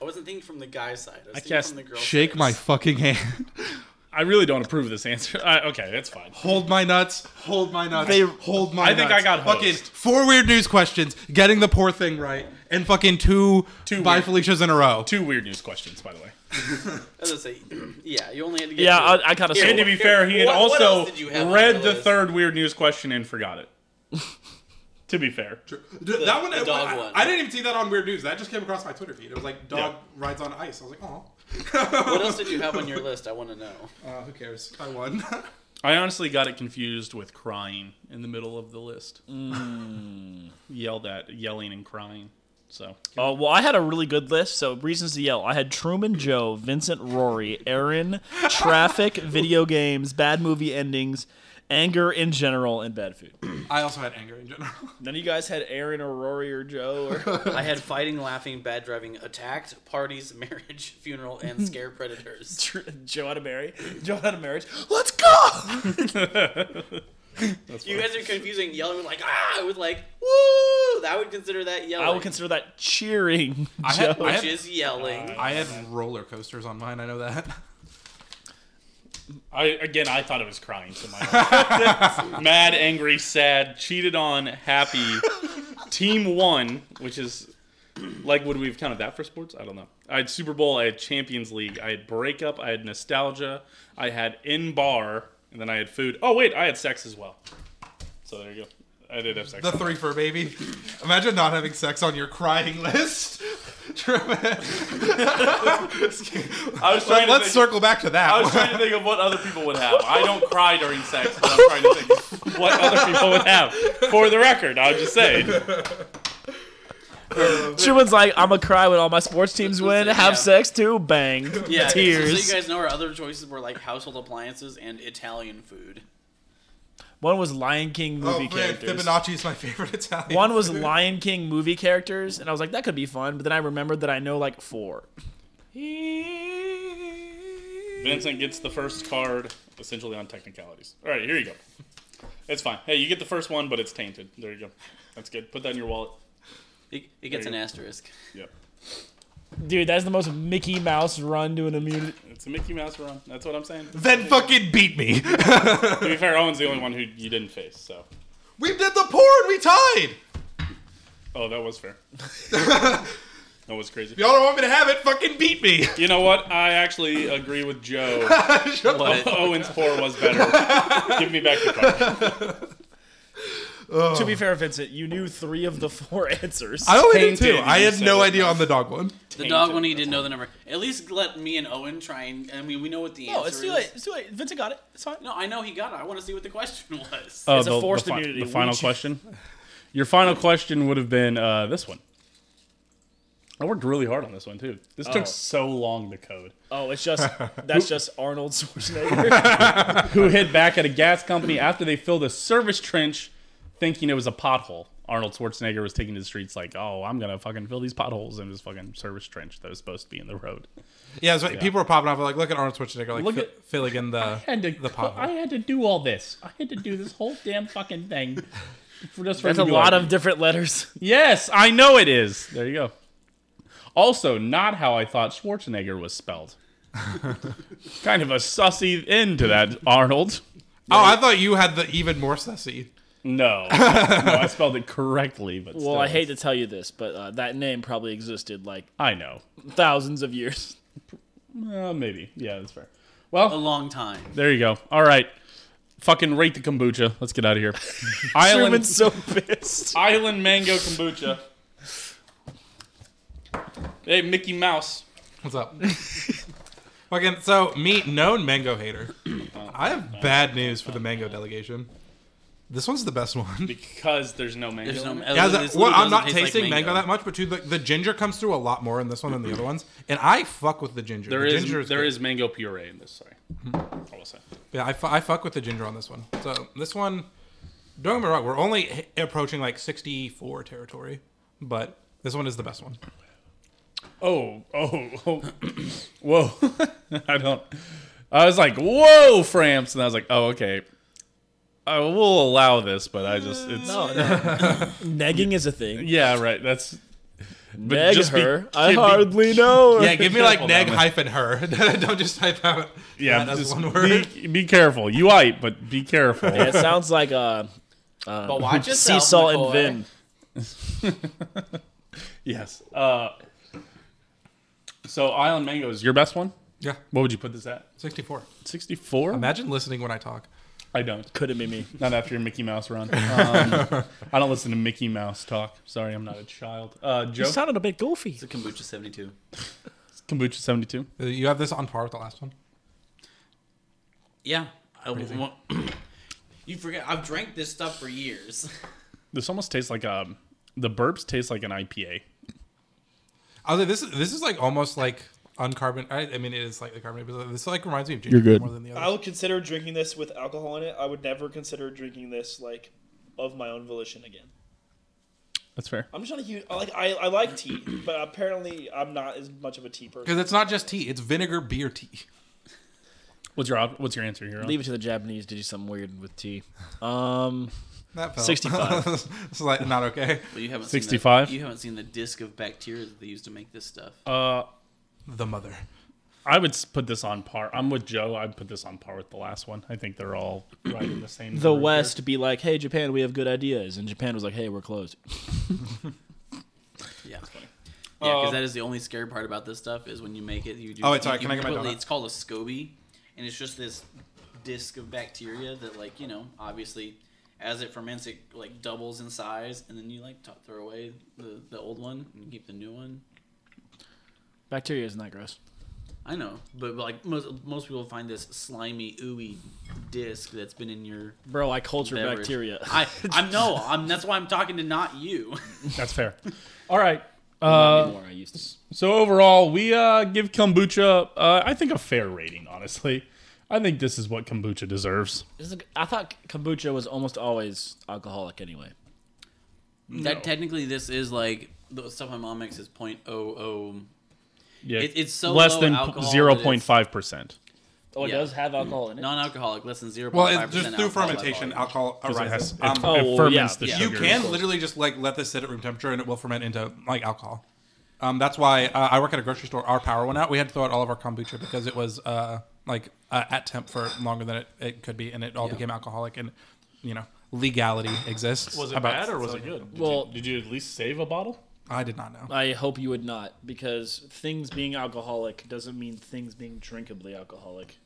[SPEAKER 3] I wasn't thinking from the guy's side. I was thinking
[SPEAKER 1] cast
[SPEAKER 3] from the girl's
[SPEAKER 2] Shake
[SPEAKER 3] side.
[SPEAKER 2] my fucking hand.
[SPEAKER 1] I really don't approve of this answer. I, okay, that's fine.
[SPEAKER 2] Hold my nuts. Hold my nuts.
[SPEAKER 5] They-
[SPEAKER 2] hold my.
[SPEAKER 1] I think
[SPEAKER 2] nuts.
[SPEAKER 1] I got
[SPEAKER 2] fucking
[SPEAKER 1] hosed.
[SPEAKER 2] four weird news questions, getting the poor thing right, and fucking two,
[SPEAKER 1] Two
[SPEAKER 2] by
[SPEAKER 1] weird-
[SPEAKER 2] Felicia's in a row.
[SPEAKER 1] Two weird news questions, by the way.
[SPEAKER 3] I was gonna say, [clears throat] yeah, you only had to get.
[SPEAKER 5] Yeah,
[SPEAKER 3] two.
[SPEAKER 5] I, I kind of.
[SPEAKER 1] And to be fair, he had
[SPEAKER 3] What- what
[SPEAKER 1] also
[SPEAKER 3] else did you have on
[SPEAKER 1] read
[SPEAKER 3] your
[SPEAKER 1] the
[SPEAKER 3] list?
[SPEAKER 1] third weird news question and forgot it.
[SPEAKER 3] [laughs]
[SPEAKER 1] to be fair,
[SPEAKER 2] Dude, that one,
[SPEAKER 3] the
[SPEAKER 2] I-
[SPEAKER 3] dog
[SPEAKER 2] I,
[SPEAKER 3] one.
[SPEAKER 2] I didn't even see that on Weird News. That just came across my Twitter feed. It was like dog rides on ice. I was like, oh.
[SPEAKER 3] What else did you have on your list? I want to know.
[SPEAKER 2] [laughs] Uh, who cares? I won. [laughs]
[SPEAKER 1] I honestly got it confused with crying in the middle of the list.
[SPEAKER 3] Mm.
[SPEAKER 1] [laughs] Yelled at, yelling and crying. So
[SPEAKER 5] Oh well, I had a really good list. So reasons to yell. I had Truman Joe, Vincent Rory, Aaron,
[SPEAKER 2] [laughs]
[SPEAKER 5] traffic, video games, bad movie endings, anger in general, and bad food.
[SPEAKER 2] I also had anger in
[SPEAKER 3] [laughs]
[SPEAKER 2] general.
[SPEAKER 5] None of you guys had Aaron or Rory or Joe. Or...
[SPEAKER 3] [laughs]
[SPEAKER 2] [laughs]
[SPEAKER 3] I had fighting, laughing, bad driving, attacked, parties, [laughs] marriage, funeral, and scare predators.
[SPEAKER 5] Tr- Joe out of marry. Joe out of marriage. Let's go.
[SPEAKER 3] You guys are confusing yelling with like ah with like woo. I would consider that yelling.
[SPEAKER 5] I would consider that cheering.
[SPEAKER 2] [laughs] I
[SPEAKER 5] Joe.
[SPEAKER 2] had, I
[SPEAKER 3] which
[SPEAKER 2] had,
[SPEAKER 3] is yelling.
[SPEAKER 2] I had roller coasters on mine. I know that. [laughs]
[SPEAKER 1] I again, I thought it was crying. So my [laughs] mad, angry, sad, cheated on, happy. Team one, which is like, would we have counted that for sports? I don't know. I had Super Bowl. I had Champions League. I had breakup. I had nostalgia. I had in bar, and then I had food. Oh wait, I had sex as well. So there you go. I did have sex.
[SPEAKER 2] The three for baby. Imagine not having sex on your crying list. [laughs] Truman.
[SPEAKER 1] I was trying.
[SPEAKER 2] Let's
[SPEAKER 1] to think,
[SPEAKER 2] circle back to that.
[SPEAKER 1] I was trying to think of what other people would have. I don't cry during sex, but I'm trying to think
[SPEAKER 2] [laughs]
[SPEAKER 1] of what other people would have. For the record, I'm just saying.
[SPEAKER 5] Truman's like, I'm gonna cry when all my sports teams win.
[SPEAKER 3] Yeah.
[SPEAKER 5] Have sex too. Bang.
[SPEAKER 3] yeah,
[SPEAKER 5] Tears.
[SPEAKER 3] So you guys know our other choices were like household appliances and Italian food.
[SPEAKER 5] One was Lion King
[SPEAKER 2] [laughs] Oh,
[SPEAKER 5] movie
[SPEAKER 2] man,
[SPEAKER 5] characters.
[SPEAKER 2] Fibonacci is my favorite Italian.
[SPEAKER 5] One was
[SPEAKER 2] [laughs] food.
[SPEAKER 5] Lion King movie characters, and I was like, that could be fun. But then I remembered that I know like four.
[SPEAKER 1] Vincent gets the first card, essentially on technicalities. All right, here you go. It's fine. Hey, you get the first one, but it's tainted. There you go. That's good. Put that in your wallet.
[SPEAKER 3] It, it gets
[SPEAKER 1] There
[SPEAKER 3] an
[SPEAKER 1] you go.
[SPEAKER 3] asterisk.
[SPEAKER 1] Yep.
[SPEAKER 5] Dude, that's the most Mickey Mouse run to an immunity.
[SPEAKER 1] It's a Mickey Mouse run. That's what I'm saying. to
[SPEAKER 2] Then fucking beat me.
[SPEAKER 1] be fair, Owen's the only one who you didn't face, so.
[SPEAKER 2] [laughs] we did the pour and we tied.
[SPEAKER 1] Oh, that was fair. that was crazy.
[SPEAKER 2] Y'all don't want me to have it. Fucking beat me.
[SPEAKER 1] You know what? I actually agree with Joe.
[SPEAKER 2] Shut up.
[SPEAKER 1] Owen's pour was better. Give me back the card.
[SPEAKER 5] To be fair, Vincent, you knew three of the four [laughs] answers.
[SPEAKER 2] I only did
[SPEAKER 1] Tainted,
[SPEAKER 2] two.
[SPEAKER 1] you
[SPEAKER 2] I had
[SPEAKER 1] said
[SPEAKER 2] no
[SPEAKER 1] it.
[SPEAKER 2] idea on the dog one.
[SPEAKER 3] The dog
[SPEAKER 1] Tainted.
[SPEAKER 3] one he didn't know the number. At least let me and Owen try and I mean we know what the
[SPEAKER 5] no,
[SPEAKER 3] answer
[SPEAKER 5] it's too
[SPEAKER 3] is.
[SPEAKER 5] late. It's too late. Vincent got it. It's fine.
[SPEAKER 3] No, I know he got it. I want to see what the question [laughs] was.
[SPEAKER 1] Oh,
[SPEAKER 5] It's a forced immunity.
[SPEAKER 1] The
[SPEAKER 5] We
[SPEAKER 1] final
[SPEAKER 5] choose-
[SPEAKER 1] question. Your final question would have been uh, this one. I worked really hard on this one too. This
[SPEAKER 5] Oh.
[SPEAKER 1] took so long to code.
[SPEAKER 5] Oh, it's just that's just Arnold [laughs] Schwarzenegger.
[SPEAKER 1] Who hid back at a gas company after they filled a service trench, thinking it was a pothole. Arnold Schwarzenegger was taking to the streets like, "Oh, I'm gonna fucking fill these potholes in this fucking service trench that was supposed to be in the road."
[SPEAKER 2] Yeah, so people were popping off like, look at Arnold Schwarzenegger, like
[SPEAKER 1] Look
[SPEAKER 2] fi-
[SPEAKER 1] at-
[SPEAKER 2] filling [laughs] in the
[SPEAKER 1] had to
[SPEAKER 2] the
[SPEAKER 1] co-
[SPEAKER 2] pothole.
[SPEAKER 1] I had to do all this. I had to do this whole damn fucking
[SPEAKER 5] [laughs]
[SPEAKER 1] thing. For just for
[SPEAKER 5] That's
[SPEAKER 1] him to
[SPEAKER 5] a
[SPEAKER 1] be like,
[SPEAKER 5] lot of different letters.
[SPEAKER 1] Yes, I know it is. There you go. Also, not how I thought Schwarzenegger was
[SPEAKER 5] [laughs]
[SPEAKER 1] spelled. kind of a sussy end to that, Arnold.
[SPEAKER 2] Oh, I thought you had the even more sussy.
[SPEAKER 1] [laughs] No, no, I spelled it correctly, but
[SPEAKER 5] [laughs] Well, I hate to tell you this, but uh, that name probably existed like
[SPEAKER 1] I know.
[SPEAKER 5] thousands of years. [laughs]
[SPEAKER 1] Uh, maybe. Yeah, that's fair.
[SPEAKER 3] a
[SPEAKER 1] Well,
[SPEAKER 3] long time.
[SPEAKER 1] there you go. All right, fucking rate the kombucha. Let's get out of here. Island
[SPEAKER 5] [laughs] Truman's so pissed.
[SPEAKER 1] Island Mango Kombucha. Hey, Mickey Mouse.
[SPEAKER 2] What's [laughs] up? Fucking so me, known mango hater. I have bad news for the mango delegation. This one's the best one.
[SPEAKER 1] because there's no mango.
[SPEAKER 3] There's no.
[SPEAKER 1] in it.
[SPEAKER 2] Yeah,
[SPEAKER 3] it
[SPEAKER 2] the-
[SPEAKER 3] literally
[SPEAKER 2] well, I'm
[SPEAKER 3] doesn't
[SPEAKER 2] not
[SPEAKER 3] taste like
[SPEAKER 2] tasting mango. that much, but dude, the, the ginger comes through a lot more in this one than the other ones, and I fuck with the ginger.
[SPEAKER 1] There
[SPEAKER 2] the
[SPEAKER 1] is Hmm.
[SPEAKER 2] ginger is
[SPEAKER 1] there
[SPEAKER 2] good.
[SPEAKER 1] is mango puree in this. Sorry, I will say.
[SPEAKER 2] Yeah, I, fu- I fuck with the ginger on this one. So this one, don't get me wrong, we're only h- approaching like 64 territory, but this one is the best one.
[SPEAKER 1] Oh, oh, oh. [clears throat] whoa! [laughs] I don't. I was like, whoa, Framps, and I was like, oh, okay. I will allow this, but I just it's
[SPEAKER 5] Oh, No, no. Negging is a thing.
[SPEAKER 1] yeah, right. That's but
[SPEAKER 5] Neg
[SPEAKER 1] just be-
[SPEAKER 5] her. I
[SPEAKER 1] be-
[SPEAKER 5] hardly know her.
[SPEAKER 2] Yeah, give me like
[SPEAKER 1] Careful,
[SPEAKER 2] neg
[SPEAKER 1] Diamond.
[SPEAKER 2] hyphen her. [laughs] don't just type out
[SPEAKER 1] yeah.
[SPEAKER 2] that as
[SPEAKER 1] just
[SPEAKER 2] one word.
[SPEAKER 1] Be, be careful. You ite, but be careful.
[SPEAKER 5] Yeah, it sounds like uh, [laughs]
[SPEAKER 3] But watch
[SPEAKER 5] sea
[SPEAKER 3] yourself,
[SPEAKER 5] salt and
[SPEAKER 3] McCoy.
[SPEAKER 5] vim.
[SPEAKER 1] Yes. Uh, so Island Mango is your best one.
[SPEAKER 2] Yeah,
[SPEAKER 1] What would you put this at?
[SPEAKER 2] 64.
[SPEAKER 1] Sixty-four.
[SPEAKER 2] Imagine listening when I talk.
[SPEAKER 1] I don't.
[SPEAKER 5] Could have been me.
[SPEAKER 1] Not after your Mickey Mouse run. Um, I don't listen to Mickey Mouse talk. Sorry, I'm not a child. Uh, Joe,
[SPEAKER 5] You sounded a bit goofy.
[SPEAKER 3] It's a kombucha 72.
[SPEAKER 1] kombucha seventy-two.
[SPEAKER 2] Uh, You have this on par with the last one.
[SPEAKER 3] Yeah. I want, [clears throat] you forget. I've drank this stuff for years.
[SPEAKER 1] This almost tastes like um, the burps taste like an IPA.
[SPEAKER 2] I was like, this is this is like almost like uncarbon. I, I mean, it is slightly carbonated, but this like reminds me of ginger
[SPEAKER 1] You're good.
[SPEAKER 2] more than the other.
[SPEAKER 6] I would consider drinking this with alcohol in it. I would never consider drinking this like of my own volition again.
[SPEAKER 1] That's fair.
[SPEAKER 6] I'm just not a huge I like I, I like tea, but apparently I'm not as much of a tea person.
[SPEAKER 2] Because it's not just tea; it's vinegar beer tea.
[SPEAKER 1] What's your op- What's your answer here?
[SPEAKER 5] Leave it to the Japanese to do something weird with tea. Um,
[SPEAKER 2] That felt
[SPEAKER 5] 65.
[SPEAKER 2] [laughs] it's like not okay.
[SPEAKER 3] [laughs] But you haven't
[SPEAKER 1] 65?
[SPEAKER 3] Seen the, you haven't seen the disc of bacteria that they use to make this stuff.
[SPEAKER 1] Uh,
[SPEAKER 2] The mother.
[SPEAKER 1] I would s- put this on par. I'm with Joe. I'd put this on par with the last one. I think they're all right in the same.
[SPEAKER 5] [laughs] the
[SPEAKER 1] group here.
[SPEAKER 5] West be like, "Hey, Japan, we have good ideas," and Japan was like, "Hey, we're closed."
[SPEAKER 3] Yeah. That's funny. Yeah, because that is the only scary part about this stuff is when you make it, you do.
[SPEAKER 2] Uh, Oh, wait,
[SPEAKER 3] you-
[SPEAKER 2] sorry,
[SPEAKER 3] you
[SPEAKER 2] can I get my
[SPEAKER 3] completely-
[SPEAKER 2] donut?
[SPEAKER 3] It's called a SCOBY, and it's just this disc of bacteria that, like, you know, obviously, as it ferments, it like doubles in size, and then you like t- throw away the, the old one and keep the new one.
[SPEAKER 5] Bacteria isn't that gross.
[SPEAKER 3] I know, but, but, like most most people find this slimy, ooey disc that's been in your
[SPEAKER 5] Bro, I culture [laughs]
[SPEAKER 3] beverage. [laughs]
[SPEAKER 5] bacteria.
[SPEAKER 3] I I'm no, I'm that's why I'm talking to not you.
[SPEAKER 1] That's fair. All right.
[SPEAKER 5] Not
[SPEAKER 1] Uh,
[SPEAKER 5] anymore, I used to.
[SPEAKER 1] so overall, we uh, give kombucha. Uh, I think a fair rating. Honestly, I think this is what kombucha deserves.
[SPEAKER 5] This is- I thought kombucha was almost always alcoholic anyway.
[SPEAKER 3] [laughs] That technically this is like the stuff my mom makes is point oh oh
[SPEAKER 1] Yeah,
[SPEAKER 3] It- it's so
[SPEAKER 1] less
[SPEAKER 3] low
[SPEAKER 1] than
[SPEAKER 3] alcohol that
[SPEAKER 1] zero point five percent.
[SPEAKER 5] Oh, it
[SPEAKER 3] Yeah.
[SPEAKER 5] does have alcohol in it.
[SPEAKER 3] non-alcoholic less than zero.
[SPEAKER 2] Well, it's just through fermentation, alcohol
[SPEAKER 1] Because it
[SPEAKER 2] arises.
[SPEAKER 1] has-
[SPEAKER 2] Um,
[SPEAKER 1] it-
[SPEAKER 5] Oh,
[SPEAKER 1] it
[SPEAKER 5] well,
[SPEAKER 1] ferments
[SPEAKER 5] yeah,
[SPEAKER 1] the
[SPEAKER 3] yeah.
[SPEAKER 2] you
[SPEAKER 1] sugar.
[SPEAKER 2] can literally just like let this sit at room temperature and it will ferment into like alcohol. Um, that's why uh, I work at a grocery store. Our power went out. We had to throw out all of our kombucha because it was uh, like uh, at temp for longer than it, it could be, and it all became alcoholic. And you know, legality exists.
[SPEAKER 1] Was it
[SPEAKER 2] about-
[SPEAKER 1] bad or was it good? Did
[SPEAKER 5] Well-
[SPEAKER 1] you, did you at least save a bottle?
[SPEAKER 2] I did not know.
[SPEAKER 5] I hope you would not, because things being alcoholic doesn't mean things being drinkably alcoholic.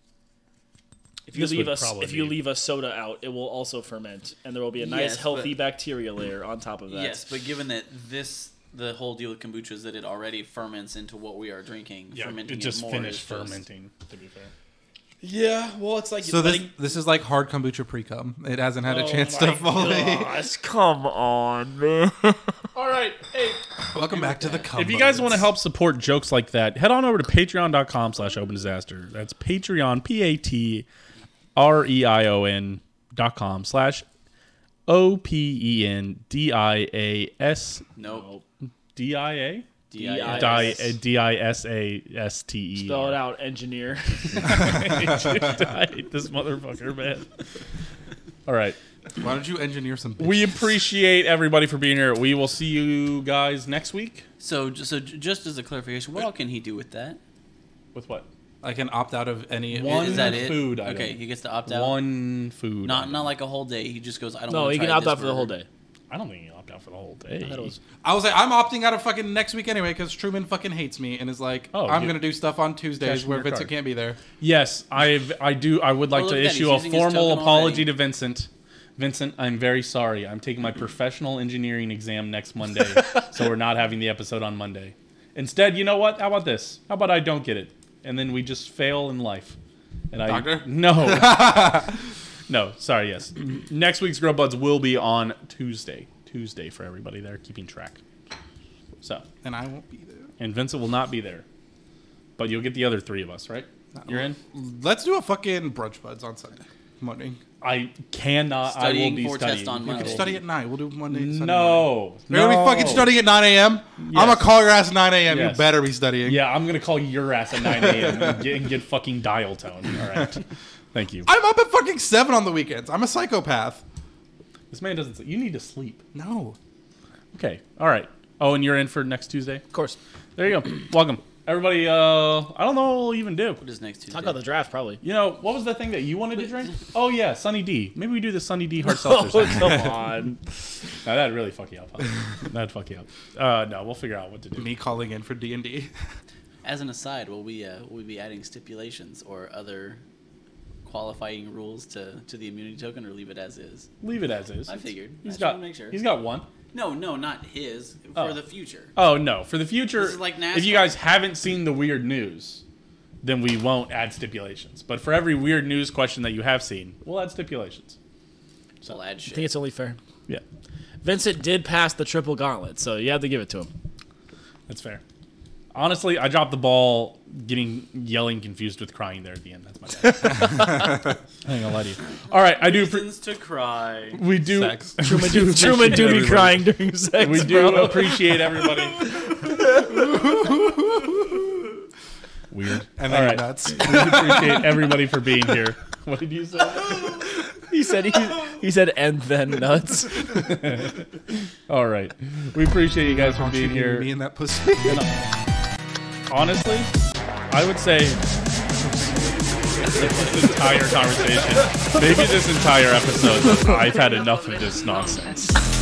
[SPEAKER 5] If you
[SPEAKER 1] This
[SPEAKER 5] leave
[SPEAKER 1] would
[SPEAKER 5] us,
[SPEAKER 1] probably
[SPEAKER 5] if you
[SPEAKER 1] be-
[SPEAKER 5] leave a soda out, it will also ferment, and there will be a nice,
[SPEAKER 3] Yes, but-
[SPEAKER 5] healthy bacteria layer on top of that.
[SPEAKER 3] Yes, but given that this the whole deal with kombucha is that it already ferments into what we are drinking.
[SPEAKER 1] Yeah,
[SPEAKER 3] fermenting
[SPEAKER 1] it just
[SPEAKER 3] more
[SPEAKER 1] finished
[SPEAKER 3] is just-
[SPEAKER 1] fermenting. To be fair,
[SPEAKER 6] Yeah, well it's like
[SPEAKER 2] So this this is like hard kombucha pre cum. It hasn't had a
[SPEAKER 1] Oh
[SPEAKER 2] chance to [laughs] fully.
[SPEAKER 5] come on, [laughs] man.
[SPEAKER 1] all right. Hey,
[SPEAKER 2] Welcome back to the cum.
[SPEAKER 1] if you guys want to help support jokes like that, head on over to patreon.com slash open disaster. That's Patreon, P A T R E I O N dot com slash O P E N D I A S
[SPEAKER 3] Nope.
[SPEAKER 1] D I A?
[SPEAKER 3] D-I-S.
[SPEAKER 1] Di- uh, D I S A S T E.
[SPEAKER 5] Spell it out, [laughs] engineer.
[SPEAKER 1] [laughs] I hate this motherfucker, man. All right.
[SPEAKER 2] why don't you engineer some?
[SPEAKER 1] We appreciate everybody for being here. We will see you guys next week.
[SPEAKER 3] So ju- so ju- just as a clarification, what all can he do with that?
[SPEAKER 1] With what?
[SPEAKER 2] I can opt out of any.
[SPEAKER 1] One
[SPEAKER 3] is that it?
[SPEAKER 1] food item.
[SPEAKER 3] Okay, he gets to opt out.
[SPEAKER 1] One food.
[SPEAKER 3] Not
[SPEAKER 1] item.
[SPEAKER 3] not like a whole day. He just goes. I don't.
[SPEAKER 5] no,
[SPEAKER 3] wanna
[SPEAKER 5] you
[SPEAKER 3] try
[SPEAKER 5] can opt
[SPEAKER 3] this
[SPEAKER 5] out for the whole
[SPEAKER 3] burger.
[SPEAKER 5] day.
[SPEAKER 1] I don't think you opt out for the whole day.
[SPEAKER 5] I thought it was-
[SPEAKER 2] I was like, I'm opting out of fucking next week anyway because Truman fucking hates me and is like,
[SPEAKER 1] Oh,
[SPEAKER 2] I'm
[SPEAKER 1] you-
[SPEAKER 2] gonna do stuff on Tuesdays
[SPEAKER 1] Cash in
[SPEAKER 2] where
[SPEAKER 1] your
[SPEAKER 2] Vincent
[SPEAKER 1] card.
[SPEAKER 2] can't be there.
[SPEAKER 1] Yes, I've I do I would like
[SPEAKER 3] Oh, look
[SPEAKER 1] to
[SPEAKER 3] at that,
[SPEAKER 1] issue a
[SPEAKER 3] he's using his
[SPEAKER 1] formal
[SPEAKER 3] token
[SPEAKER 1] apology
[SPEAKER 3] already.
[SPEAKER 1] to Vincent. Vincent, I'm very sorry. I'm taking my professional engineering exam next
[SPEAKER 3] [laughs]
[SPEAKER 1] Monday, so we're not having the episode on Monday. Instead, you know what? How about this? How about I don't get it, and then we just fail in life. And I
[SPEAKER 3] [laughs]
[SPEAKER 2] Doctor?
[SPEAKER 1] no. No, sorry, yes. Next week's Grub Buds will be on Tuesday. Tuesday for everybody there keeping track. So,
[SPEAKER 2] and I won't be there.
[SPEAKER 1] and Vincent will not be there. But you'll get the other three of us, right? You're in?
[SPEAKER 2] Let's do a fucking brunch buds on Sunday morning.
[SPEAKER 1] I cannot. I will
[SPEAKER 3] Studying
[SPEAKER 1] be
[SPEAKER 3] for
[SPEAKER 1] studying.
[SPEAKER 3] test on
[SPEAKER 1] You can
[SPEAKER 2] We can
[SPEAKER 3] Monday.
[SPEAKER 2] study at night. We'll do Monday. Sunday morning.
[SPEAKER 1] No.
[SPEAKER 2] You're gonna
[SPEAKER 1] no.
[SPEAKER 2] be fucking studying at 9 a.m. I'm gonna
[SPEAKER 1] Yes.
[SPEAKER 2] call your ass at 9 a.m.
[SPEAKER 1] Yes.
[SPEAKER 2] You better be studying.
[SPEAKER 1] Yeah, I'm gonna call your ass at 9 a.m. and get, and get fucking dial tone. All
[SPEAKER 2] [laughs]
[SPEAKER 1] right. Thank you.
[SPEAKER 2] I'm up at fucking seven on the weekends. I'm a psychopath.
[SPEAKER 1] This man doesn't. sleep. You need to sleep.
[SPEAKER 2] No.
[SPEAKER 1] Okay. All right. Oh, and you're in for next Tuesday.
[SPEAKER 5] Of course.
[SPEAKER 1] There you go. [clears throat] Welcome, everybody. Uh, I don't know what we'll even do.
[SPEAKER 3] What is next Tuesday?
[SPEAKER 5] Talk about the draft, probably.
[SPEAKER 1] You know, what was the thing that you wanted to
[SPEAKER 3] [laughs]
[SPEAKER 1] drink? Oh yeah, Sunny D. Maybe we do the Sunny D hard seltzer.
[SPEAKER 4] Oh,
[SPEAKER 1] now
[SPEAKER 4] come
[SPEAKER 1] [laughs]
[SPEAKER 4] on.
[SPEAKER 1] that'd really fuck you up. Huh? That'd fuck you up. Uh, no, we'll figure out what to do.
[SPEAKER 2] Me calling in for D and D. [laughs]
[SPEAKER 3] As an aside, will we uh, will we be adding stipulations or other qualifying rules to, to the immunity token, or leave it as is?
[SPEAKER 1] Leave it as is.
[SPEAKER 3] I figured. I
[SPEAKER 1] He's
[SPEAKER 3] just
[SPEAKER 1] got.
[SPEAKER 3] wanna make sure.
[SPEAKER 1] He's got one.
[SPEAKER 3] No, no, not his for
[SPEAKER 1] Oh.
[SPEAKER 3] the future.
[SPEAKER 1] Oh no! For the future,
[SPEAKER 3] This is like NASCAR.
[SPEAKER 1] if you guys haven't seen the weird news, then we won't add stipulations. But for every weird news question that you have seen, we'll add stipulations.
[SPEAKER 3] I'll add
[SPEAKER 5] I
[SPEAKER 3] shit.
[SPEAKER 5] think it's only fair.
[SPEAKER 1] Yeah,
[SPEAKER 5] Vincent did pass the triple gauntlet, so you have to give it to him.
[SPEAKER 1] that's fair. Honestly, I dropped the ball getting yelling confused with crying there at the end. That's my bad. I ain't gonna lie to you. All right, I do. Pre-
[SPEAKER 3] Reasons to cry.
[SPEAKER 1] we do.
[SPEAKER 2] Sex.
[SPEAKER 1] Truman,
[SPEAKER 5] [laughs] Truman Duty crying during sex.
[SPEAKER 1] We do appreciate everybody. [laughs] Weird.
[SPEAKER 2] And
[SPEAKER 1] All
[SPEAKER 2] then
[SPEAKER 1] right. [laughs]
[SPEAKER 2] nuts.
[SPEAKER 1] We appreciate everybody for being here. [laughs] What did you say?
[SPEAKER 5] He said he, he said and then nuts.
[SPEAKER 1] All right. We appreciate you guys for being here.
[SPEAKER 2] Me and that pussy.
[SPEAKER 1] Honestly, I would say this entire conversation, maybe this entire episode, I've had enough of this nonsense.